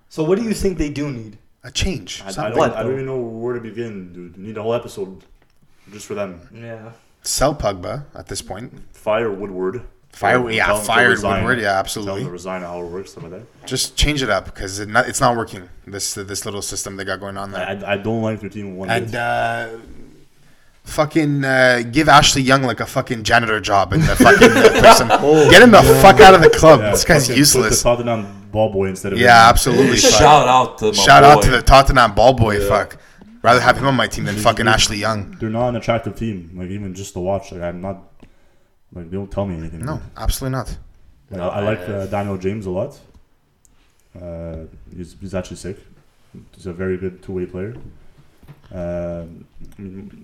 Speaker 4: So what do you think they do need?
Speaker 1: A change.
Speaker 5: I, I,
Speaker 1: Something.
Speaker 5: don't,
Speaker 4: blood,
Speaker 5: I
Speaker 4: though.
Speaker 5: don't even know where to begin, dude. We need a whole episode just for them.
Speaker 4: Yeah.
Speaker 1: Sell Pugba at this point.
Speaker 5: Fire Woodward.
Speaker 1: Fire,
Speaker 5: Tell
Speaker 1: yeah,
Speaker 5: them to
Speaker 1: fired
Speaker 5: resign.
Speaker 1: Woodward, yeah,
Speaker 5: Tell them to
Speaker 1: absolutely.
Speaker 5: resign how it works, some of that.
Speaker 1: Just change it up because it not, it's not working. This this little system they got going on there.
Speaker 5: I, I don't like their team one
Speaker 1: And
Speaker 5: bit.
Speaker 1: uh, fucking uh, give Ashley Young like a fucking janitor job in the fucking uh, prison. Get him the fuck out of the club. this guy's
Speaker 5: fucking
Speaker 1: useless.
Speaker 5: Put the Tottenham ball boy instead of
Speaker 1: Yeah,
Speaker 5: him.
Speaker 1: absolutely.
Speaker 3: Shout out to my
Speaker 1: Shout out
Speaker 3: boy.
Speaker 1: to the Tottenham ball boy. Fuck. Rather have him on my team than fucking Ashley Young.
Speaker 5: They're not an attractive team. Like even just to watch, like I'm not. Like they don't tell me anything.
Speaker 1: No, absolutely not.
Speaker 5: Like, I, I like uh, Daniel James a lot. Uh, he's, he's actually sick. He's a very good two-way player. Um,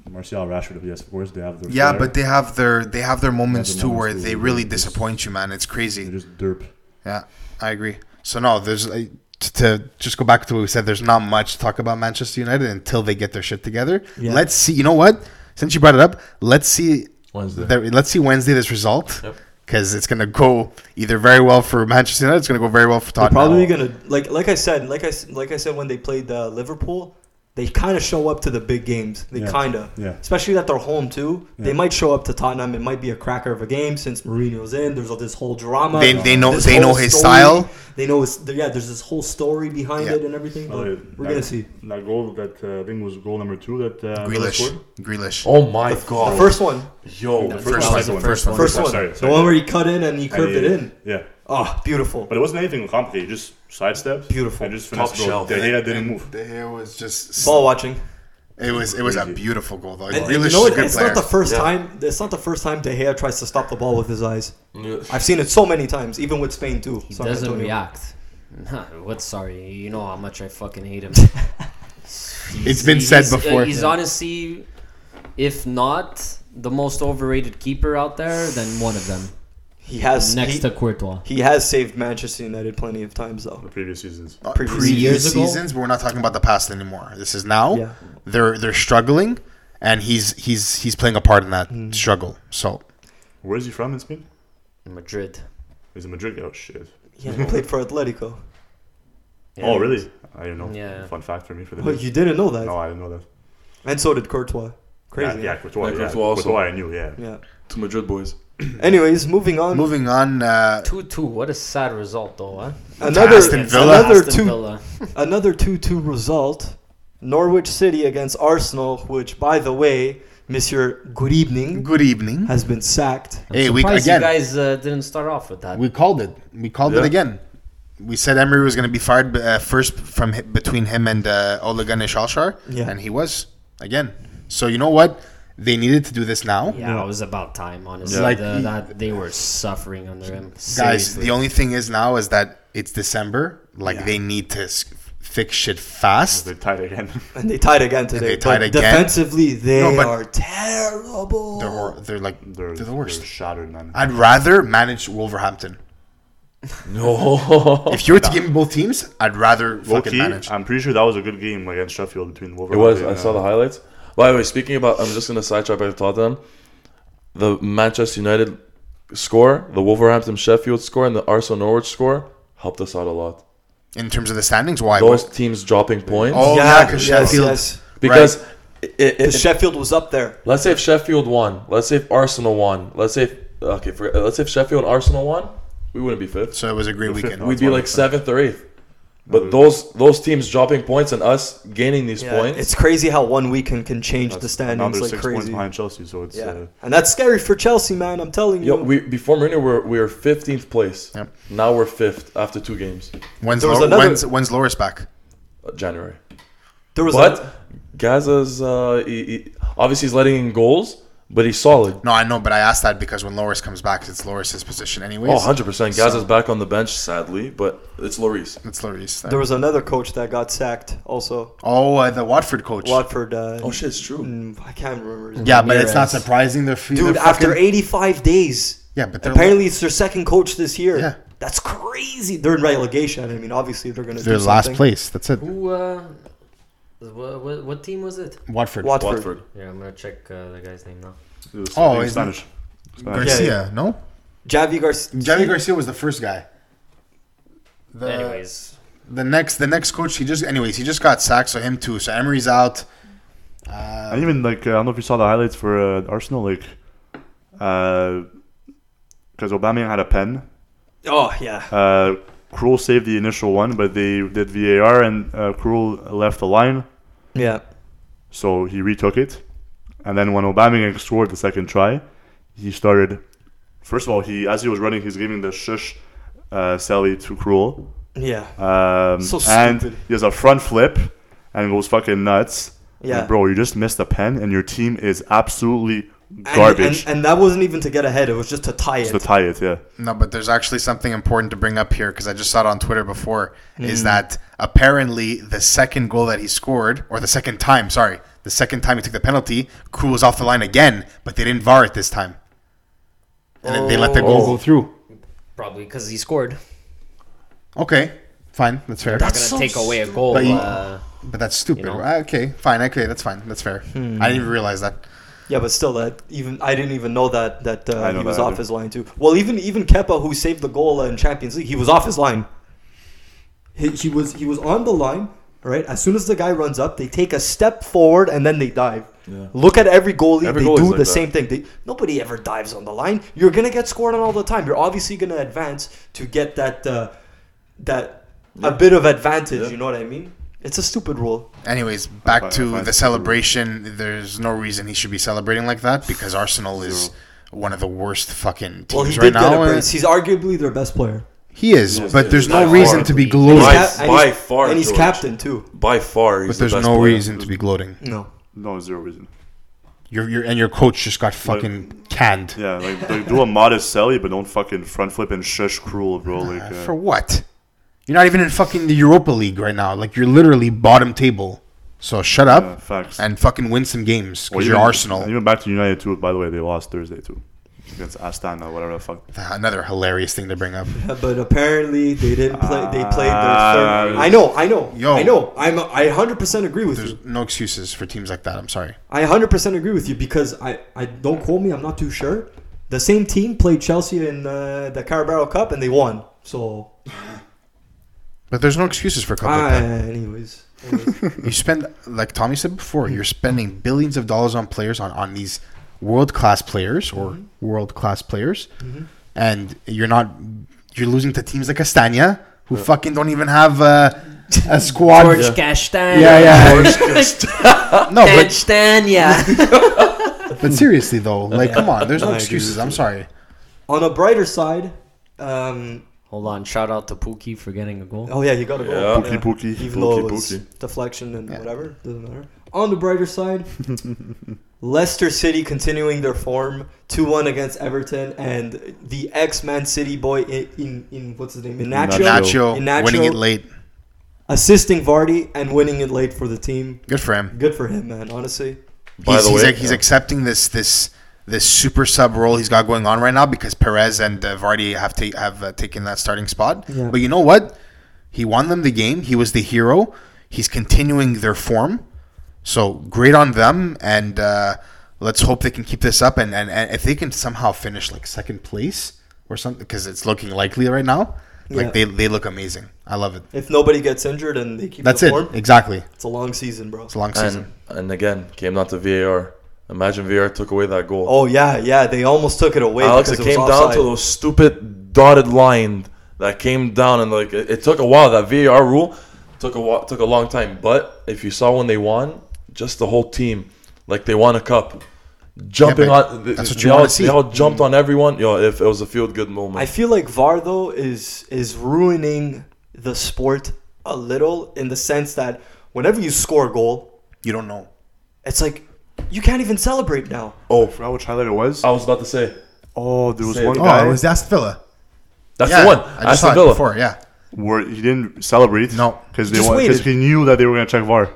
Speaker 5: Martial, Rashford, yes, of course, they have their
Speaker 1: Yeah,
Speaker 5: flair.
Speaker 1: but they have their they have their moments
Speaker 5: Have their
Speaker 1: too
Speaker 5: moments
Speaker 1: where
Speaker 5: too,
Speaker 1: they
Speaker 5: where
Speaker 1: really
Speaker 5: they just-
Speaker 1: disappoint you, man. It's crazy.
Speaker 5: they're just derp.
Speaker 1: Yeah, I agree. So no, there's uh, t- to just go back to what we said. There's not much to talk about Manchester United until they get their shit together.
Speaker 4: Yeah.
Speaker 1: Let's see. You know what? Since you brought it up, let's see.
Speaker 3: Wednesday.
Speaker 1: Their, let's see Wednesday this result
Speaker 3: Yep.
Speaker 1: because it's gonna go either very well for Manchester United. It's gonna go very well for
Speaker 4: They're
Speaker 1: Tottenham.
Speaker 4: probably gonna like like I said, like I s- like I said when they played uh, Liverpool, they kind of show up to the big games. They
Speaker 5: Yeah.
Speaker 4: kind of,
Speaker 5: Yeah.
Speaker 4: especially that they're home too. They
Speaker 5: Yeah.
Speaker 4: might show up to Tottenham. It might be a cracker of a game since Mourinho's in. There's all this whole drama.
Speaker 1: They- they know-
Speaker 4: this
Speaker 1: they know
Speaker 4: whole
Speaker 1: his style.
Speaker 4: They know his, yeah. There's this whole story behind
Speaker 1: Yeah.
Speaker 4: it and everything. But
Speaker 5: By the way,
Speaker 4: we're
Speaker 5: that-
Speaker 4: gonna see.
Speaker 5: That goal that uh, I think was goal number two that uh, Miller
Speaker 1: Grealish.
Speaker 5: scored?
Speaker 1: Grealish.
Speaker 3: Oh my god.
Speaker 4: The first one,
Speaker 3: Yo, the
Speaker 5: The first
Speaker 3: first,
Speaker 5: one.
Speaker 3: second one, first one.
Speaker 4: first
Speaker 5: sorry,
Speaker 4: one,
Speaker 5: sorry,
Speaker 4: the
Speaker 5: sorry.
Speaker 4: one where he cut in and he curved
Speaker 5: And
Speaker 4: it
Speaker 5: he-
Speaker 4: in.
Speaker 5: Yeah,
Speaker 4: Oh, beautiful.
Speaker 5: but it wasn't anything complicated. Just sidesteps.
Speaker 4: Beautiful.
Speaker 5: And just
Speaker 3: Top
Speaker 5: finesse goal.
Speaker 3: shelf.
Speaker 5: De Gea didn't move.
Speaker 1: The hair was just
Speaker 4: Ball watching.
Speaker 1: it was it was a
Speaker 5: Crazy.
Speaker 1: beautiful goal though.
Speaker 4: And, and
Speaker 1: Grealish
Speaker 4: you know
Speaker 1: is a
Speaker 4: what?
Speaker 1: good
Speaker 4: It's
Speaker 1: player.
Speaker 4: not the first
Speaker 3: Yeah.
Speaker 4: time. It's not the first time De Gea tries to stop the ball with his eyes.
Speaker 3: Yeah.
Speaker 4: I've seen it so many times, even with Spain too.
Speaker 6: He
Speaker 4: San
Speaker 6: doesn't
Speaker 4: Antonio.
Speaker 6: react. Nah, what? Sorry, you know how much I fucking hate him.
Speaker 1: It's been said
Speaker 6: he's- uh,
Speaker 1: before.
Speaker 6: He's honestly, if not the most overrated keeper out there, then one of them.
Speaker 4: He has
Speaker 6: Next
Speaker 4: he,
Speaker 6: to Courtois.
Speaker 4: he has saved Manchester United plenty of times though.
Speaker 5: The previous seasons.
Speaker 1: Uh,
Speaker 4: previous
Speaker 1: previous
Speaker 6: years ago?
Speaker 1: seasons, but we're not talking about the past anymore. This is now.
Speaker 4: Yeah.
Speaker 1: They're they're struggling, and he's he's he's playing a part in that
Speaker 6: Mm.
Speaker 1: struggle. So
Speaker 5: Where is he from in Spain?
Speaker 6: Madrid.
Speaker 5: Is it Madrid? Oh shit.
Speaker 4: Yeah, he played for Atletico.
Speaker 5: Oh really? I didn't know.
Speaker 6: Yeah.
Speaker 5: Fun fact for me for the
Speaker 4: Oh,
Speaker 5: day.
Speaker 4: you didn't know that.
Speaker 5: No, I didn't know that.
Speaker 4: And so did Courtois. Crazy.
Speaker 5: Yeah, yeah, Courtois.
Speaker 3: Yeah,
Speaker 5: Yeah,
Speaker 3: Courtois also.
Speaker 5: Courtois I knew. Yeah.
Speaker 4: Yeah.
Speaker 3: To Madrid boys.
Speaker 4: Anyways, moving on.
Speaker 1: moving on. Uh,
Speaker 6: Two two. What a sad result, though. Huh?
Speaker 4: another
Speaker 1: Aston Villa.
Speaker 4: another
Speaker 6: Aston
Speaker 4: two
Speaker 6: Villa.
Speaker 4: another two two result. Norwich City against Arsenal, which by the way, Monsieur Good evening
Speaker 1: good evening.
Speaker 4: has been sacked.
Speaker 6: I'm
Speaker 1: Hey, we-
Speaker 6: surprised
Speaker 1: again-
Speaker 6: you guys uh, didn't start off with that.
Speaker 1: We called it. We called it
Speaker 3: Yeah.
Speaker 1: again. We said Emery was going to be fired uh, first from hi- between him and uh, Ole Gunnar Solskjaer,
Speaker 4: Yeah.
Speaker 1: and he was again. So you know what? They needed to do this now.
Speaker 6: yeah, it was about time, honestly.
Speaker 1: Yeah. Like,
Speaker 6: The-
Speaker 1: he-
Speaker 6: that they were suffering under him.
Speaker 1: Guys,
Speaker 6: Seriously.
Speaker 1: the only thing is now is that it's December. Like they need to s- fix shit fast.
Speaker 5: They tied again.
Speaker 4: And they tied again today.
Speaker 1: they tied
Speaker 4: but
Speaker 1: again.
Speaker 4: Defensively, they
Speaker 1: No, but-
Speaker 4: are terrible.
Speaker 1: They're, hor- they're like
Speaker 5: They're,
Speaker 1: they're the worst.
Speaker 5: They're shattered, man.
Speaker 1: I'd rather manage Wolverhampton.
Speaker 3: No.
Speaker 1: If you were to give me both teams, I'd rather
Speaker 5: Low
Speaker 1: fucking
Speaker 5: key,
Speaker 1: manage.
Speaker 4: Um,
Speaker 5: I'm pretty sure that was a good game against Sheffield between
Speaker 3: It was.
Speaker 5: Wolverhampton.
Speaker 3: I
Speaker 5: and,
Speaker 3: saw
Speaker 5: uh,
Speaker 3: the highlights. By the way, speaking about, I'm just gonna sidetrack by Tottenham. The Manchester United score, the Wolverhampton Sheffield score, and the Arsenal Norwich score helped us out a lot.
Speaker 1: In terms of the standings, why?
Speaker 3: Those teams dropping points
Speaker 1: Oh yeah, because Sheffield.
Speaker 3: because it,
Speaker 4: Because
Speaker 3: it,
Speaker 4: Sheffield was up there.
Speaker 3: let's say if Sheffield won, let's say if Arsenal won, let's say if, okay, forget, let's say if Sheffield and Arsenal won, we wouldn't be fifth.
Speaker 1: So it was a great weekend.
Speaker 5: no,
Speaker 3: We'd
Speaker 5: it's
Speaker 3: be
Speaker 5: one
Speaker 3: like
Speaker 5: percent.
Speaker 3: seventh or eighth. But those those teams dropping points and us gaining these
Speaker 4: Yeah,
Speaker 3: points.
Speaker 4: it's crazy how one weekend can change the
Speaker 5: Now
Speaker 4: standings
Speaker 5: they're
Speaker 4: like
Speaker 5: uh, six points
Speaker 4: crazy.
Speaker 5: behind Chelsea, so it's.
Speaker 4: Yeah,
Speaker 5: Uh,
Speaker 4: and that's scary for Chelsea, man. I'm telling you.
Speaker 3: Yo, we before Mourinho we were we were fifteenth place.
Speaker 1: Yep.
Speaker 3: Now we're fifth after two games,
Speaker 1: When's,
Speaker 4: There was
Speaker 1: Lo-
Speaker 4: another-
Speaker 1: when's when's Loris back?
Speaker 3: uh, January.
Speaker 4: there was
Speaker 3: But
Speaker 4: a-
Speaker 3: Gaza's uh, he, he- obviously he's letting in goals, but he's solid.
Speaker 1: No, I know, but I asked that because when Loris comes back, it's Loris's position anyways.
Speaker 3: Oh, 100 percent.
Speaker 1: So-
Speaker 3: Gaza's back on the bench, sadly, but it's Lloris.
Speaker 1: It's Loris.
Speaker 4: there was another coach that got sacked. Also,
Speaker 1: oh, uh, the Watford coach.
Speaker 4: Watford. Uh,
Speaker 3: Oh shit, it's true.
Speaker 4: mm, I can't remember. his
Speaker 1: Yeah,
Speaker 4: name.
Speaker 1: but it's not
Speaker 6: Ramirez.
Speaker 1: surprising. They're fe-
Speaker 4: dude.
Speaker 1: they're
Speaker 4: After
Speaker 1: fucking-
Speaker 4: 85 days,
Speaker 1: Yeah, but they're
Speaker 4: apparently it's their second coach this year.
Speaker 1: Yeah.
Speaker 4: that's crazy. They're in relegation. I mean, obviously they're gonna.
Speaker 1: they're
Speaker 4: do
Speaker 1: last
Speaker 4: something.
Speaker 1: place. That's it.
Speaker 6: Who? Uh, what, what, what team was it?
Speaker 1: Watford.
Speaker 4: Watford.
Speaker 3: Watford.
Speaker 6: Yeah, I'm gonna check uh, the guy's name now.
Speaker 5: it was-
Speaker 1: Oh,
Speaker 5: I think
Speaker 1: is
Speaker 5: Spanish. Spanish.
Speaker 1: Garcia,
Speaker 4: Yeah,
Speaker 1: no?
Speaker 4: Javi Garcia.
Speaker 1: Javi Garcia was the first guy.
Speaker 4: Uh,
Speaker 1: The,
Speaker 6: Anyways,
Speaker 1: the next the next coach he just anyways he just got sacked so him too so Emery's out. Uh,
Speaker 5: And even like uh, I don't know if you saw the highlights for uh, Arsenal, like, because Aubameyang had a pen.
Speaker 4: Oh yeah.
Speaker 5: Uh, Krul saved the initial one, but they did VAR and uh, Krul left the line,
Speaker 4: Yeah.
Speaker 5: so he retook it, And then when Aubameyang scored the second try, he started. First of all, he as he was running, he's giving the shush uh, Sally to Cruel.
Speaker 4: Yeah.
Speaker 5: Um,
Speaker 4: So
Speaker 5: and
Speaker 4: stupid.
Speaker 5: he has a front flip and goes fucking nuts.
Speaker 4: Yeah.
Speaker 5: Like, bro, you just missed a pen and your team is absolutely
Speaker 4: And-
Speaker 5: garbage.
Speaker 4: And, and, that wasn't even to get ahead. It was just to tie it.
Speaker 5: just to tie it, yeah.
Speaker 1: No, but there's actually something important to bring up here because I just saw it on Twitter before. Is that apparently the second goal that he scored, or the second time, sorry, the second time he took the penalty, Crew was off the line again, but they didn't VAR it this time. And then they let the goal
Speaker 3: Oh,
Speaker 1: go through.
Speaker 2: Probably because he scored.
Speaker 1: Okay, fine, that's fair.
Speaker 2: Not gonna take away a goal.
Speaker 1: But you-
Speaker 2: uh,
Speaker 1: but that's stupid.
Speaker 2: know?
Speaker 1: Uh, Okay, fine, okay, that's fine, that's fair. I didn't even realize that.
Speaker 4: Yeah, but still, that even I didn't even know that that uh,
Speaker 5: I know
Speaker 4: he was
Speaker 5: that
Speaker 4: off
Speaker 5: either.
Speaker 4: his line too. Well, even even Kepa, who saved the goal uh, in Champions League, he was off his line. He, he was he was on the line. Right, as soon as the guy runs up, they take a step forward and then they dive. Look at every goalie;
Speaker 5: Every
Speaker 4: they
Speaker 5: goalie's
Speaker 4: do
Speaker 5: like
Speaker 4: the
Speaker 5: that.
Speaker 4: same thing. They, nobody ever dives on the line. You're gonna get scored on all the time. You're obviously gonna advance to get that uh, that a bit of advantage. You know what I mean? It's a stupid rule.
Speaker 1: Anyways, back
Speaker 5: find- I
Speaker 1: to
Speaker 5: find
Speaker 1: the
Speaker 5: it
Speaker 1: celebration. There's no reason he should be celebrating like that because Arsenal is one of the worst fucking teams
Speaker 4: Well, he
Speaker 1: right
Speaker 4: did get
Speaker 1: now.
Speaker 4: a
Speaker 1: and-
Speaker 4: brace. He's arguably their best player.
Speaker 1: He is, but there's no
Speaker 3: by
Speaker 1: reason
Speaker 3: far.
Speaker 1: to be
Speaker 4: And he's
Speaker 3: By-
Speaker 1: gloating.
Speaker 4: cap- and
Speaker 3: by
Speaker 4: he's-
Speaker 3: far,
Speaker 4: and he's
Speaker 3: George.
Speaker 4: captain too.
Speaker 3: By far, he's
Speaker 1: But
Speaker 3: the
Speaker 1: there's
Speaker 3: best
Speaker 1: no
Speaker 3: player.
Speaker 1: reason to be gloating.
Speaker 4: No.
Speaker 5: No, zero reason.
Speaker 1: Your your and your coach just got fucking canned.
Speaker 5: Yeah, like, like, do a modest Sally, but don't fucking front flip and shush Cruel, bro. Like,
Speaker 1: Uh,
Speaker 5: uh,
Speaker 1: For what? You're not even in fucking the Europa League right now. Like you're literally bottom table. So shut up
Speaker 5: yeah, facts.
Speaker 1: and fucking win some games
Speaker 5: Well,
Speaker 1: because you're
Speaker 5: even-
Speaker 1: Arsenal.
Speaker 5: and Even back to United too. By the way, they lost Thursday too against Astana, whatever the fuck.
Speaker 1: Another hilarious thing to bring up.
Speaker 4: Uh, But apparently they didn't play. They played their
Speaker 5: Ah,
Speaker 4: third. I know. I know.
Speaker 1: Yo.
Speaker 4: I know. I'm. I 100% agree with
Speaker 1: There's
Speaker 4: you.
Speaker 1: no excuses for teams like that. I'm sorry.
Speaker 4: I 100% agree with you because I. I don't quote me. I'm not too sure. The same team played Chelsea in uh, the Carabao Cup and they won. So,
Speaker 1: But there's no excuses for clubs
Speaker 4: ah,
Speaker 1: like that.
Speaker 4: anyways. anyways.
Speaker 1: You spend like Tommy said before. You're spending billions of dollars on players on on these world class players or world class players, and you're not you're losing to teams like Astana who fucking don't even have uh, a squad.
Speaker 6: George
Speaker 1: yeah,
Speaker 6: Castagna.
Speaker 1: yeah. no, but,
Speaker 6: Castagna.
Speaker 1: but seriously though, like come on, there's no
Speaker 4: I agree
Speaker 1: excuses.
Speaker 4: with
Speaker 1: I'm sorry.
Speaker 4: On a brighter side, um,
Speaker 2: Hold on. Shout out to Pookie for getting a goal.
Speaker 4: oh yeah, you got to go.
Speaker 3: Yeah.
Speaker 5: Pookie, pookie,
Speaker 4: even
Speaker 5: pookie,
Speaker 4: though it was
Speaker 5: pookie.
Speaker 4: deflection and whatever doesn't matter. On the brighter side, Leicester City continuing their form, two one against Everton, and the ex Man City boy in, in in what's his name Inacho,
Speaker 1: Nacho, winning it late.
Speaker 4: assisting Vardy and winning it late for the team.
Speaker 1: Good for him.
Speaker 4: Good for him, man. Honestly,
Speaker 3: By
Speaker 1: he's
Speaker 3: the
Speaker 1: he's,
Speaker 3: way,
Speaker 1: ac- he's
Speaker 3: yeah.
Speaker 1: accepting this this this super sub role he's got going on right now because Perez and uh, Vardy have ta- have uh, taken that starting spot.
Speaker 4: Yeah.
Speaker 1: But you know what? He won them the game. He was the hero. He's continuing their form. So great on them, and uh, let's hope they can keep this up. And, and, and if they can somehow finish like second place or something, because it's looking likely right now. Like
Speaker 4: Yeah.
Speaker 1: they, they look amazing. I love it.
Speaker 4: if nobody gets injured and they keep
Speaker 1: That's
Speaker 4: the
Speaker 1: it.
Speaker 4: form,
Speaker 1: Exactly.
Speaker 4: it's a long season, bro.
Speaker 1: It's a long season.
Speaker 3: And, and again, came down to VAR. Imagine VAR took away that goal.
Speaker 4: Oh yeah, yeah. They almost took it away.
Speaker 3: Alex, it
Speaker 4: because was
Speaker 3: came down
Speaker 4: offside.
Speaker 3: to those stupid dotted line that came down, and like it, it took a while. That VAR rule took a while, took a long time. But if you saw when they won, just the whole team, like they won a cup, jumping
Speaker 1: but
Speaker 3: on. th-
Speaker 1: that's
Speaker 3: th-
Speaker 1: what
Speaker 3: they
Speaker 1: you wanna
Speaker 3: all,
Speaker 1: see.
Speaker 3: They all jumped on everyone. Yo, if it was a feel good moment.
Speaker 4: Mm. I feel like VAR though is is ruining the sport a little in the sense that whenever you score a goal,
Speaker 1: You don't know.
Speaker 4: it's like you can't even celebrate now.
Speaker 5: Oh, forgot which highlight it was.
Speaker 3: I was about to say
Speaker 5: Oh, there was
Speaker 3: Save.
Speaker 5: one
Speaker 3: Oh,
Speaker 5: guy
Speaker 1: Aston Villa.
Speaker 3: that's
Speaker 1: yeah,
Speaker 3: the one.
Speaker 1: I just saw
Speaker 3: Aston
Speaker 1: it
Speaker 3: Villa.
Speaker 1: before. Yeah.
Speaker 5: where he didn't celebrate.
Speaker 1: No. Oh,
Speaker 5: because they
Speaker 4: Just
Speaker 5: because
Speaker 4: waited.
Speaker 5: he knew that they were gonna check VAR.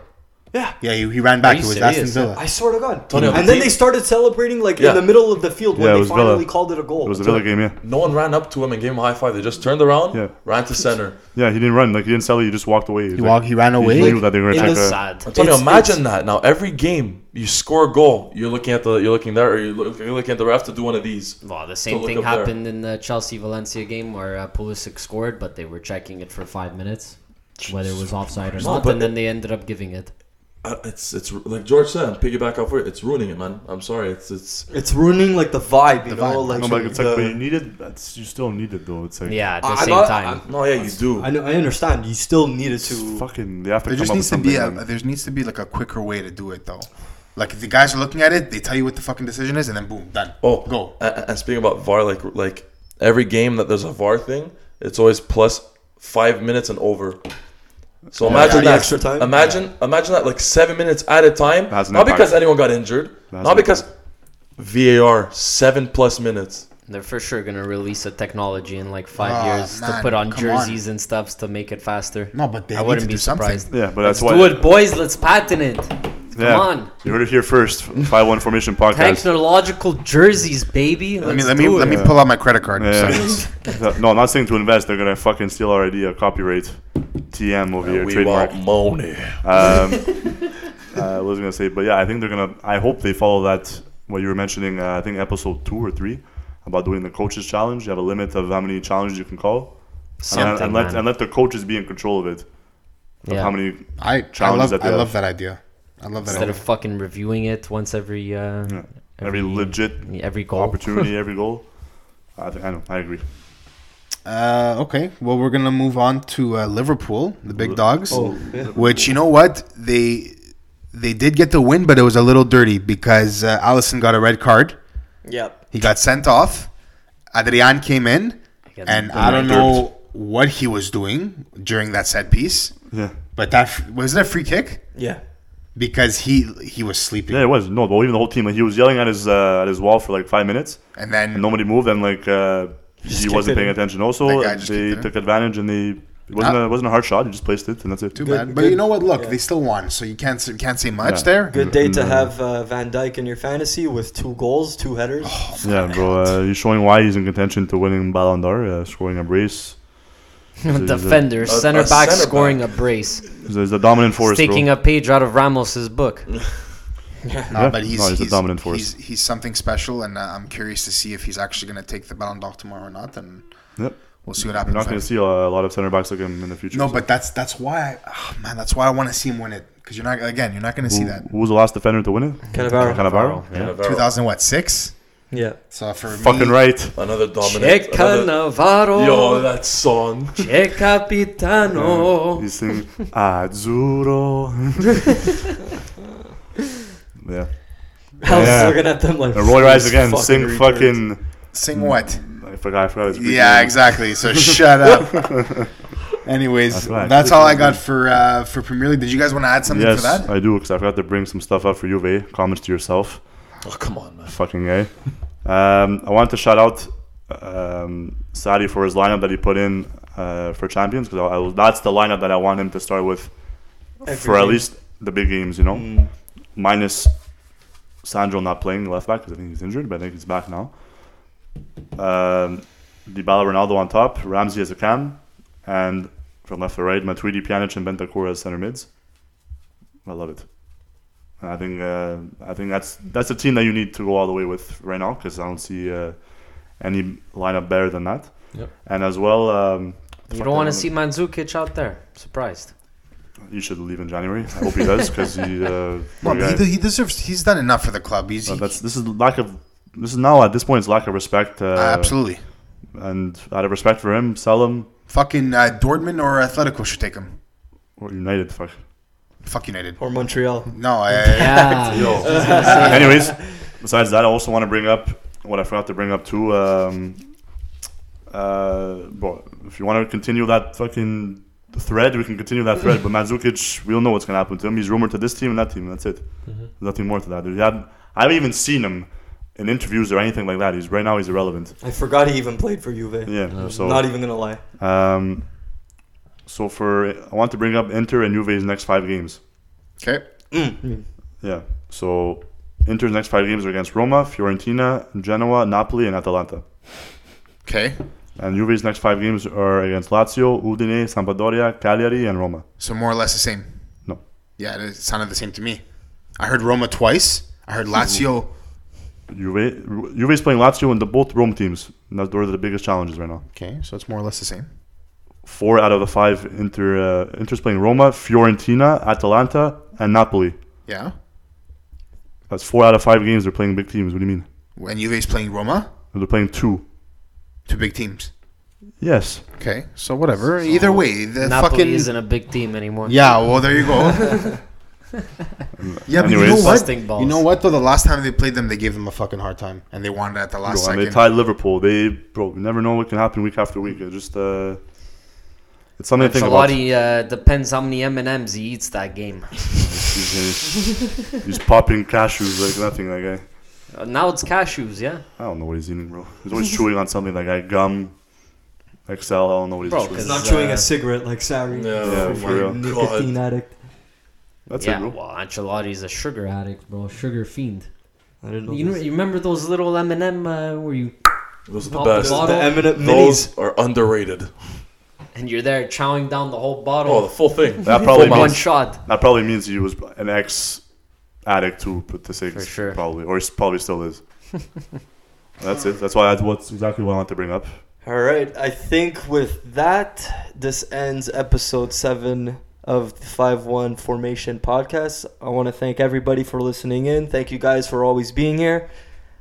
Speaker 4: Yeah.
Speaker 1: Yeah, he, he ran back.
Speaker 2: you
Speaker 1: It was
Speaker 2: serious?
Speaker 1: Aston Villa.
Speaker 4: I swear to God.
Speaker 3: Tony,
Speaker 4: and
Speaker 3: the
Speaker 4: then
Speaker 3: team-
Speaker 4: they started celebrating like
Speaker 3: Yeah.
Speaker 4: in the middle of the field
Speaker 5: Yeah,
Speaker 4: when
Speaker 5: it
Speaker 4: they
Speaker 5: was
Speaker 4: finally
Speaker 5: Villa.
Speaker 4: called it a goal.
Speaker 5: It was a Villa game, yeah.
Speaker 3: No one ran up to him and gave him a high five. They just turned around,
Speaker 5: Yeah.
Speaker 3: ran to center.
Speaker 5: Yeah, he didn't run. Like he didn't celebrate. He just walked away.
Speaker 1: He walked. He ran away.
Speaker 5: He knew that they were
Speaker 4: in
Speaker 5: gonna
Speaker 4: the
Speaker 5: check. VAR.
Speaker 2: Sad.
Speaker 3: Antonio,
Speaker 4: It's-
Speaker 3: imagine that. Now every game you score a goal, you're looking at the you're looking there, or you're look- you're looking at the ref to do one of these.
Speaker 2: Well, the same
Speaker 3: look
Speaker 2: thing
Speaker 3: up there.
Speaker 2: happened in the Chelsea Valencia game where uh, Pulisic scored, but they were checking it for five minutes, whether it was offside or
Speaker 3: No,
Speaker 2: not,
Speaker 3: but
Speaker 2: and then they ended up giving it.
Speaker 3: Uh, It's it's like George said, I'm piggyback off it. It's ruining it, man. I'm sorry. It's it's
Speaker 4: It's ruining like the vibe, you
Speaker 1: The
Speaker 4: know,
Speaker 1: vibe.
Speaker 5: No,
Speaker 4: like,
Speaker 5: but it's like,
Speaker 4: the-
Speaker 5: but you needed. That's you still needed though. It's like
Speaker 2: Yeah, at the
Speaker 4: I- I'm
Speaker 2: same
Speaker 4: not-
Speaker 2: time.
Speaker 3: no, yeah, you do.
Speaker 4: I know I understand. You still needed
Speaker 5: it's
Speaker 4: to
Speaker 5: fucking. They have to
Speaker 1: There
Speaker 5: come
Speaker 1: just
Speaker 5: up
Speaker 1: needs to
Speaker 5: with
Speaker 1: be a
Speaker 5: something, man.
Speaker 1: there needs to be like a quicker way to do it though. Like if the guys are looking at it, they tell you what the fucking decision is, and then boom, done.
Speaker 3: Oh,
Speaker 1: go.
Speaker 3: And, and speaking about VAR, like like every game that there's a VAR thing, it's always plus five minutes and over. So
Speaker 4: yeah.
Speaker 3: imagine
Speaker 4: The
Speaker 3: that.
Speaker 4: extra time?
Speaker 3: Imagine imagine that like seven minutes at a time.
Speaker 5: Has an
Speaker 3: not
Speaker 5: impact.
Speaker 3: because anyone got injured.
Speaker 5: an
Speaker 3: not because VAR seven plus minutes.
Speaker 2: They're for sure gonna release a technology in like five
Speaker 1: Ah,
Speaker 2: years to
Speaker 1: man,
Speaker 2: put on
Speaker 1: come
Speaker 2: jerseys and stuffs to make it faster.
Speaker 1: No, but they
Speaker 2: I
Speaker 1: need
Speaker 2: wouldn't
Speaker 1: to
Speaker 2: be
Speaker 1: do something.
Speaker 2: surprised.
Speaker 5: Yeah, but that's
Speaker 2: Let's
Speaker 5: why.
Speaker 2: do it, boys. Let's patent it. Come
Speaker 5: Yeah.
Speaker 2: on,
Speaker 5: You heard it here first. Five One Formation podcast.
Speaker 2: technological jerseys, baby. Let's
Speaker 1: Let me let me
Speaker 2: do
Speaker 1: let
Speaker 2: it.
Speaker 1: me pull out my credit card. in a
Speaker 5: Yeah.
Speaker 1: second.
Speaker 5: no, I'm not saying to invest. They're gonna fucking steal our idea, copyright, TM over here,
Speaker 3: we
Speaker 5: trademark.
Speaker 3: want money.
Speaker 5: Um, uh, what was I gonna say? But yeah, I think they're gonna. I hope they follow that. What you were mentioning, uh, I think episode two or three, about doing the coaches challenge. You have a limit of how many challenges you can call, and,
Speaker 2: Something,
Speaker 5: and, let
Speaker 2: man.
Speaker 5: and let the coaches be in control of it. Of
Speaker 2: Yeah.
Speaker 5: How many?
Speaker 1: I I love
Speaker 5: Challenges at the
Speaker 1: I
Speaker 5: end.
Speaker 1: love that idea. I love that
Speaker 2: Instead
Speaker 1: idea.
Speaker 2: of fucking reviewing it once every uh,
Speaker 5: Every legit
Speaker 2: every goal.
Speaker 5: opportunity, every goal. I think I know. I agree.
Speaker 1: Uh, okay, well, we're gonna move on to uh, Liverpool, the big dogs, which you know what they they did get the win, but it was a little dirty because uh, Allison got a red card.
Speaker 4: Yep.
Speaker 1: He got sent off. Adrian came in,
Speaker 2: got
Speaker 1: and I don't know what he was doing during that set piece.
Speaker 5: Yeah.
Speaker 1: But that f- was it a free kick
Speaker 4: Yeah.
Speaker 1: because he he was sleeping,
Speaker 5: Yeah, it was no, but even the whole team. Like, he was yelling at his uh, at his wall for like five minutes,
Speaker 1: and then
Speaker 2: Mm.
Speaker 5: and nobody moved. And like uh, he
Speaker 4: kicked
Speaker 5: wasn't
Speaker 4: it
Speaker 5: paying
Speaker 4: in.
Speaker 5: attention. Also,
Speaker 1: That guy just
Speaker 5: they
Speaker 1: kicked it in. Ah.
Speaker 5: took advantage, and they it wasn't a, it wasn't a hard shot. He just placed it, and that's it.
Speaker 1: too
Speaker 4: Good-
Speaker 1: bad. But
Speaker 4: good-
Speaker 1: you know what? Look,
Speaker 4: yeah.
Speaker 1: they still won, so you can't say- can't say much
Speaker 5: Yeah.
Speaker 1: there.
Speaker 4: Good day to have uh, Van Dyke in your fantasy with two goals, two headers.
Speaker 5: Yeah, bro. Uh, he's showing why he's in contention to winning Ballon d'Or, uh, scoring a brace.
Speaker 2: Defender,
Speaker 3: a
Speaker 2: center back,
Speaker 3: centre
Speaker 2: scoring a brace,
Speaker 5: He's a, he's a dominant force,
Speaker 2: taking
Speaker 5: bro.
Speaker 2: a page out of Ramos's book.
Speaker 1: No,
Speaker 5: Yeah.
Speaker 1: Uh, but he's,
Speaker 5: No,
Speaker 1: he's
Speaker 5: he's a dominant force.
Speaker 1: He's, he's something special, and uh, I'm curious to see if he's actually going to take the Ballon d'Or tomorrow or not. And
Speaker 5: Yep.
Speaker 1: we'll see what
Speaker 5: You're not
Speaker 1: happens.
Speaker 5: going to
Speaker 1: next.
Speaker 5: see a lot of center backs like him in the future.
Speaker 1: No,
Speaker 5: so.
Speaker 1: but that's that's why, I, oh, man, that's why I want to see him win it because you're not again, you're not going to see
Speaker 5: who,
Speaker 1: that.
Speaker 5: who was the last defender to win it?
Speaker 4: Cannavaro.
Speaker 5: Cannavaro. Yeah.
Speaker 3: Cannavaro.
Speaker 1: 2000 what six?
Speaker 4: Yeah.
Speaker 1: So for me,
Speaker 5: Fucking right.
Speaker 3: Another dominant.
Speaker 2: Che
Speaker 3: Another,
Speaker 2: Cannavaro,
Speaker 3: yo, that song.
Speaker 2: Che Oh, Capitano.
Speaker 5: He's singing Azzurro. yeah.
Speaker 4: I was
Speaker 5: Yeah.
Speaker 4: looking at them like.
Speaker 5: And roll your eyes
Speaker 4: "These
Speaker 5: again. Sing
Speaker 4: retards."
Speaker 5: fucking.
Speaker 1: sing what?
Speaker 5: I forgot. I forgot his Greek
Speaker 1: Yeah,
Speaker 5: name.
Speaker 1: exactly. So shut up. Anyways,
Speaker 5: That's right.
Speaker 1: that's all I got for uh, for Premier League. Did you guys want to add something
Speaker 5: Yes,
Speaker 1: for that?
Speaker 5: I do because I forgot to bring some stuff up for Juve. Comments to yourself.
Speaker 3: Oh, come on, man.
Speaker 5: Fucking A. Um, I wanted to shout out um, Sadi for his lineup that he put in uh, for Champions because that's the lineup that I want him to start with
Speaker 4: Every
Speaker 5: for at
Speaker 4: game.
Speaker 5: least the big games, you know?
Speaker 4: Mm.
Speaker 5: Minus Sandro not playing left back because I think he's injured, but I think he's back now. Um, Dybala Ronaldo on top, Ramsey as a cam, and from left to right, Matuidi, Pjanic, and Bentancur as center mids. I love it. And I think uh, I think that's that's a team that you need to go all the way with right now because I don't see uh, any lineup better than that.
Speaker 3: Yep.
Speaker 5: And as well, um,
Speaker 2: You
Speaker 5: fuck,
Speaker 2: don't
Speaker 5: I
Speaker 2: want to
Speaker 5: don't-
Speaker 2: see Mandzukic out there. Surprised.
Speaker 5: you should leave in January. I hope he does because he. Uh,
Speaker 1: Well,
Speaker 5: poor guy.
Speaker 1: he, de- he deserves. He's done enough for the club. He's
Speaker 5: Uh,
Speaker 1: he-
Speaker 5: that's this is lack of this is now at this point it's lack of respect. Uh,
Speaker 1: absolutely
Speaker 5: And out of respect for him, sell him
Speaker 1: fucking uh, Dortmund or Atletico should take him.
Speaker 5: or United. Fuck.
Speaker 1: Fuck United.
Speaker 4: Or Montreal.
Speaker 1: No, I,
Speaker 2: Yeah.
Speaker 5: Anyways, besides that, I also want to bring up what I forgot to bring up too. Um, uh, bro, if you want to continue that fucking thread, we can continue that thread. but Mandzukic, we all know what's gonna happen to him. He's rumored to this team and that team. That's it. Nothing more to that. He had, I haven't even seen him in interviews or anything like that. He's right now. He's irrelevant.
Speaker 4: I forgot he even played for Juve.
Speaker 5: Yeah. so
Speaker 4: Uh, Not even gonna lie.
Speaker 5: Um, so for I want to bring up Inter and Juve's next five games.
Speaker 1: okay.
Speaker 5: Yeah. So Inter's next five games are against Roma, Fiorentina, Genoa, Napoli, and Atalanta.
Speaker 1: Okay.
Speaker 5: And Juve's next five games are against Lazio, Udine, Sampdoria, Cagliari, and Roma.
Speaker 1: So more or less the same.
Speaker 5: No.
Speaker 1: Yeah, it sounded the same to me. I heard Roma twice. I heard Lazio.
Speaker 5: Juve, Ru- Juve's playing Lazio and the both Rome teams. And that's those are the biggest challenges right now.
Speaker 1: Okay, so it's more or less the same.
Speaker 5: Four out of the five Inter uh, Inter's playing Roma, Fiorentina, Atalanta, and Napoli.
Speaker 1: Yeah.
Speaker 5: That's four out of five games they're playing big teams. What do you mean?
Speaker 1: When Juve's playing Roma,
Speaker 5: They're playing two.
Speaker 1: two big teams.
Speaker 5: Yes.
Speaker 1: Okay, so whatever. Either way, the
Speaker 2: Napoli
Speaker 1: fucking
Speaker 2: isn't a big team anymore.
Speaker 1: yeah. Well, there you go. Yeah, but you
Speaker 5: Anyways.
Speaker 1: know what?
Speaker 2: Busting balls.
Speaker 1: You know what? Though the last time they played them, they gave them a fucking hard time, and they won it at the
Speaker 5: Bro,
Speaker 1: last
Speaker 5: and
Speaker 1: second.
Speaker 5: they tied Liverpool. They bro, you never know what can happen week after week. It's just uh, it's something to think about.
Speaker 2: Ancelotti uh, depends how many M and M's he eats that game.
Speaker 5: He's, he's, he's popping cashews like nothing. That guy.
Speaker 2: Uh, now it's cashews, yeah.
Speaker 5: I don't know what he's eating, bro. He's always chewing on something. That guy gum, XL. I don't know what he's
Speaker 2: Bro,
Speaker 5: chewing.
Speaker 4: He's
Speaker 2: 'cause-
Speaker 4: not
Speaker 2: Uh, oh
Speaker 4: chewing a cigarette like Sari.
Speaker 5: Yeah, for real.
Speaker 4: Nicotine addict.
Speaker 5: That's
Speaker 2: yeah,
Speaker 5: it, bro.
Speaker 2: well, Ancelotti's a sugar addict, bro. Sugar fiend.
Speaker 4: I didn't know.
Speaker 2: You, know,
Speaker 4: this.
Speaker 2: you remember those little M and M uh, where you
Speaker 3: Those are the
Speaker 2: pop the
Speaker 3: best.
Speaker 4: the
Speaker 2: bottle
Speaker 4: eminent minis.
Speaker 3: Those are underrated.
Speaker 2: and you're there chowing down the whole bottle.
Speaker 3: Oh, the full thing.
Speaker 5: That probably
Speaker 2: in one
Speaker 5: means
Speaker 2: shot.
Speaker 5: that probably means he was an ex addict too, but the six
Speaker 2: For sure.
Speaker 5: probably, or he probably still is. That's it. That's why. That's what's exactly what I wanted to bring up.
Speaker 4: All right, I think with that, this ends episode seven of the Five One Formation podcast. I want to thank everybody for listening in. Thank you guys for always being here,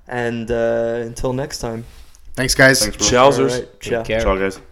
Speaker 4: and uh, until next time.
Speaker 1: Thanks, guys.
Speaker 5: Thanks, bro.
Speaker 3: Chowsers.
Speaker 4: All right, ciao.
Speaker 2: Take care.
Speaker 5: Ciao, guys.